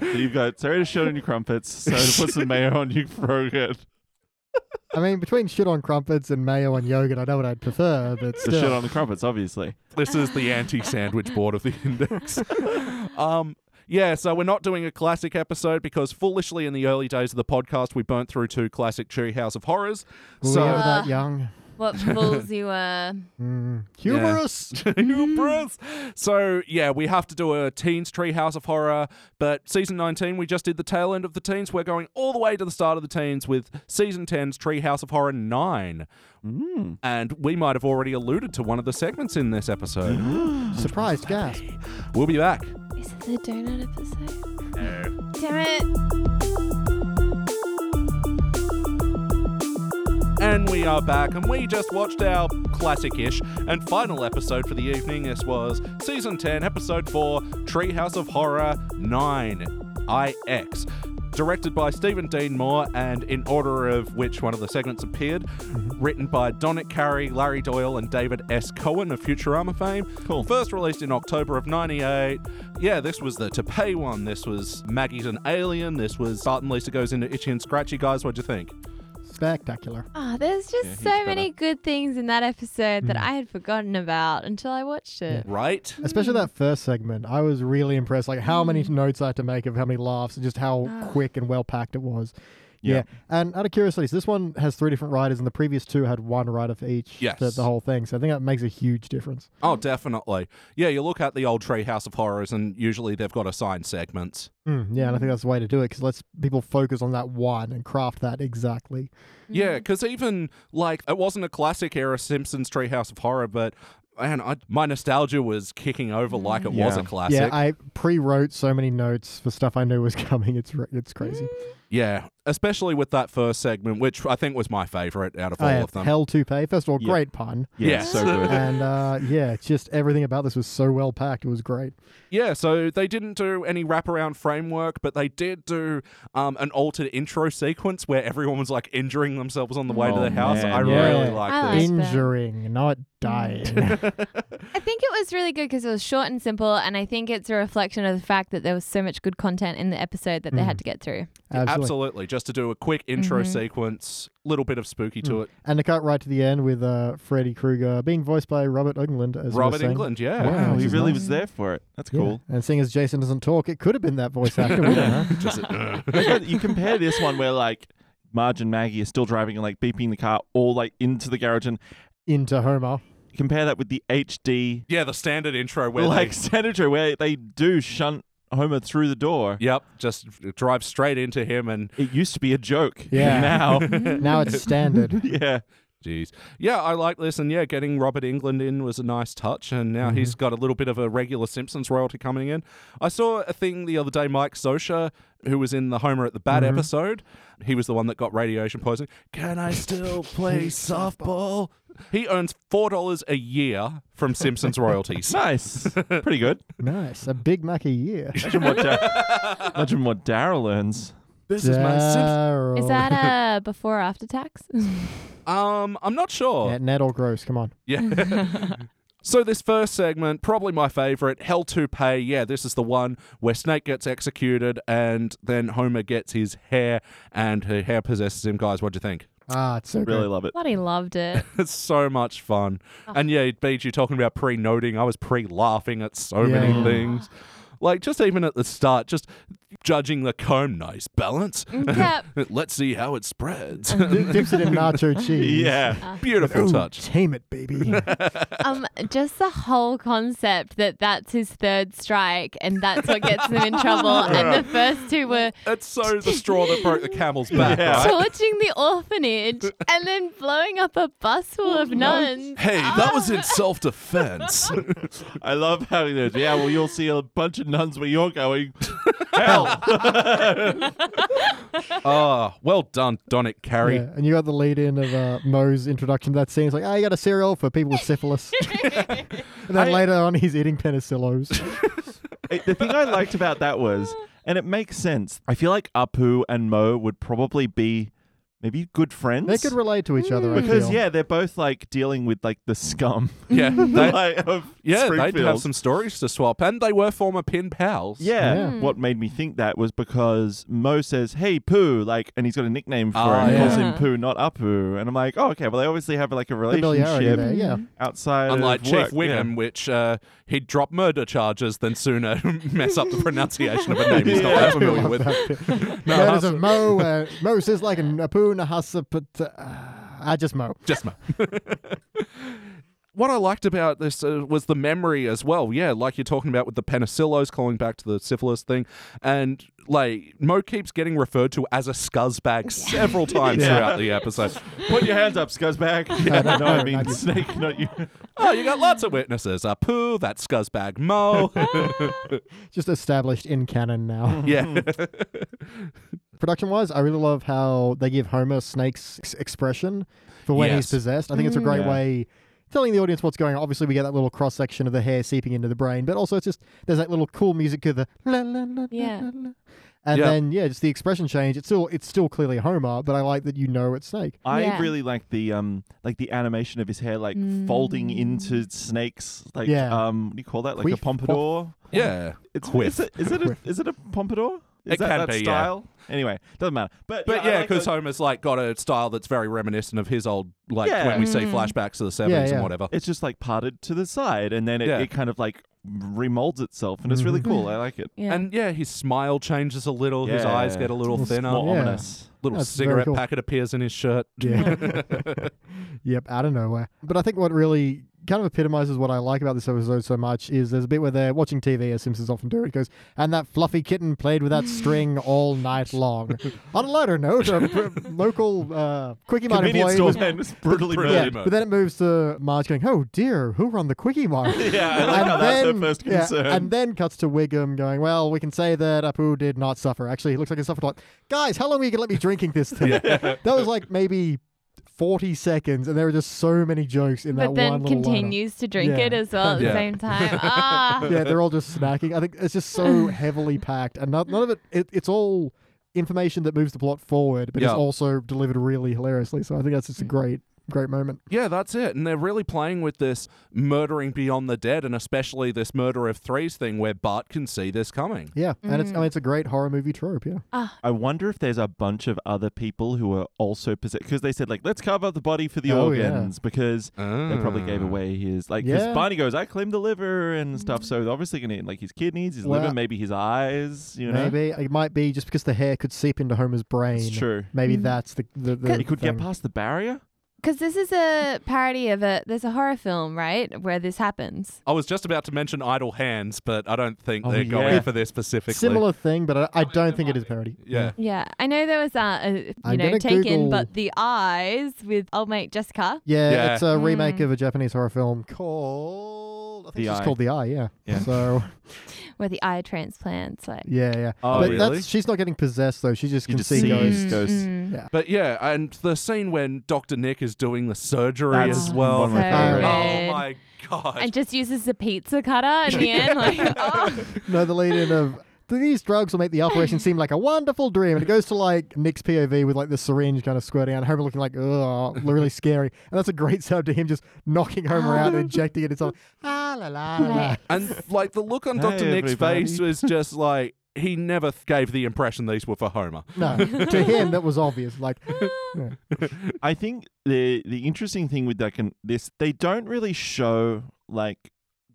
S2: You've got sorry to shit on your crumpets. Sorry to put some mayo on your frogurt.
S3: I mean, between shit on crumpets and mayo on yogurt, I know what I'd prefer, but
S2: The
S3: still.
S2: shit on the crumpets, obviously.
S5: this is the anti-sandwich board of the index. um, yeah, so we're not doing a classic episode because foolishly in the early days of the podcast we burnt through two classic Tree House of Horrors.
S3: we
S5: so
S3: are that young.
S4: What fools you were.
S3: Mm. Humorous. Mm.
S5: Hubris. So yeah, we have to do a teens treehouse of horror. But season 19, we just did the tail end of the teens. We're going all the way to the start of the teens with season 10's treehouse of horror 9.
S3: Mm.
S5: And we might have already alluded to one of the segments in this episode.
S3: Mm-hmm. Surprised gasp.
S5: we'll be back.
S4: Is it the donut episode? Damn it.
S5: And we are back, and we just watched our classic ish and final episode for the evening. This was season 10, episode 4, Treehouse of Horror 9 IX. Directed by Stephen Dean Moore, and in order of which one of the segments appeared, written by Donick Carey, Larry Doyle, and David S. Cohen of Futurama fame.
S2: Cool.
S5: First released in October of 98. Yeah, this was the To Pay one. This was Maggie's an Alien. This was Bart and Lisa Goes into Itchy and Scratchy. Guys, what'd you think?
S3: Spectacular.
S4: Oh, there's just
S2: he's
S4: so many good things in that episode
S2: Mm.
S4: that I had forgotten about until I watched it.
S5: Right?
S3: Especially that first segment. I was really impressed. Like how many notes I had to make of how many laughs and just how quick and well packed it was. Yeah.
S2: Yeah.
S3: And out of curiosity, so this one has three different writers and the previous two had one writer for each.
S5: Yes.
S3: The, the whole thing. So I think that makes a huge difference.
S2: Mm.
S5: Oh, definitely. Yeah, you look at the old Tree House of Horrors, and usually they've got assigned segments.
S3: Mm, yeah, and I think that's the way to do it because lets people focus on that one and craft that exactly.
S5: Yeah,
S2: Mm-hmm.
S5: because even like it wasn't a classic era Simpsons Tree House of Horror, but man, I, my nostalgia was kicking over like it was
S2: Mm, Yeah.
S5: a classic.
S3: Yeah, I pre-wrote so many notes for stuff I knew was coming. It's r- it's crazy.
S5: Mm. Yeah, especially with that first segment, which I think was my favorite out of
S2: Oh,
S5: all
S3: I
S5: of
S3: have
S5: them.
S3: hell to pay. First of all,
S2: Yeah.
S3: great pun.
S2: Yeah,
S5: Yes.
S2: so good.
S3: and uh, yeah, just everything about this was so well packed. It was great.
S5: Yeah, so they didn't do any wraparound framework, but they did do um, an altered intro sequence where everyone was like injuring themselves on the way to
S2: Oh,
S5: the house.
S2: man,
S5: I
S2: yeah.
S5: really
S3: Yeah.
S5: like
S4: I Mm.
S5: this.
S4: like that.
S3: Injuring, not dying.
S4: I think it was really good because it was short and simple, and I think it's a reflection of the fact that there was so much good content in the episode that they
S2: Mm.
S4: had to get through.
S3: Absolutely.
S5: Absolutely. Just to do a quick intro sequence, little bit of spooky to
S2: Hmm.
S5: it.
S3: And to cut right to the end with uh, Freddy Krueger being voiced by Robert England as we were
S5: Robert
S3: saying.
S5: England, yeah.
S3: Wow.
S2: Wow,
S3: which
S2: he
S3: is
S2: really
S3: nice.
S2: was there for it. That's
S3: Yeah.
S2: cool.
S3: And seeing as Jason doesn't talk, it could have been that voice actor. we don't know.
S5: Just, uh,
S2: Like, uh, you compare this one where like Marge and Maggie are still driving and like beeping the car all like into the garage and
S3: Into Homer.
S2: compare that with the HD
S5: yeah, the standard intro where
S2: like
S5: like
S2: senator where they do shunt Homer through the door.
S5: Yep, just drive straight into him and
S2: It used to be a joke.
S3: Yeah.
S2: Now
S3: Now it's standard.
S2: Yeah.
S5: jeez. Yeah, I like this and yeah, getting Robert England in was a nice touch and now he's got a little bit of a regular Simpsons royalty coming in. I saw a thing the other day Mike Sosha who was in the Homer at the Bat episode. He was the one that got radiation poisoning. Can I still play softball? He earns $4 a year from Simpsons royalties.
S2: Nice. Pretty good.
S3: nice. A Big Mac a year.
S2: Imagine what, Dar- imagine what Daryl earns.
S5: This is my Simpsons.
S4: Is
S3: Daryl.
S2: Oh.
S4: that uh, before or after tax?
S5: Um, I'm not sure.
S3: Yeah, net or gross? Come on.
S5: Yeah. so this first segment, probably my favorite, Hell to Pay. Yeah, this is the one where Snake gets executed and then Homer gets his hair and her hair possesses him. Guys, what do you think?
S3: Ah, it's so
S2: Really
S3: good.
S2: love it.
S4: Bloody loved it.
S5: It's so much fun. And yeah, Beach, you're talking about pre-noting. I was pre-laughing at so
S3: Yeah.
S5: many things. Like just even at the start, just judging the comb nice balance.
S4: yep.
S5: Let's see how it spreads.
S3: Dip- Dips it in nacho cheese.
S2: Yeah.
S5: Beautiful
S3: Ooh,
S5: touch.
S3: tame it, baby.
S4: Um, just the whole concept that that's his third strike and that's what gets them in trouble. And the first two were
S5: That's so the straw that broke the camel's back.
S2: Yeah.
S5: right?
S4: torching the orphanage and then blowing up a bus full
S3: Oh,
S4: of nuns.
S5: Hey, that was in self defense.
S2: I love how he goes, yeah, well, you'll see a bunch of nuns where you're going.
S3: hell.
S5: Ah, well done, Donick Carey.
S3: Yeah, and you got the lead in of uh, Moe's introduction to that scene. It's like, oh, you got a cereal for people with syphilis. and then later on, he's eating penicillos.
S2: It- the thing I liked about that was, and it makes sense. I feel like Apu and Mo would probably be maybe good friends.
S3: they could relate to each other, I
S2: because
S3: feel.
S2: yeah, they're both like dealing with like the scum.
S5: Yeah, they,
S2: like, of
S5: yeah, they'd have
S2: Springfield.
S5: some stories to swap, and they were former pin pals.
S2: Yeah.
S3: Yeah.
S2: What made me think that was because Mo says, "Hey Pooh," like, and he's got a nickname for
S5: Oh,
S2: him. He calls
S4: yeah.
S2: him Pooh, not Apu. And I'm like, oh, okay. Well, they obviously have like a
S3: Familiarity
S2: relationship Mm-hmm.
S3: there, yeah.
S2: outside.
S5: Unlike
S2: of
S5: Chief
S2: work.
S5: Wiggum, which uh, he'd drop murder charges, then sooner mess up the pronunciation of a name he's not that familiar with.
S3: No, Letters of Mo, uh, Mo says like an Apu Nahasa, but uh, I just Mo.
S5: Just mo. what I liked about this uh, was the memory as well. Yeah, like you're talking about with the penicillos, calling back to the syphilis thing, and like Mo keeps getting referred to as a scuzzbag several times
S2: Yeah.
S5: throughout the episode.
S2: Yeah. Put your hands up, scuzzbag. Yeah, no, I mean snake, not you.
S5: Oh, you got lots of witnesses. Uh, poo, that scuzzbag Mo.
S3: Just established in canon
S2: Mm.
S3: now.
S5: yeah.
S3: Production wise, I really love how they give Homer Snake's ex- expression for when
S5: Yes. Mm.
S3: he's possessed. I think it's a great
S2: Yeah.
S3: way telling the audience what's going on. Obviously, we get that little cross section of the hair seeping into the brain, but also it's just there's that little cool music of the la la la
S4: Yeah.
S3: la la. And
S5: Yeah.
S3: then yeah, just the expression change. It's still it's still clearly Homer, but I like that you know it's Snake.
S2: I
S4: Yeah.
S2: really like the um like the animation of his hair like folding into snakes like
S3: Yeah.
S2: um what do you call that like a
S3: Quiff, quaff.
S2: pompadour?
S5: Yeah.
S2: It's
S5: Quiff.
S2: Is it, is it a is it a pompadour? Is
S5: It
S2: that
S5: can
S2: that
S5: be, yeah.
S2: style? Anyway, doesn't matter. But
S5: But
S2: I
S5: yeah,
S2: like
S5: because
S2: the-
S5: Homer's like got a style that's very reminiscent of his old, like
S2: Yeah.
S5: when we see flashbacks to the 70s
S3: Mm. yeah.
S5: and whatever.
S2: it's just like parted to the side and then it,
S5: Yeah.
S2: it kind of like remolds itself and it's really
S3: Mm-hmm.
S2: cool. I like it.
S4: Yeah.
S5: And yeah, his smile changes a little, his
S2: Yeah.
S5: eyes get a little
S2: It's
S5: thinner.
S2: more
S3: Yeah.
S2: ominous.
S5: Little
S3: That's very
S5: cigarette
S3: cool.
S5: packet appears in his shirt.
S3: Yeah. yep, out of nowhere. But I think what really kind of epitomizes what I like about this episode so much is there's a bit where they're watching TV, as Simpsons often do. It goes, and that fluffy kitten played with that string all night long. On a lighter note, a pr- local uh, quickie mart
S2: Convenience
S3: employee.
S2: store
S3: Was,
S2: man was brutally
S5: Brutally
S2: murdered.
S3: yeah,
S5: murdered.
S3: but then it moves to Marge going, oh dear, who run the quickie mart?
S2: Yeah, I like how that's her first
S3: yeah,
S2: concern.
S3: and then cuts to Wiggum going, well, we can say that Apu did not suffer. Actually, it looks like he suffered a lot. Guys, how long are you going to let me drinking this thing? That was like maybe 40 seconds, and there were just so many jokes in
S4: but
S3: that
S4: then
S3: one little lineup.
S4: continues to drink
S3: Yeah.
S4: it as well at
S5: Yeah.
S4: the same time. Ah.
S3: Yeah, they're all just snacking. I think it's just so heavily packed, and not, none of it, it, it's all information that moves the plot forward, but
S5: Yeah.
S3: it's also delivered really hilariously. So I think that's
S4: Mm.
S3: just a great, great moment.
S5: Yeah, that's it. And they're really playing with this murdering beyond the dead and especially this murder of threes thing where Bart can see this coming.
S3: Yeah, and
S4: Mm.
S3: it's I mean, it's a great horror movie trope, yeah.
S2: I wonder if there's a bunch of other people who are also possessed because they said like let's carve out the body for the
S3: Oh, yeah.
S2: organs because they probably
S5: Hmm.
S2: gave away his like because
S3: Yeah. Mm.
S2: Barney goes I claimed the liver and stuff so they're obviously gonna eat like his kidneys his
S3: Well-
S2: liver maybe his eyes you know
S3: Maybe it might be just because the hair could seep into Homer's brain.
S2: it's true
S3: Maybe um, that's the the, the
S2: he could
S3: thing.
S2: get past the barrier
S4: Because this is a parody of a there's a horror film right where this happens.
S5: I was just about to mention Idle Hands, but I don't think
S2: Oh,
S5: they're
S2: yeah.
S5: going for this specifically.
S3: Similar thing, but I, I don't think it is parody. Mm.
S5: Yeah.
S4: Yeah, I know there was that uh, you
S3: I'm
S4: know
S3: gonna
S4: taken,
S3: Google-
S4: but the eyes with old mate Jessica.
S3: Yeah,
S5: Yeah.
S3: it's a remake
S4: Mm.
S3: of a Japanese horror film called I think
S2: The
S3: it's just
S2: Eye.
S3: called The Eye, yeah.
S2: Yeah.
S3: So
S4: where the eye transplants like
S3: yeah, yeah.
S2: Oh,
S3: but
S2: really?
S3: that's she's not getting possessed though. She just
S2: You
S3: can
S2: just
S3: see
S2: see-
S3: ghosts.
S2: Mm. ghosts.
S4: Mm-hmm.
S5: But yeah, and the scene when Dr. Nick is doing the surgery
S2: That's
S5: as well.
S2: one of my
S4: So
S5: oh
S3: favorites.
S4: good.
S5: my god.
S4: and just uses the pizza cutter in the end like oh.
S3: No, the lead in of these drugs will make the operation seem like a wonderful dream. And it goes to like Nick's POV with like the syringe kind of squirting out, Homer looking like, oh, really scary. And that's a great sound to him just knocking Homer out and injecting it. It's like, ah, la, la, la, la.
S4: Right.
S5: And like the look on
S2: Hey,
S5: Dr. Nick's
S2: everybody.
S5: face was just like he never th- gave the impression these were for Homer.
S3: No, to him, that was obvious. Like,
S4: oh.
S3: yeah.
S2: I think the the interesting thing with that can this they don't really show like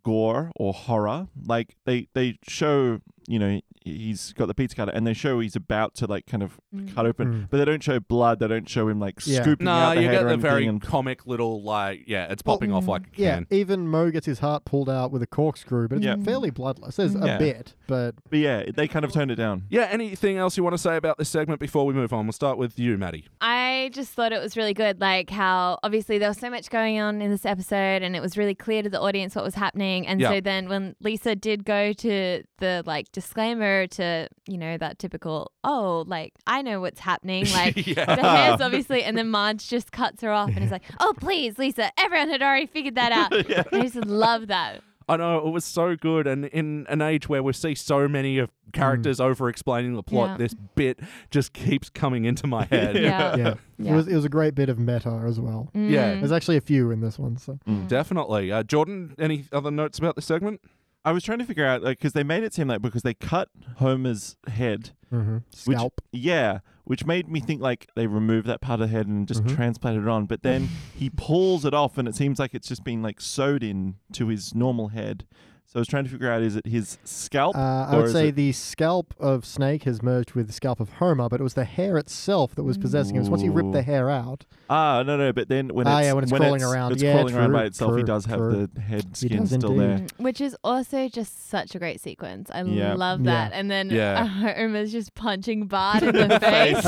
S2: gore or horror. Like they they show you know he's got the pizza cutter and they show he's about to like kind of cut open,
S3: Mm.
S2: but they don't show blood. They don't show him like
S3: Yeah.
S2: scooping
S5: No,
S2: out the
S5: you
S2: head
S5: get
S2: or
S5: the
S2: anything.
S5: very
S2: and,
S5: comic little like yeah, it's
S3: Well,
S5: popping off like a
S3: yeah,
S5: can.
S3: even Mo gets his heart pulled out with a corkscrew, but it's
S2: Yeah.
S3: fairly bloodless. There's
S2: Yeah.
S3: a bit, but
S2: but yeah, they kind of toned it down.
S5: Yeah, anything else you want to say about this segment before we move on? We'll start with you, Maddie.
S4: I just thought it was really good, like how obviously there was so much going on in this episode, and it was really clear to the audience what was happening. And
S5: Yeah.
S4: so then when Lisa did go to the like disclaimer refer to, you know, that typical, oh, like, I know what's happening. Like,
S5: Yeah.
S4: the hair's obviously, and then Marge just cuts her off and is like, oh, please, Lisa, everyone had already figured that out. I just love that.
S5: I know it was so good, and in an age where we see so many of characters
S2: Mm.
S5: over explaining the plot,
S4: Yeah.
S5: this bit just keeps coming into my head.
S4: Yeah.
S3: Yeah. It,
S4: Yeah.
S3: was, it was a great bit of meta as well.
S5: Yeah.
S4: Mm.
S3: There's actually a few in this one. So
S5: Definitely. Uh, Jordan, any other notes about this segment?
S2: I was trying to figure out like because they made it seem like because they cut Homer's head,
S3: Mhm.
S2: which
S3: scalp.
S2: yeah, which made me think like they removed that part of the head and
S3: Mm-hmm.
S2: just transplanted it on. But then he pulls it off, and it seems like it's just been like sewed in to his normal head. So I was trying to figure out is it his scalp?
S3: Uh, I
S2: or
S3: would
S2: is
S3: say
S2: it-
S3: the scalp of Snake has merged with the scalp of Homer, but it was the hair itself that was possessing him. So once he ripped the
S2: Ooh.
S3: hair out,
S2: ah no no. But then when
S3: Ah,
S2: it's,
S3: yeah, when it's crawling around.
S2: it's
S3: Yeah,
S2: crawling around by
S3: true,
S2: itself. he
S3: true,
S2: does have
S3: true.
S2: the head
S3: He
S2: skin
S3: does
S2: still there.
S3: indeed.
S4: Mm, Which is also just such a great sequence. I
S2: Yeah.
S4: love
S3: Yeah.
S4: that. And then
S5: Yeah.
S4: uh, Homer's just punching Bart in the face.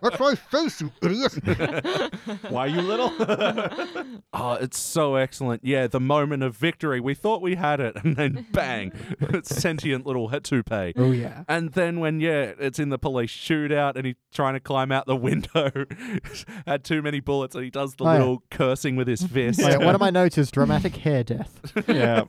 S3: that's my face, you idiot!
S2: Why you little?
S5: Oh, it's so excellent. Yeah, the moment of victory. We thought we had it, and then bang, it's sentient little head toupee.
S3: oh yeah,
S5: And then when yeah, it's in the police shootout, and he's trying to climb out the window, had too many bullets, and he does the
S3: Oh, yeah.
S5: little cursing with his fist.
S3: Oh, yeah, one of my notes is dramatic hair death.
S2: yeah.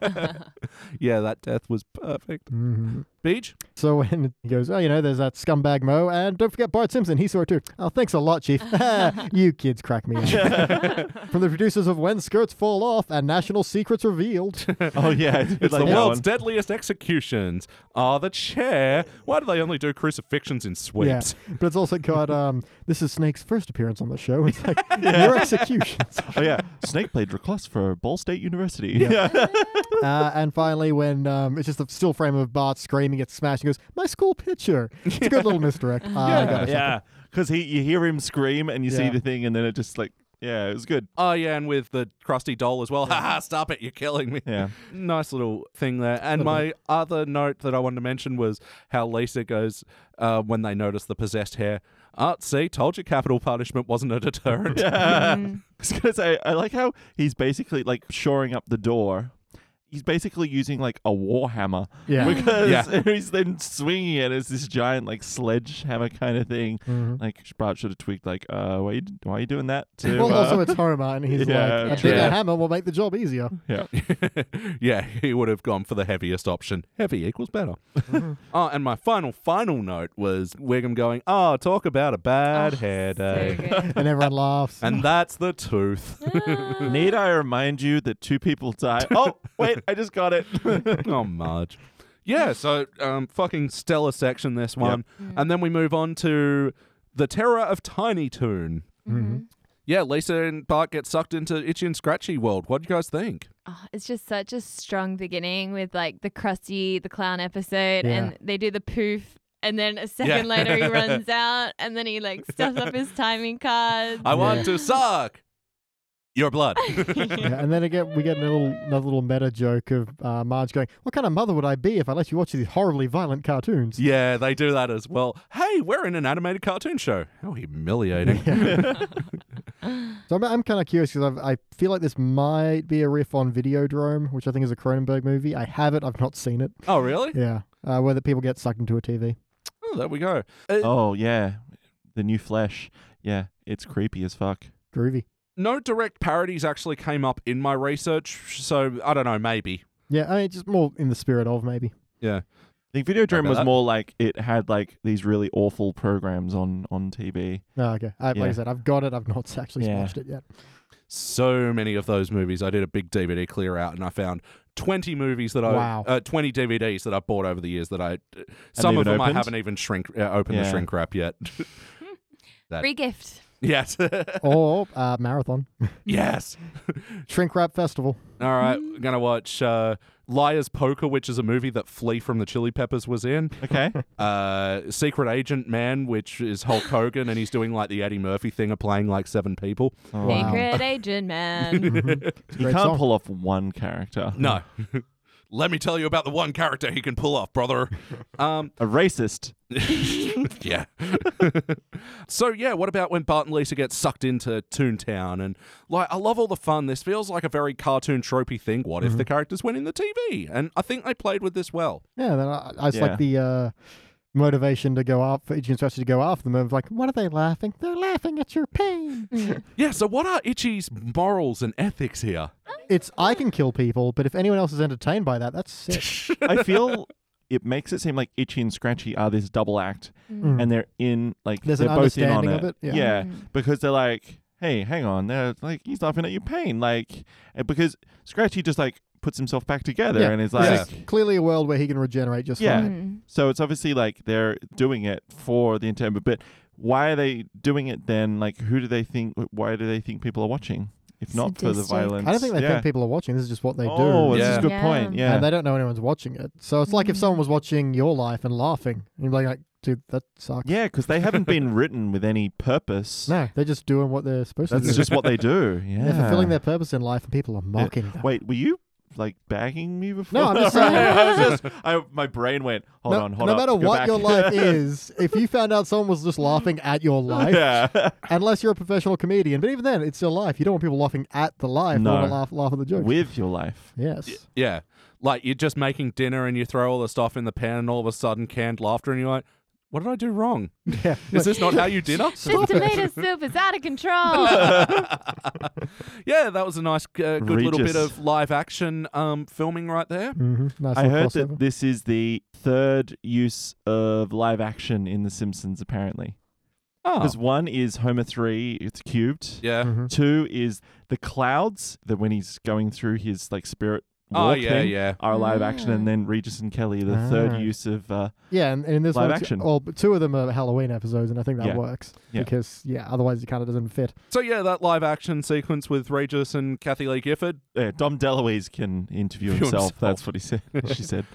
S5: yeah, that death was perfect.
S3: Mhm.
S5: Beach.
S3: So when he goes, oh, you know, there's that scumbag Mo, and don't forget Bart Simpson. He saw it too. Oh, thanks a lot, Chief. you kids crack me up. From the producers of When Skirts Fall Off and National Secrets Revealed.
S2: Oh yeah. It's,
S5: It's
S2: like
S5: the
S2: that
S5: world's
S2: one.
S5: deadliest executions are the chair. Why do they only do crucifixions in
S3: yeah,
S5: sweeps?
S3: but it's also got um, this is Snake's first appearance on the show. It's like your executions.
S2: Oh yeah. Snake played Reclus for Ball State University. Yeah.
S3: Uh, and finally, when um, it's just a still frame of Bart screaming at Smash, he goes, "My school picture." It's a good little misdirect. Uh, I got it.
S2: yeah. Because he, you hear him scream and you see
S3: Yeah.
S2: the thing, and then it just like, yeah, it was good.
S5: Oh yeah, and with the crusty doll as well. Ha ha! Stop it! You're killing me.
S2: Yeah.
S5: Nice little thing there. And my other note that I wanted to mention was how Lisa goes uh, when they notice the possessed hair. Ah, see, told you capital punishment wasn't a deterrent.
S2: I was gonna say, I like how he's basically like shoring up the door. He's basically using like a war hammer
S3: Yeah.
S2: because
S5: Yeah.
S2: he's then swinging it as this giant like sledgehammer kind of thing. Like Bart should have tweaked like, uh, why are you, why are you doing that? To,
S3: Well,
S2: uh,
S3: also it's Homer, and he's
S2: yeah,
S3: like, "A bigger
S5: yeah.
S3: hammer will make the job easier."
S2: yeah.
S5: yeah, he would have gone for the heaviest option. Heavy equals better. oh, and my final, final note was Wiggum going, Oh, talk about a
S4: Oh,
S5: bad hair day.
S3: And everyone laughs.
S5: And that's the tooth.
S4: Ah,
S3: Mm-hmm.
S2: Need I remind you that two people die? Oh, wait, I just got it.
S5: oh, Marge. Yeah, so um, fucking stellar section, this one. And then we move on to The Terror of Tiny Toon.
S4: mm-hmm.
S3: Mhm.
S5: Yeah, Lisa and Bart get sucked into Itchy and Scratchy world. What do you guys think?
S4: Oh, it's just such a strong beginning with like the Krusty the Clown episode,
S3: Yeah.
S4: and they do the poof. And then a second later, he runs out, and then he like stuffs up his timing cards.
S5: I want to suck your blood.
S3: Yeah, and then again, we get a little, another little meta joke of uh, Marge going, "What kind of mother would I be if I let you watch these horribly violent cartoons?"
S5: Yeah, they do that as well. Hey, we're in an animated cartoon show. How humiliating.
S3: So I'm, I'm kind of curious because I feel like this might be a riff on Videodrome, which I think is a Cronenberg movie. I have it, I've not seen it.
S5: oh, really?
S3: Yeah, uh, whether people get sucked into a TV.
S5: Oh, there we go. Uh,
S2: oh yeah, the new Flesh. Yeah, it's creepy as fuck.
S3: Groovy.
S5: No direct parodies actually came up in my research, so I don't know, maybe.
S3: Yeah, I mean, just more in the spirit of maybe.
S5: Yeah.
S2: I think Videodrome
S5: Remember
S2: was
S5: that?
S2: more like it had like these really awful programs on on TV.
S3: No, okay. I, Like I
S2: Yeah.
S3: said, I've got it. I've not actually
S2: Yeah.
S3: watched it yet.
S5: So many of those movies. I did a big DVD clear out and I found 20 movies that I,
S3: Wow.
S5: uh, 20 DVDs that I bought over the years that I, some of
S2: even
S5: them I
S2: opened?
S5: haven't even shrink, uh, opened the
S2: Yeah.
S5: shrink wrap yet.
S4: free gift.
S5: yes.
S3: Or uh, Marathon.
S5: yes.
S3: Shrink Wrap Festival.
S5: All right, we're gonna watch uh, Liar's Poker, which is a movie that Flea from the Chili Peppers was in.
S2: Okay.
S5: Uh, Secret Agent Man, which is Hulk Hogan, and he's doing like the Eddie Murphy thing of playing like seven people.
S2: Oh,
S3: Wow.
S4: Secret agent man.
S3: It's a
S2: You
S3: great
S2: can't
S3: song.
S2: pull off one character.
S5: No, Let me tell you about the one character he can pull off, brother. Um,
S2: A racist.
S5: yeah. so yeah, what about when Bart and Lisa get sucked into Toontown and like I love all the fun. This feels like a very cartoon tropey thing. What if the characters went in the TV? And I think they played with this well.
S3: Yeah, then I, I just
S2: Yeah.
S3: like the uh, motivation to go after each instructor to go after them. Of like, what are they laughing? They're laughing at your pain.
S5: Yeah, so what are Itchy's morals and ethics here?
S3: it's I can kill people, but if anyone else is entertained by that, that's sick.
S2: I feel it makes it seem like Itchy and Scratchy are this double act,
S4: Mm-hmm.
S2: and they're in like
S3: Hmm. There's an
S2: they're both in on
S3: understanding of it, yeah.
S2: because they're like, hey, hang on, they're like he's laughing at your pain, like and because Scratchy just like puts himself back together and is like.
S3: There's clearly a world where he can regenerate just
S2: Yeah.
S3: fine.
S4: Mm-hmm.
S2: So it's obviously like they're doing it for the entertainment, but why are they doing it then? Like, who do they think? Why do they think people are watching? If not for the
S4: Sadistic.
S2: violence,
S3: I don't think they
S2: yeah.
S3: think people are watching. This is just what they
S2: Oh,
S3: do.
S2: this is
S5: Yeah.
S2: a good
S4: Yeah.
S2: point. Yeah,
S3: And they don't know anyone's watching it. So it's like if someone was watching your life and laughing, you'd be like, dude, that sucks.
S2: yeah, because they haven't been written with any purpose.
S3: No, they're just doing what they're supposed to
S2: That's
S3: do.
S2: just what they do. Yeah,
S3: They're fulfilling their purpose in life and people are
S2: Yeah.
S3: mocking them.
S2: Wait, were you like bagging me before?
S3: No, I'm just
S2: Right,
S3: saying.
S2: I was just, I, my brain went. Hold
S3: no,
S2: on, hold
S3: no
S2: on.
S3: matter what your life is, if you found out someone was just laughing at your life,
S2: yeah.
S3: unless you're a professional comedian, but even then, it's your life. You don't want people laughing at the life.
S2: No.
S3: They want to laugh, laugh at the joke.
S2: with your life.
S3: yes.
S5: Yeah. Like you're just making dinner and you throw all the stuff in the pan and all of a sudden canned laughter and you're like, What did I do wrong?
S3: Yeah.
S5: Is this not how you dinner?
S4: This tomato soup is out of control.
S5: yeah, that was a nice uh, good little
S2: Regis.
S5: bit of live action um, filming right there.
S3: hmm Nice
S2: I
S3: little
S2: heard
S3: crossover.
S2: that this is the third use of live action in The Simpsons, apparently.
S5: Oh.
S2: Because one is Homer 3, it's cubed.
S5: Yeah.
S3: Mhm.
S2: Two is the clouds, that when he's going through his like spirit
S5: Oh
S2: walk
S5: yeah,
S2: thing,
S5: yeah.
S2: are live action. And then Regis and Kelly, the third
S3: Mm. Ah.
S2: use of. Uh,
S3: Yeah, and, and in this
S2: Live
S3: one, it's-
S2: action.
S3: Well, but two of them are Halloween episodes, and I think that
S2: Yeah.
S3: works
S2: Yeah.
S3: because yeah, otherwise it kind of doesn't fit.
S5: So yeah, that live action sequence with Regis and Kathy Lee Gifford,
S2: yeah, Dom DeLuise can
S5: Interview
S2: interview himself.
S5: himself.
S2: That's what he said. she said.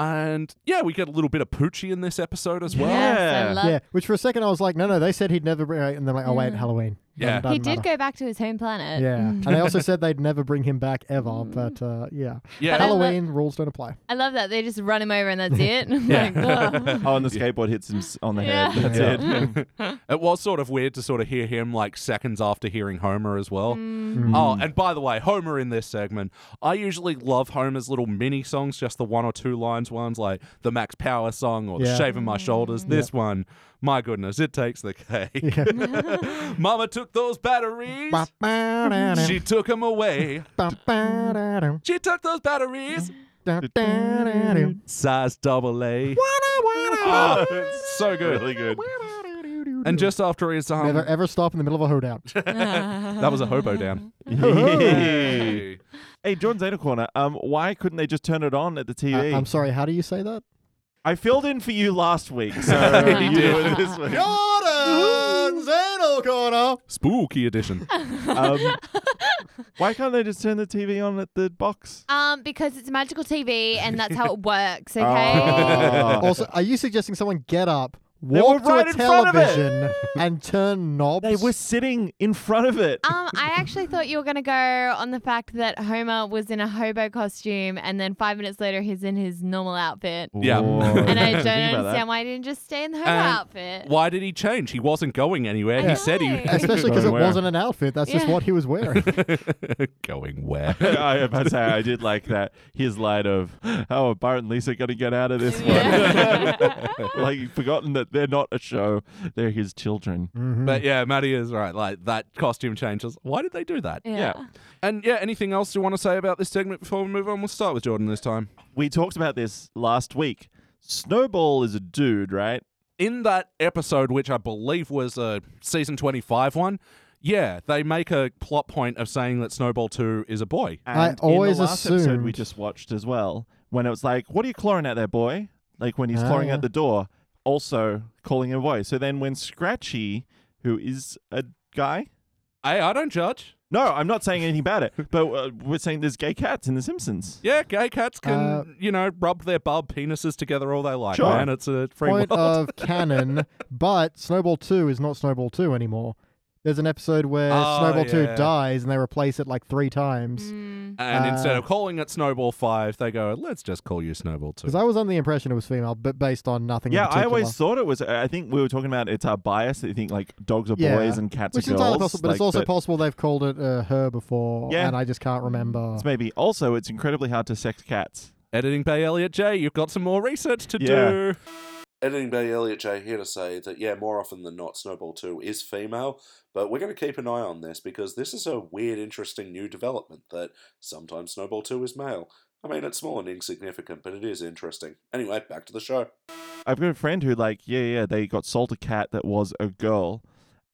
S5: and yeah, we get a little bit of Poochie in this episode as well.
S4: yes,
S2: Yeah.
S4: I love
S3: yeah, which for a second I was like, no, no, they said he'd never bring, and then like, oh wait, Halloween.
S5: Yeah.
S4: He did Mm. go back to his home planet.
S3: Yeah, and they also said they'd never bring him back ever, but uh, yeah,
S5: Yeah.
S4: But I love-
S3: Halloween rules don't apply.
S4: I love that. They just run him over and that's it. like, ugh.
S2: Oh, and the skateboard hits him s- on the
S4: Yeah.
S2: head. That's it.
S5: It was sort of weird to sort of hear him like seconds after hearing Homer as well. Oh, and by the way, Homer in this segment, I usually love Homer's little mini songs, just the one or two lines ones, like the Max Power song or
S3: Yeah.
S5: Shaving My Shoulders. This one, my goodness, it takes the cake. Mama took those batteries. She took them away. She took those batteries. Size double A. Oh, it's so good.
S2: really good.
S5: And just after his um,
S3: Never ever stop in the middle of a hoedown.
S5: that was a hobo down. Hey.
S2: Hey, John Zeta Corner, um, why couldn't they just turn it on at the TV?
S3: I- I'm sorry, how do you say that?
S2: I filled in for you last week, so you do it this week.
S3: Jordan's anal corner.
S5: Spooky edition.
S2: Um, why can't they just turn the TV on at the box?
S4: Um, because it's magical TV and that's how it works, okay?
S2: Oh.
S3: Uh, Also, are you suggesting someone get up,
S2: They
S3: walk
S2: were
S3: to
S2: right
S3: a
S2: in front of it.
S3: television, and turn knobs?
S2: They were sitting in front of it.
S3: Ah.
S4: Um, I actually thought you were going to go on the fact that Homer was in a hobo costume and then five minutes later he's in his normal outfit.
S5: yeah.
S2: Whoa,
S4: And I
S2: didn't
S4: don't
S2: think about
S4: understand why he didn't just stay in the hobo
S5: And
S4: outfit.
S5: Why did he change? He wasn't going anywhere.
S4: I
S5: He said he
S3: Especially because it
S2: Going where?
S3: wasn't an outfit. That's just
S4: Yeah.
S3: what he was wearing.
S5: going where?
S2: that. I have to say, I did like that. His line of, "How are Bart and Lisa going to get out of this one?" like you've forgotten that they're not a show; they're his children.
S3: Mm-hmm.
S5: But yeah, Maddie is right. Like that costume changes. Why did they do that?
S2: yeah.
S5: And yeah, anything else you want to say about this segment before we move on? We'll start with Jordan this time.
S2: We talked about this last week. Snowball is a dude, right?
S5: In that episode, which I believe was a season twenty-five one, yeah, they make a plot point of saying that Snowball Two is a boy.
S2: And
S3: I
S2: in
S3: always
S2: the last episode we
S3: assumed-
S2: just watched as well, when it was like, "What are you clawing at there, boy?" Like when he's
S3: Ah,
S2: clawing
S3: yeah.
S2: at the door, also calling him a boy. So then when Scratchy, who is a guy,
S5: Hey, I don't judge.
S2: no, I'm not saying anything about it, but uh, we're saying there's gay cats in The Simpsons.
S5: Yeah, gay cats can
S3: Uh,
S5: you know rub their bub penises together all they like,
S2: Sure.
S5: man. It's a free
S3: Point
S5: world.
S3: of canon, but Snowball 2 is not Snowball 2 anymore. There's an episode where
S2: Ah,
S5: Oh,
S3: Snowball 2
S5: yeah.
S3: dies and they replace it like three times.
S4: Mm.
S5: And
S3: Uh,
S5: instead of calling it Snowball 5, they go, let's just call you Snowball 2.
S3: Because I was under the impression it was female, but based on nothing. in
S2: Yeah, I
S3: particular.
S2: always thought it was. I think we were talking about it's our bias that you think like dogs are
S3: Yeah.
S2: boys and cats
S3: Which is
S2: are girls.
S3: entirely possible, but it's
S2: like,
S3: also possible they've called it uh, her before,
S2: Yeah.
S3: and I just can't remember.
S2: it's maybe also it's incredibly hard to sex cats.
S5: Editing by Elliot J, you've got some more research to
S2: Yeah.
S5: do.
S6: Editing Bay Elliot J here to say that, yeah, more often than not, Snowball 2 is female, but we're going to keep an eye on this because this is a weird, interesting new development that sometimes Snowball 2 is male. I mean, it's small and insignificant, but it is interesting. Anyway, back to the show.
S2: I've got a friend who like yeah yeah they got sold a cat that was a girl,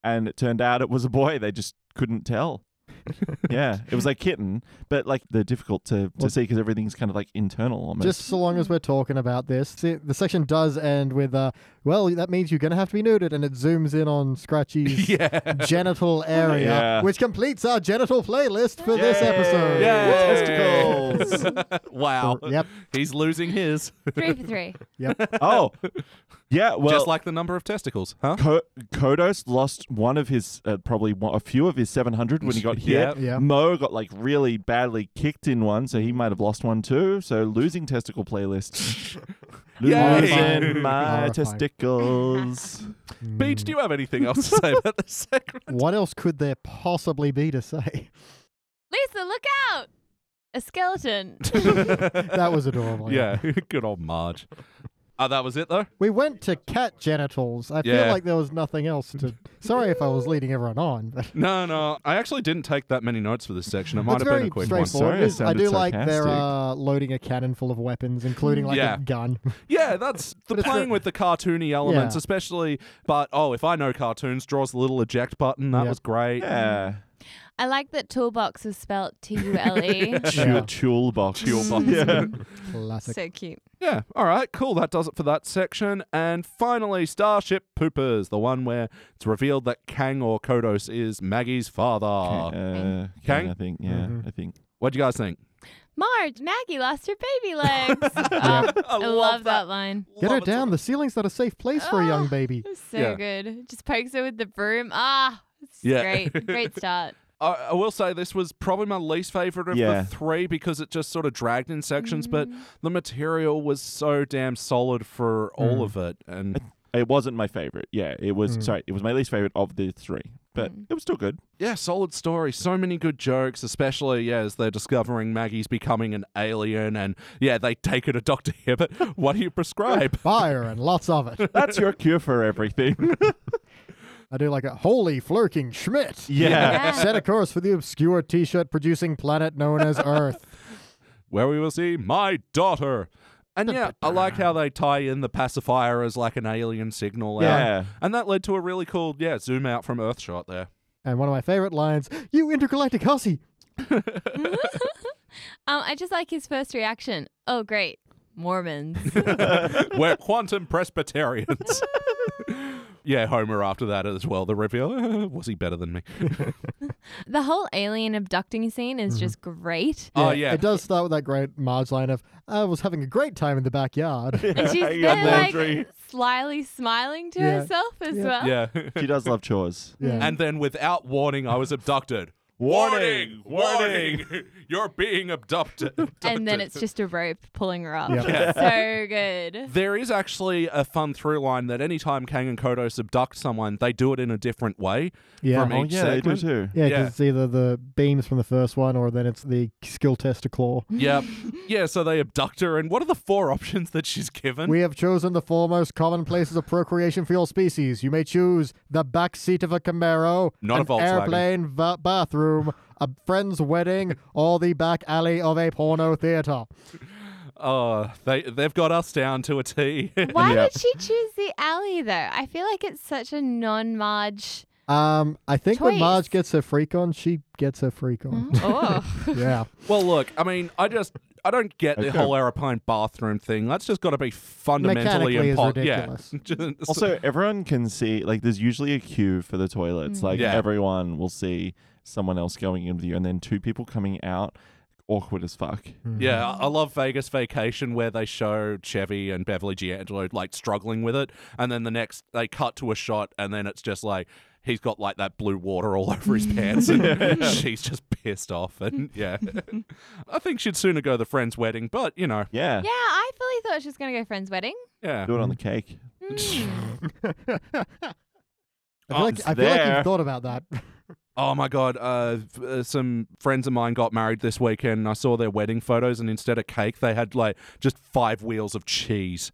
S2: and it turned out it was a boy. They just couldn't tell. yeah, it was like kitten, but like they're difficult to, to
S3: Well-
S2: see because everything's kind of like internal almost.
S3: Just so long as we're talking about this, the, the section does end with, uh, well, that means you're going to have to be neutered, and it zooms in on Scratchy's
S5: yeah.
S3: genital area,
S2: Yeah.
S3: which completes our genital playlist for this episode.
S5: Yay.
S2: Testicles.
S5: wow.
S3: For- yep.
S5: He's losing his.
S4: Three for three.
S2: oh, yeah. Well,
S5: just like the number of testicles, huh?
S2: Ko- Kodos lost one of his, uh, probably one, a few of his 700 when he got hit.
S5: Yep.
S3: Yep.
S2: Mo got like really badly kicked in one, so he might have lost one too. So losing testicle playlist.
S5: Yay.
S2: Losing my
S3: Horrifying.
S2: testicles.
S5: Beach, do you have anything else to say about this segment?
S3: What else could there possibly be to say?
S4: Lisa, look out! A skeleton.
S3: That was adorable.
S5: yeah, good old Marge. Oh, that was it though.
S3: We went to cat genitals. I
S5: Yeah.
S3: feel like there was nothing else to. Sorry if I was leading everyone on, but
S5: No, no, I actually didn't take that many notes for this section. It might
S3: it's
S5: have been
S3: very
S5: a quick one.
S3: straightforward.
S2: Sorry,
S3: It
S2: I
S3: is- I
S2: sounded
S3: do like they're
S2: sarcastic.
S3: uh, loading a cannon full of weapons, including like
S5: Yeah.
S3: a gun.
S5: Yeah, that's the
S3: But it's
S5: playing
S3: very-
S5: with the cartoony elements,
S3: Yeah.
S5: especially. But oh, if I know cartoons, draws the little eject button. That
S3: Yeah.
S5: was great.
S2: Yeah.
S4: I like that toolbox was spelled T U L E.
S2: Tool toolbox. Mm.
S5: Toolbox.
S2: Yeah.
S3: Classic.
S4: So cute.
S5: Yeah. All right. Cool. That does it for that section. And finally, Starship Poopers, the one where it's revealed that Kang or Kodos is Maggie's father.
S2: Uh,
S5: Kang?
S2: I think. Yeah.
S3: Mhm.
S2: I think.
S5: What do you guys think?
S4: Marge, Maggie lost her baby legs. Oh, I love, that, line.
S3: Get her
S5: Love it so
S3: down. The ceiling's not a safe place for a young baby.
S4: It's so
S5: Yeah.
S4: good. Just pokes her with the broom. Ah, it's
S5: Yeah.
S4: great. Great start.
S5: I, I will say this was probably my least favorite of
S2: Yeah.
S5: the three because it just sort of dragged in sections, but the material was so damn solid for all
S2: Mm.
S5: of it. And
S2: It wasn't my favorite. Yeah. It was.
S3: Mm.
S2: Sorry. It was my least favorite of the three, but it was still good.
S5: yeah, solid story. So many good jokes, especially yeah, as they're discovering Maggie's becoming an alien, and yeah, they take her to Doctor Hibbert. what do you prescribe?
S3: Fire and lots of it.
S2: That's your cure for everything.
S3: I do like a holy flirking Schmidt.
S2: yeah.
S3: Set a course for the obscure t shirt producing planet known as Earth.
S5: where we will see my daughter. And yeah, I like how they tie in the pacifier as like an alien signal. out.
S2: Yeah.
S5: And that led to a really cool, yeah, zoom out from Earth shot there.
S3: And one of my favorite lines You intergalactic hussy.
S4: Um, I just like his first reaction. Oh, great. Mormons.
S5: We're quantum Presbyterians. yeah, Homer after that as well. The reveal was he better than me?
S4: the whole alien abducting scene is just great.
S5: oh yeah,
S3: It does start with that great Marge line of, I was having a great time in the backyard.
S4: And she's
S2: Hanging
S4: there,
S2: out
S4: like,
S2: laundry.
S4: slyly smiling to
S3: Yeah.
S4: herself as
S3: Yeah.
S4: well.
S5: yeah.
S2: She does love chores.
S3: Yeah.
S5: and then without warning, I was abducted.
S2: Warning! Warning!
S5: You're being abducted.
S4: And then
S5: Abducted.
S4: it's just a rope pulling her up.
S3: Yep.
S4: So good.
S5: There is actually a fun through line that anytime Kang and Kodos abduct someone, they do it in a different way.
S3: Yeah.
S5: From
S2: Oh
S5: each
S2: yeah,
S5: segment.
S2: they do too.
S3: Yeah, 'cause
S5: Yeah.
S3: it's either the beams from the first one or then it's the skill tester claw.
S5: Yep. yeah, so they abduct her, and what are the four options that she's given?
S3: We have chosen the four most common places of procreation for your species. You may choose the back seat of a Camaro,
S5: Not a
S3: an
S5: Volkswagen.
S3: airplane va- bathroom, a friend's wedding, or the back alley of a porno theater.
S5: oh, they, they've got us down to a T.
S4: Why
S2: Yeah.
S4: did she choose the alley though? I feel like it's such a non-Marge.
S3: Um, I think when
S4: Choice.
S3: Marge gets her freak on, she gets her freak on.
S4: Oh,
S3: Yeah,
S5: well, look, I mean, I just. I don't get the
S2: Okay.
S5: whole aeroplane bathroom thing. That's just got to be fundamentally
S3: Mechanically is
S5: impossible.
S3: ridiculous.
S5: Yeah. Just-
S2: Also, everyone can see like there's usually a queue for the toilets. Like
S5: Yeah.
S2: everyone will see someone else going in with you, and then two people coming out, awkward as fuck.
S3: Mm.
S5: Yeah, I I love Vegas Vacation where they show Chevy and Beverly D'Angelo like struggling with it, and then the next they cut to a shot, and then it's just like he's got like that blue water all over his pants, and she's just pissed off. And yeah, I think she'd sooner go to the friend's wedding, but you know,
S2: Yeah.
S4: Yeah, I fully thought she was going to go friend's wedding.
S5: yeah.
S2: Do it on the cake.
S4: Mm.
S3: I feel, like, I feel like
S2: there.
S3: you've thought about that.
S5: Oh my god, uh, f- uh, some friends of mine got married this weekend, and I saw their wedding photos, and instead of cake, they had like just five wheels of cheese.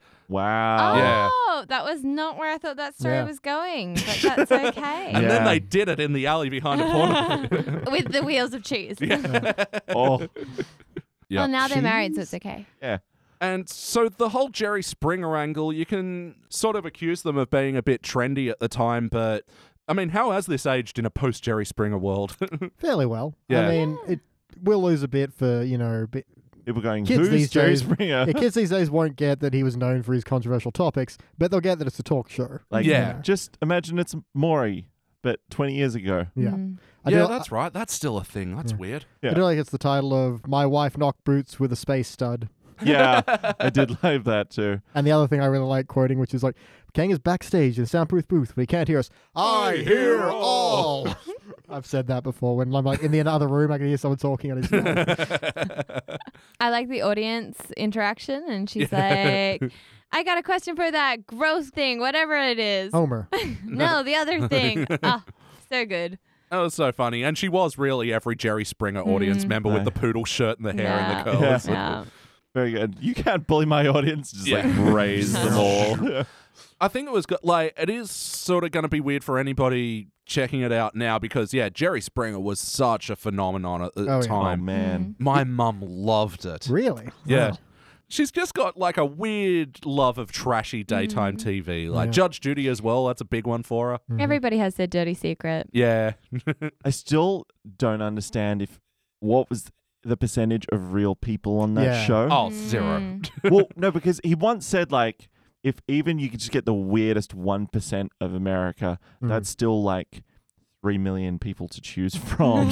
S4: Oh,
S2: Wow.
S5: Uh, Yeah.
S4: that was not where I thought that story
S3: Yeah.
S4: was going, but that's okay.
S5: And then
S2: Yeah.
S5: they did it in the alley behind a corner.
S4: With the wheels of cheese.
S2: Oh.
S5: Yeah.
S4: Well, now they're married, so it's okay.
S5: And so the whole Jerry Springer angle, you can sort of accuse them of being a bit trendy at the time, but I mean, how has this aged in a post Jerry Springer world?
S3: Fairly well.
S5: Yeah.
S3: I mean, it will lose a bit for, you know, bit,
S2: People going,
S3: Kids
S2: who's
S3: these
S2: Jerry
S3: days-
S2: Springer?
S3: yeah, kids these days won't get that he was known for his controversial topics, but they'll get that it's a talk show.
S2: Like,
S5: Yeah.
S2: Just imagine it's Maury, but 20 years ago.
S3: Yeah.
S4: Mm.
S3: I
S5: yeah,
S3: do,
S5: that's right. That's still a thing. That's weird.
S3: I, I do like it's the title of My Wife Knocked Boots with a Space Stud.
S2: Yeah. I did love that too.
S3: And the other thing I really like quoting, which is like, Kang is backstage in the soundproof booth, but he can't hear us. I hear all. I've said that before when I'm like in the other room, I can hear someone talking and it's not.
S4: I like the audience interaction, and she's like, I got a question for that gross thing, whatever it is.
S3: Homer.
S4: No, the other thing. Ah, so good.
S5: That was so funny. And she was really every Jerry Springer audience member with
S2: Aye.
S5: the poodle shirt and the hair and the
S4: Mm. Yeah.
S5: curls.
S4: Yeah.
S2: Very good. You can't bully my audience. Just
S5: Yeah.
S2: like Oh, raise them all.
S5: I think it was go- like it is sort of going to be weird for anybody checking it out now because yeah, Jerry Springer was such a phenomenon at the
S3: Oh, yeah.
S2: oh,
S5: time.
S2: man.
S5: My mum loved it.
S3: Really?
S5: Yeah.
S3: Wow.
S5: She's just got like a weird love of trashy daytime TV. Like
S3: Mm. Yeah.
S5: Judge Judy as well, that's a big one for her.
S4: Everybody has their dirty secret.
S5: Yeah.
S2: I still don't understand if what was the percentage of real people on that
S3: Yeah.
S2: show.
S5: Oh, zero.
S4: Mm.
S2: well, no, because he once said like if even you could just get the weirdest one percent of America,
S3: Mhm.
S2: that's still like three million people to choose from.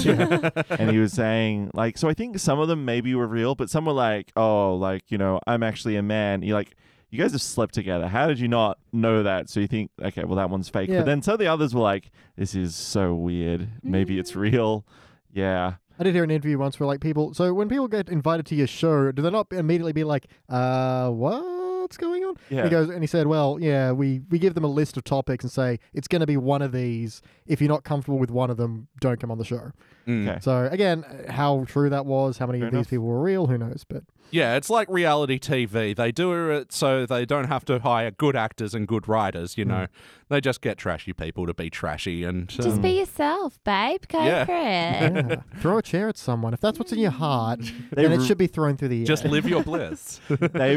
S2: and he was saying like so I think some of them maybe were real, but some were like, Oh, like, you know, I'm actually a man. You like you guys have slept together. How did you not know that? So you think, okay, well that one's fake.
S3: Yeah.
S2: But then some of the others were like, This is so weird. Maybe it's real. Yeah.
S3: Mm-hmm. I did hear an interview once where like people so when people get invited to your show, do they not immediately be like, uh what's going on?
S2: Yeah.
S3: He goes and he said, Well, yeah, we, we give them a list of topics and say, It's gonna be one of these. If you're not comfortable with one of them, don't come on the show.
S5: Mm.
S2: Okay.
S3: So again, how true that was, how many
S2: Fair
S3: of these
S2: enough.
S3: people were real, who knows? But
S5: Yeah, it's like reality TV. They do it so they don't have to hire good actors and good writers,
S3: Mm.
S5: you know. They just get trashy people to be trashy and uh,
S4: Just be yourself, babe. Go
S5: Yeah.
S4: for it.
S3: yeah. throw a chair at someone. If that's what's in your heart,
S2: They
S3: then it
S2: re-
S3: should be thrown through the air.
S5: just live your bliss.
S2: they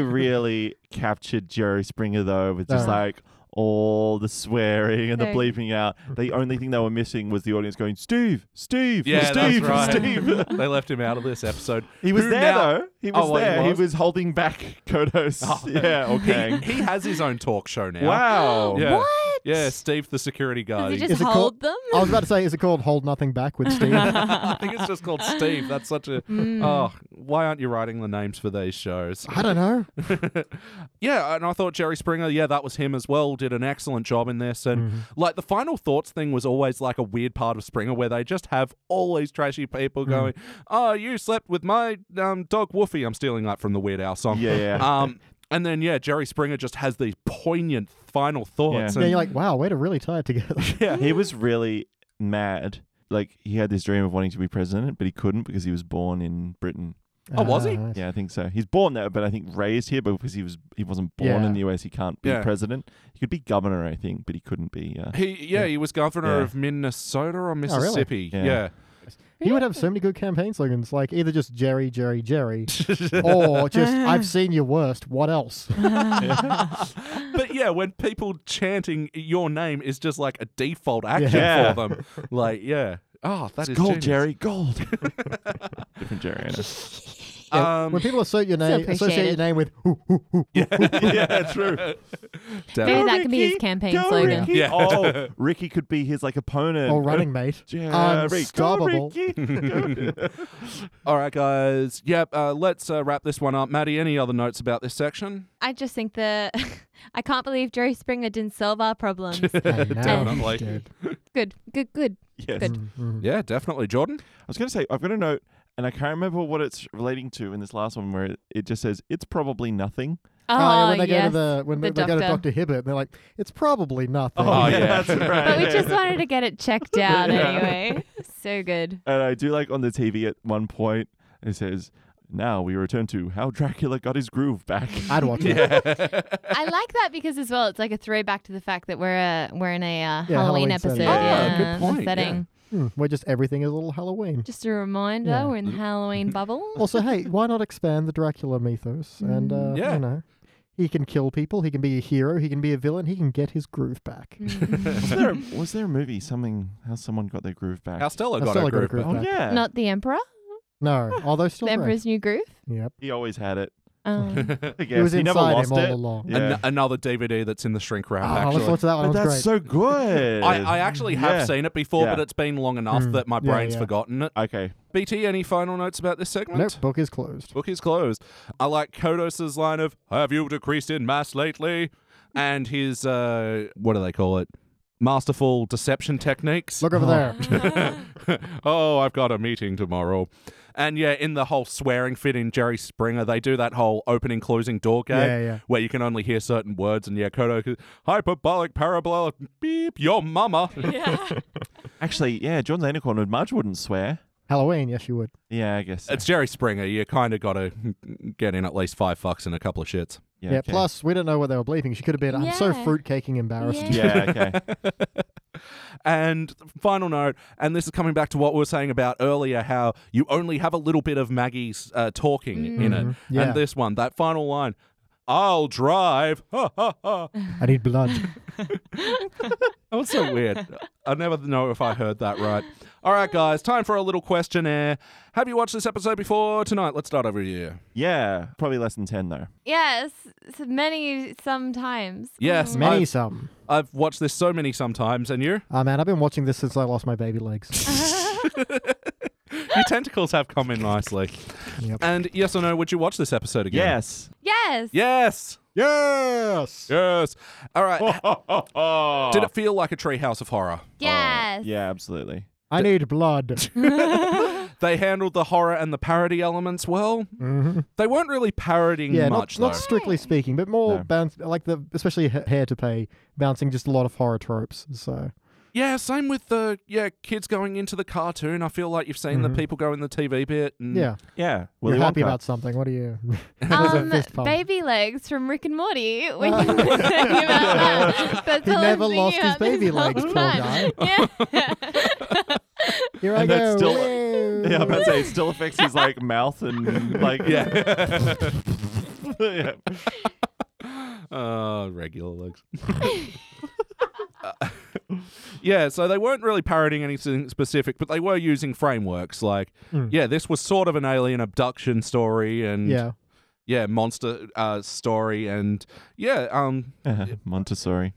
S2: really captured Jerry Springer though with just
S5: Uh-huh.
S3: Uh.
S2: like all the swearing and the
S4: Very-
S2: bleeping out. The only thing they were missing was the audience going, Steve, Steve,
S5: Yeah,
S2: Steve,
S5: that's right.
S2: Steve.
S5: they left him out of this episode.
S2: He was
S5: Who
S2: there
S5: now-
S2: though. He was
S5: Oh, well, he
S2: there. He
S5: was?
S2: was? holding back Kodos.
S5: Oh.
S2: Yeah, okay.
S5: He, he has his own talk show now.
S2: wow.
S5: Yeah.
S4: What?
S5: Yeah, Steve the security
S4: Does
S5: guard.
S4: he
S5: He-
S4: just
S3: Is it called- Oh.
S4: hold them?
S3: I was about to say, is it called Hold Nothing Back with Steve?
S5: I think it's just called Steve. That's such a.
S4: Mm.
S5: Oh, why aren't you writing the names for these shows?
S3: I don't know.
S5: Yeah, and I thought Jerry Springer, yeah, that was him as well, did an excellent job in this. And
S2: Mm-hmm.
S5: like the final thoughts thing was always like a weird part of Springer where they just have all these trashy
S2: Mm.
S5: people going, Oh, you slept with my um, dog Woofy. I'm stealing that from the Weird Al song.
S2: Yeah, yeah.
S5: Um, and then, yeah, Jerry Springer just has these poignant final thoughts.
S2: Yeah. "Hmm?"
S3: Yeah,
S5: And
S3: you're like, wow, we're really tied together.
S2: He was really mad. Like he had this dream of wanting to be president, but he couldn't because he was born in Britain.
S5: Oh, was he?
S3: nice.
S2: Yeah, I think so. He's born there, but I think raised here, but because he was he wasn't born
S3: Yeah.
S2: in the US, he can't be
S5: Yeah.
S2: president. He could be governor, I think, but he couldn't be. Uh,
S5: he, yeah, he was governor
S2: Yeah.
S5: of Minnesota or Mississippi.
S2: Yeah.
S5: yeah.
S3: He would have so many good campaign slogans, like either just Jerry, Jerry, Jerry, or just I've seen your worst. What else?
S5: but yeah, when people chanting your name is just like a default action
S2: Yeah.
S5: for them. Like, yeah. Oh, that's
S2: gold, Jerry, gold. Different Jerry. I know.
S3: Yeah,
S5: Um,
S3: when people associate your
S4: Still
S3: name, associate your
S4: appreciated.
S3: name with "Hoo, hoo, hoo, hoo."
S2: yeah, true.
S5: Damn.
S4: Maybe that could be his campaign
S2: go
S4: slogan.
S2: Ricky.
S5: Yeah.
S2: Oh, Ricky could be his like opponent.
S3: or running mate.
S2: Yeah, Rick, go,
S3: Unstoppable.
S2: Ricky. Go.
S5: All right, guys. Yep. Uh, let's uh, wrap this one up. Maddie, any other notes about this section?
S4: I just think that I can't believe Joe Springer didn't solve our problems.
S3: I know,
S5: Definitely.
S3: he's dead.
S4: good, good, good.
S2: yes.
S4: Good.
S3: Mm, mm.
S5: Yeah, definitely. Jordan?
S2: I was going to say, I've got a note, and I can't remember what it's relating to in this last one where it, it just says, it's probably nothing.
S4: Oh,
S3: yeah, Uh, when they
S4: yes.
S3: go to the when
S4: the
S3: they go to
S4: doctor.
S3: Doctor Hibbert, they're like, it's probably nothing.
S5: Oh, yeah.
S2: that's right.
S4: but we
S2: yeah.
S4: just wanted to get it checked out
S2: Yeah.
S4: anyway. So good.
S2: And I do like on the TV at one point, it says, now we return to how Dracula got his groove back.
S3: I'd watch it.
S4: I like that because as well, it's like a throwback to the fact that we're a, we're in a uh, Halloween,
S3: Halloween
S4: episode.
S3: setting.
S5: Ah,
S4: yeah,
S5: good
S4: the
S5: point, yeah.
S4: setting.
S3: Hmm, where just everything is a little Halloween.
S4: Just a reminder,
S3: Yeah.
S4: we're in the Halloween bubble.
S3: Also, hey, why not expand the Dracula mythos? And
S2: Mm,
S3: uh,
S5: Yeah.
S3: you know, he can kill people. He can be a hero. He can be a villain. He can get his groove back.
S4: Hmm.
S2: was, there a, was there a movie, something, how someone got their groove back?
S5: How Stella
S3: That's
S5: got
S3: still
S5: her
S3: a good
S5: group.
S3: groove
S2: oh,
S3: back.
S2: yeah.
S4: Not the Emperor,
S3: No, although still
S4: the
S3: great.
S4: Emperor's New Groove.
S3: Yep,
S2: he always had it.
S4: Um,
S2: I
S3: it was
S2: guess. he never
S3: inside
S2: lost
S3: him all
S2: it.
S3: along.
S2: Yeah.
S5: An- another DVD that's in the shrink wrap,
S3: Ah,
S5: actually.
S3: let's watch that one.
S2: but
S3: It was
S2: that's
S3: great.
S2: so good.
S5: I, I actually have
S2: Yeah.
S5: seen it before,
S2: Yeah.
S5: but it's been long enough
S3: Mm.
S5: that my
S3: Yeah,
S5: brain's
S3: yeah.
S5: forgotten it.
S2: Okay.
S5: BT, any final notes about this segment?
S3: Nope, book is closed.
S5: Book is closed. I like Kodos's line of "Have you decreased in mass lately?" and his uh, what do they call it? Masterful deception techniques.
S3: Look over there.
S5: oh, I've got a meeting tomorrow. And yeah, in the whole swearing fit in Jerry Springer, they do that whole opening closing door gag
S3: Yeah, yeah.
S5: where you can only hear certain words. And yeah, Kodo goes, hyperbolic parabolic beep your mama.
S2: Actually, yeah, John Lanicorn would Marge wouldn't swear.
S3: Halloween, yes, you would.
S2: Yeah, I guess. so.
S5: it's Jerry Springer. You kind of got to get in at least five fucks and a couple of shits.
S2: Yeah,
S3: Yeah.
S2: okay.
S3: Plus, we don't know what they were believing. She could have been. I'm so
S4: Yeah.
S3: fruitcaking embarrassed.
S4: Yeah.
S2: Yeah, okay.
S5: And final note, and this is coming back to what we were saying about earlier, how you only have a little bit of Maggie's uh, talking in it.
S3: Mhm. Yeah.
S5: And this one, that final line, I'll drive. Ha ha ha.
S3: I need blood.
S5: That was so weird. I never know if I heard that right. All right, guys, time for a little questionnaire. Have you watched this episode before tonight? Let's start over here.
S2: Yeah, probably less than 10, though.
S4: yes, s- many sometimes. Oh.
S5: Yes,
S3: Many
S5: I've,
S3: some.
S5: I've watched this so many sometimes, and you?
S3: Ah man, I've been watching this since I lost my baby legs.
S5: Your tentacles have come in nicely.
S3: Yep.
S5: And yes or no, would you watch this episode again?
S2: Yes.
S4: Yes.
S5: Yes.
S3: yes.
S5: Yes. All
S2: Oh.
S5: right. Did it feel like a treehouse of horror?
S4: Yes.
S2: Yeah, absolutely.
S3: I need blood.
S5: They handled the horror and the parody elements well. They weren't really parodying
S3: Mm-hmm. Yeah,
S5: much,
S3: not, not
S5: though.
S3: strictly speaking, but more
S2: No.
S3: bounce, like the especially h- hair to pay bouncing just a lot of horror tropes. So
S5: yeah, same with the yeah kids going into the cartoon. I feel like you've seen the people go in the TV bit. And
S3: Mm-hmm. yeah,
S2: Yeah. Willy
S3: you're happy
S2: Wonka.
S3: about something. What are you? There's a
S4: Um,
S3: fist pump.
S4: baby legs from Rick and Morty. When you were thinking about that, that's
S3: He
S4: all I'm
S3: never
S4: thinking
S3: lost his
S4: about this
S3: baby
S4: whole
S3: legs, poor
S4: time. Yeah.
S3: Here I
S2: And that's
S3: go.
S2: still-
S3: Whoa.
S2: Yeah, I'm about to say it still affects his like mouth and like yeah. yeah.
S5: Uh, regular legs. yeah, so they weren't really parodying anything specific, but they were using frameworks like, yeah, this was sort of an alien abduction story, and
S3: yeah.
S5: yeah, monster uh, story, and yeah, um,
S2: Uh, Montessori.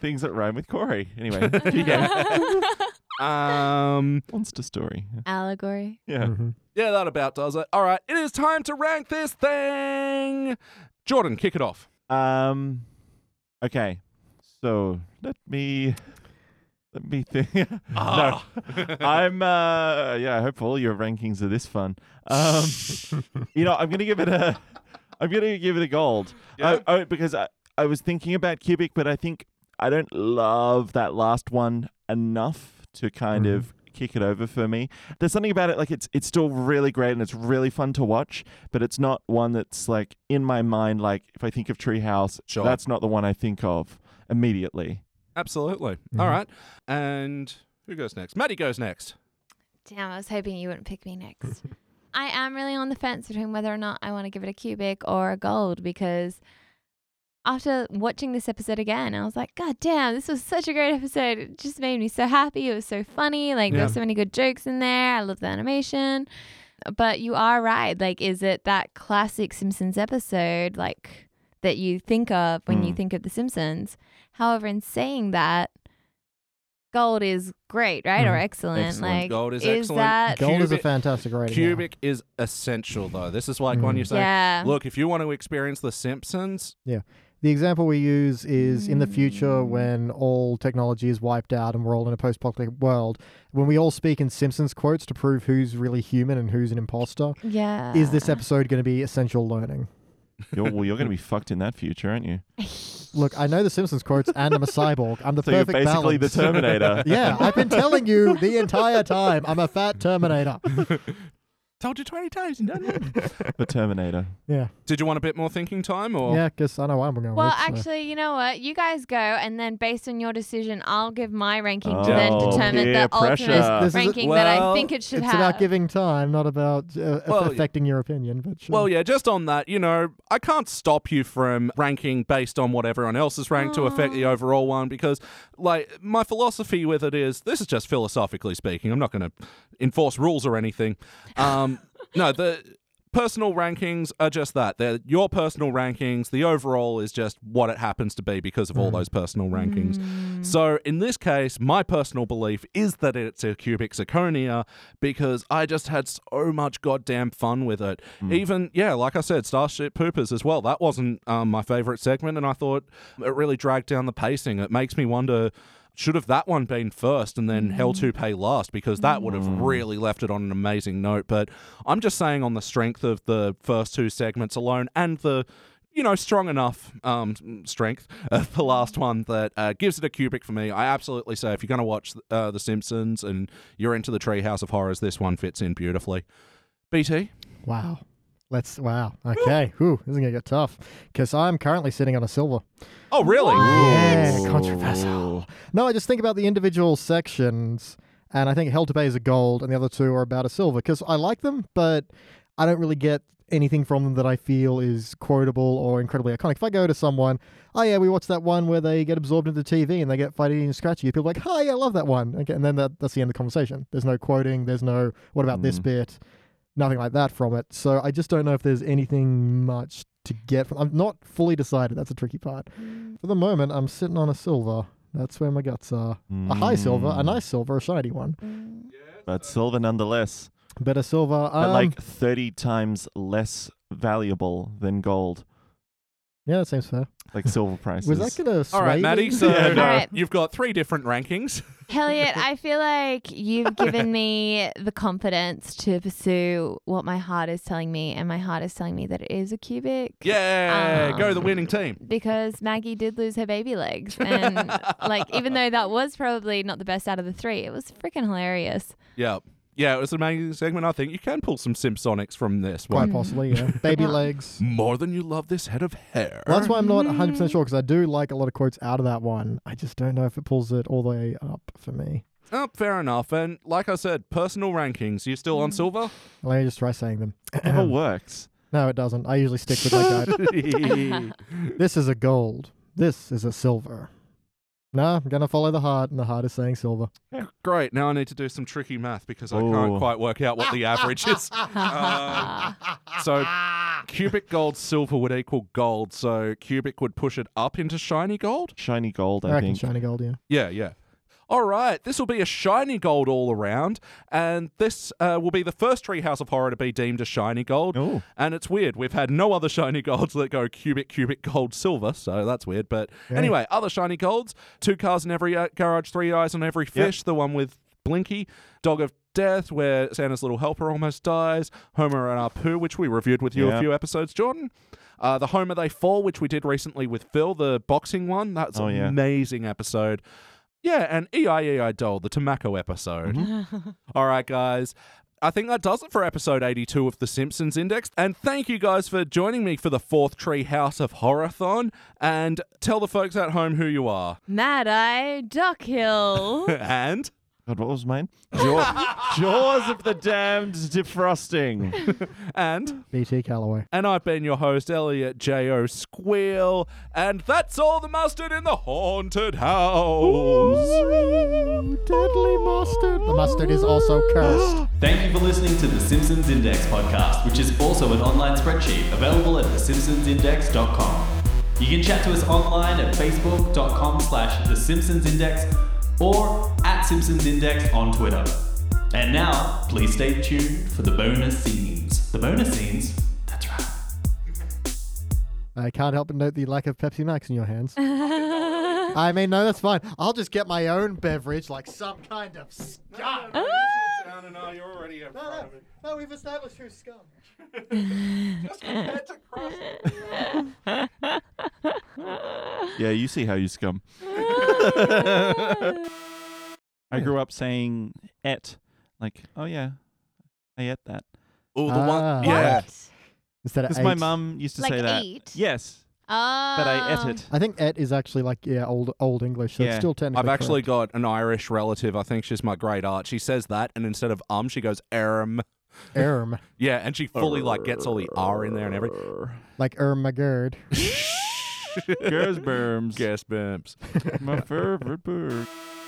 S2: Things that rhyme with Corey. Anyway,
S5: um,
S2: monster story.
S4: Allegory.
S2: Yeah.
S3: Mhm.
S5: yeah, that about does it. All right, it is time to rank this thing. Jordan, kick it off.
S2: Um. Okay. So let me let me think. no, I'm. Uh, yeah. I hope all your rankings are this fun. Um. you know, I'm gonna give it a. I'm gonna give it a gold.
S5: Yeah?
S2: I, I, because I I was thinking about Cubic, but I think I don't love that last one enough to kind of kick it over for me. There's something about it like it's it's still really great and it's really fun to watch, but it's not one that's like in my mind like if I think of Treehouse,
S5: Sure.
S2: that's not the one I think of immediately.
S5: Absolutely. All right, and who goes next? Maddie goes next.
S4: Damn, I was hoping you wouldn't pick me next. I am really on the fence between whether or not I want to give it a cubic or a gold because after watching this episode again, I was like, God damn, this was such a great episode. It just made me so happy. It was so funny. Like,
S5: Yeah.
S4: there's so many good jokes in there. I love the animation. but you are right. Like, is it that classic Simpsons episode, like that you think of when you
S2: Mm.
S4: think of The Simpsons? However, in saying that, gold is great, right, or
S3: Mhm.
S4: excellent?
S2: Excellent.
S4: Like,
S5: Gold is excellent.
S4: that
S3: Gold is a
S5: Cubic-
S3: fantastic rating. yeah.
S5: Cubic is essential, though. This is like when you say,
S4: yeah?
S5: look, if you want to experience The Simpsons,
S3: The example we use is in the future
S4: Mm.
S3: when all technology is wiped out and we're all in a post apocalyptic world, when we all speak in Simpsons quotes to prove who's really human and who's an imposter,
S4: yeah.
S3: is
S2: Um,
S3: this episode going to be essential learning?
S2: You're, well, you're going to be fucked in that future, aren't you?
S3: Look, I know the Simpsons quotes and I'm a cyborg. I'm the
S2: So you're
S3: perfect
S2: basically
S3: balance.
S2: the Terminator.
S3: yeah, I've been telling you the entire time I'm a fat Terminator.
S5: told you 20 times and done it.
S2: The Terminator.
S3: Yeah,
S5: Did you want a bit more thinking time? Or
S3: yeah, because I know where I'm going.
S4: Well,
S3: with, so.
S4: actually, you know what? You guys go, and then based on your decision, I'll give my ranking to then
S2: Oh,
S4: determine
S2: peer
S4: the ultimate
S2: pressure. This-
S3: this is a-
S4: ranking that I
S5: Well,
S4: think it should
S3: it's
S4: have.
S3: about giving time, not about uh,
S5: Well, yeah.
S3: affecting your opinion. But sure.
S5: Well, yeah, just on that, you know, I can't stop you from ranking based on what everyone else is ranked to affect the overall one because, like, my philosophy with it is this is just philosophically speaking. I'm not going to enforce rules or anything. Um, no, the personal rankings are just that. They're your personal rankings. The overall is just what it happens to be because of all those personal rankings. So in this case, my personal belief is that it's a cubic zirconia because I just had so much goddamn fun with it. Even yeah, like I said, Starship Poopers as well. That wasn't um, my favorite segment, and I thought it really dragged down the pacing. It makes me wonder. Should have that one been first and then Hell to Pay last because that would have really left it on an amazing note. But I'm just saying, on the strength of the first two segments alone and the you know, strong enough um, strength of the last one that uh, gives it a cubic for me. I absolutely say if you're going to watch uh, The Simpsons and you're into the Treehouse of Horrors, this one fits in beautifully. BT,
S3: Wow. Let's wow. Okay. Whew, this is gonna get tough because I'm currently sitting on a silver.
S5: oh really?
S3: Yeah, controversial. No, I just think about the individual sections, and I think Hell to Pay is a gold, and the other two are about a silver because I like them, but I don't really get anything from them that I feel is quotable or incredibly iconic. If I go to someone, oh yeah, we watched that one where they get absorbed into the TV and they get fighting and scratchy, people are like, hi, I love that one. Okay, and then that, that's the end of the conversation. There's no quoting. There's no what about this bit. Nothing like that from it. So I just don't know if there's anything much to get from. I'm not fully decided. That's a tricky part. For the moment, I'm sitting on a silver. That's where my guts are. A high silver, a
S2: Mm.
S3: nice silver, a shiny one.
S2: But silver nonetheless.
S3: But a silver,
S2: But
S3: um,
S2: like 30 times less valuable than gold.
S3: yeah, that seems fair.
S2: Like silver prices.
S3: Was that gonna sway
S5: All right,
S3: me?
S5: Maddie. So
S2: Yeah, no.
S4: All right.
S5: you've got three different rankings.
S4: Elliot, I feel like you've given me the confidence to pursue what my heart is telling me, and my heart is telling me that it is a cubic.
S5: Yeah, go the winning team.
S4: Because Maggie did lose her baby legs. And, like, even though that was probably not the best out of the three, it was freaking hilarious.
S5: Yeah, yeah, it was an amazing segment. I think you can pull some Simpsonics from this
S3: Quite
S5: one.
S3: possibly, yeah. Baby
S4: Yeah.
S3: legs.
S5: More than you love this head of hair.
S3: Well, that's why I'm not 100 percent sure because I do like a lot of quotes out of that one. I just don't know if it pulls it all the way up for me.
S5: Oh, fair enough. And like I said, personal rankings. You still on silver?
S3: Let me just try saying them.
S2: Never works.
S3: No, it doesn't. I usually stick with my guide. This is a gold. This is a silver. Nah, I'm gonna follow the heart, and the heart is saying silver.
S5: Great. Now I need to do some tricky math because I
S2: Oh.
S5: can't quite work out what the average is.
S4: Uh,
S5: Um, so cubic gold silver would equal gold. So cubic would push it up into shiny gold.
S2: Shiny gold,
S3: I
S2: I,
S3: reckon
S2: think.
S3: shiny gold, yeah.
S5: Yeah, yeah. All right, this will be a shiny gold all around, and this uh, will be the first Treehouse of Horror to be deemed a shiny gold.
S2: Oh.
S5: And it's weird, we've had no other shiny golds that go cubic, cubic, gold, silver, so that's weird. But anyway, other shiny golds two cars in every uh, garage, three eyes on every fish, the one with Blinky, Dog of Death, where Santa's little helper almost dies, Homer and Apu, which we reviewed with you a
S2: Yeah.
S5: few episodes, Jordan. Uh, the Homer They Fall, which we did recently with Phil, the boxing one. That's
S2: Oh, yeah.
S5: amazing episode. Yeah, and E EIEI Doll, the tobacco episode.
S2: Mm-hmm.
S5: All right, guys. I think that does it for episode 82 of The Simpsons Index. And thank you guys for joining me for the fourth Tree House of Horrorthon. And tell the folks at home who you are.
S4: Mad Eye Duckhill.
S5: and
S2: God, what was mine? Jaw- Jaws of the Damned defrosting.
S5: And
S3: BT Calloway.
S5: and I've been your host, Elliot J.O. Squeal. And that's all the mustard in the haunted house.
S3: Deadly mustard. The mustard is also cursed.
S7: Thank you for listening to the Simpsons Index podcast, which is also an online spreadsheet available at thesimpsonsindex.com. You can chat to us online at facebook.com slash thesimpsonsindex or at simpsonsindex on Twitter. And now, please stay tuned for the bonus scenes. The bonus scenes? That's right.
S3: I can't help but note the lack of Pepsi Max in your hands. I mean, no, that's fine. I'll just get my own beverage, like some kind of scum. No, uh, no, no we've established who's scum.
S2: Yeah, you see how you scum. I grew up saying et. Like, oh yeah, I ate that.
S5: Oh, the
S3: Ah.
S5: one. Yeah.
S3: Instead of
S2: Because my
S3: eight.
S2: mum used to
S4: Like
S2: say that.
S4: eat?
S2: Yes,
S4: Oh.
S2: but I ate it.
S3: I think et is actually like yeah, old old English, so
S2: Yeah.
S3: it's still technically.
S5: I've actually
S3: correct.
S5: got an Irish relative. I think she's my great aunt. She says that, and instead of um, she goes erm.
S3: Erm,
S5: Yeah, and she fully like gets all the r in there and everything.
S3: like Erm McGird.
S4: Um.
S2: Girls berms.
S5: Gas bumps.
S2: My favorite bird.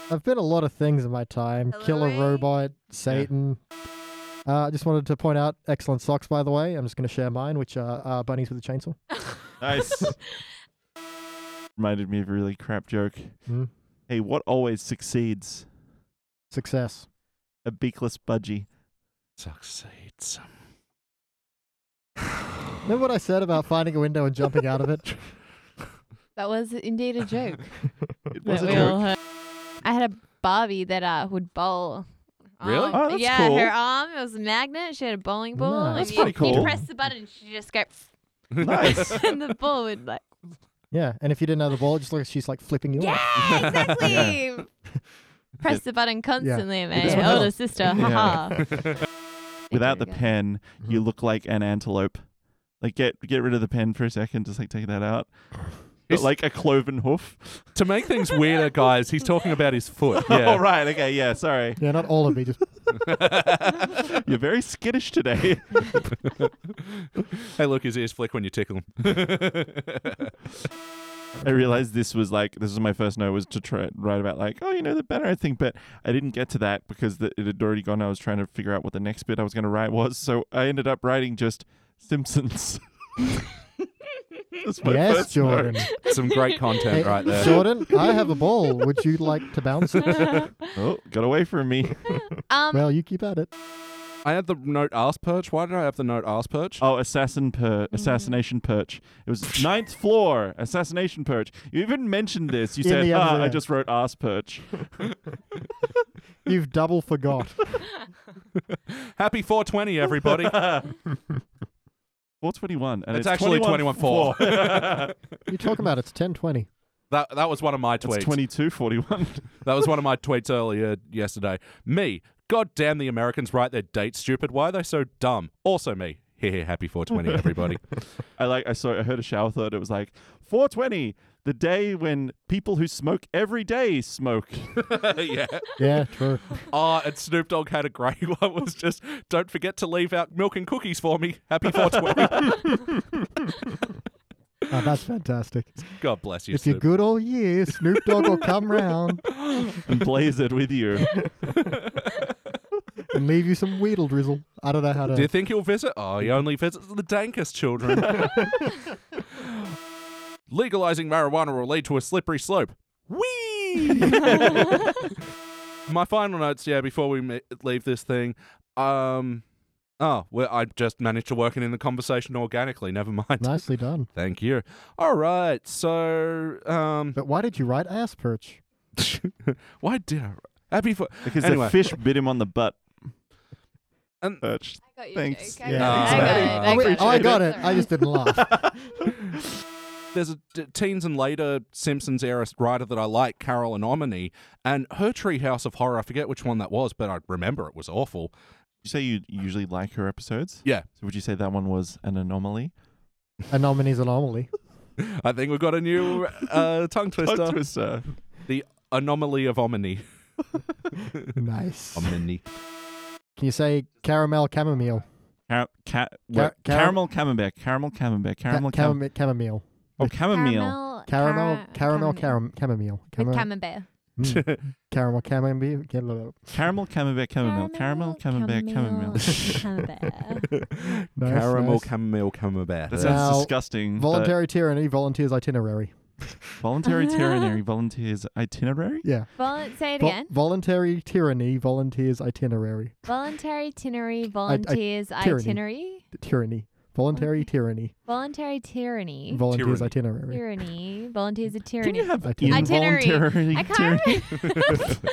S3: I've been a lot of things in my time.
S4: Hello,
S3: Killer
S4: eh?
S3: robot, Satan. Uh, I just wanted to point out excellent socks, by the way. I'm just going to share mine, which are, are bunnies with a chainsaw.
S2: Nice. Reminded me of a really crap joke.
S3: Hmm.
S2: Hey, what always succeeds?
S3: Success.
S2: A beakless budgie.
S5: Succeeds.
S3: Remember what I said about finding a window and jumping out of it?
S4: That was indeed a joke.
S2: It
S4: that
S2: was a
S4: we all
S2: joke.
S4: heard. I had a Barbie that uh, would bowl.
S5: Really?
S4: Um,
S2: Oh, that's
S4: yeah,
S2: cool.
S4: her arm it was a magnet. She had a bowling ball.
S3: Nice.
S4: and
S2: That's
S4: you,
S2: pretty
S4: You
S2: cool.
S4: press the button, she just go,
S2: Nice.
S4: and the ball would like.
S3: Yeah, and if you didn't have the ball, just look. She's like flipping you. off.
S4: Yeah, exactly. Press the button constantly,
S3: It's
S4: man.
S3: one of
S4: Older
S3: those-
S4: sister, haha.
S2: Without the
S4: There we go.
S2: pen, you look like an antelope. Like get get rid of the pen for a second, just like take that out. Got
S5: Is-
S2: like a cloven hoof.
S5: To make things weirder, guys, he's talking about his foot.
S2: Oh
S5: Yeah.
S2: right, okay, yeah, sorry.
S3: Yeah, not all of me. Just
S2: You're very skittish today.
S5: hey, look, his ears flick when you tickle him.
S2: I realized this was like this was my first note was to try write about like oh you know the banner thing, but I didn't get to that because the, it had already gone. I was trying to figure out what the next bit I was going to write was, so I ended up writing just Simpsons. That's my
S3: yes,
S2: first note.
S3: Jordan.
S5: Some great content
S3: Hey,
S5: right there.
S3: Jordan, I have a ball. Would you like to bounce it?
S2: Oh, got away from me.
S4: Um,
S3: well, you keep at it.
S5: I had the note ass perch. Why did I have the note ass perch?
S2: Oh, assassin per
S3: Mm-hmm.
S2: assassination perch. It was ninth floor assassination perch. You even mentioned this. You
S3: In
S2: said,
S3: the
S2: "Ah, I
S3: episode.
S2: just wrote ass perch."
S3: You've double forgot.
S5: Happy 420, everybody.
S2: Four twenty one, and
S5: It's
S2: it's,
S5: actually
S2: 21
S5: 21.
S3: You're talking about it's ten twenty.
S5: that that was one of my tweets.
S2: It's twenty two forty one.
S5: That was one of my tweets earlier yesterday. Me, God damn the Americans write their dates stupid. Why are they so dumb? Also me. Here, happy 420, everybody.
S2: I like I saw I heard a shower thought it was like 420 the day when people who smoke every day smoke.
S5: yeah.
S3: Yeah, true.
S5: Ah, and Snoop Dogg had a great one. Was just don't forget to leave out milk and cookies for me. Happy 420.
S3: Oh, that's fantastic.
S5: God bless you,
S3: if you're
S5: Snoop.
S3: good all year, Snoop Dogg will come round
S2: and blaze it with you.
S3: and leave you some Weedle Drizzle. I don't know how to.
S5: Do you think he'll visit? Oh, he only visits the dankest children. Legalizing marijuana will lead to a slippery slope. Whee! My final notes, yeah, before we ma- leave this thing. Um, oh, well, I just managed to work it in the conversation organically. Never mind.
S3: Nicely done.
S5: Thank you. All right. So, um,
S3: But why did you write ass perch?
S5: why did I? Happy for.
S2: Because
S5: Anyway.
S2: the fish bit him on the butt.
S3: Um,
S2: Uh,
S5: And-
S2: Perch.
S4: I got your
S2: Thanks.
S4: joke. I
S3: Yeah.
S4: got it. I
S3: oh,
S4: got
S3: wait,
S4: it.
S3: oh, I got it.
S4: Sorry.
S3: I just didn't laugh.
S5: there's a d- teens and later Simpsons era writer that I like, Carol Anomany, and her Treehouse of Horror. I forget which one that was, but I remember it was awful.
S2: You say you usually like her episodes?
S5: Yeah.
S2: So would you say that one was an anomaly?
S3: Anomaly's anomaly.
S5: I think we've got a new uh, tongue twister.
S2: Tongue twister.
S5: the anomaly of Omni.
S3: nice.
S5: Omni.
S3: Can you say caramel chamomile?
S2: Car- ca- what?
S3: car-
S2: caramel camembert. Caramel camembert.
S3: Ca-
S2: Caramel cam-
S3: chamome- chamomile.
S2: Oh, chamomile.
S3: Caramel, caramel, caram- chamomile.
S4: With
S3: Camo-
S4: camembert.
S3: Mm. Caramel, chamomile. blah, blah, blah.
S2: Caramel camembert. Chamomile. Caramel camembert. Chamomile.
S4: camembert.
S3: Nice,
S5: Caramel
S3: nice.
S5: chamomile camembert.
S2: That
S5: Uh,
S2: sounds
S3: Now,
S2: disgusting. but
S3: Voluntary tyranny, volunteers itinerary.
S2: Voluntary tyranny. Volunteers itinerary.
S3: Yeah.
S4: Vol- say it
S3: Vol-
S4: again.
S3: voluntary tyranny, volunteers itinerary.
S4: Voluntary tyranny, volunteers
S3: tyranny.
S4: itinerary.
S3: Tyranny. Voluntary tyranny,
S4: Voluntary tyranny.
S3: volunteers
S5: Tyranny.
S3: itinerary.
S4: tyranny. Volunteers of tyranny.
S2: Can you have
S3: Itinerary.
S2: involuntary
S4: I
S2: tyranny?
S4: can't remember.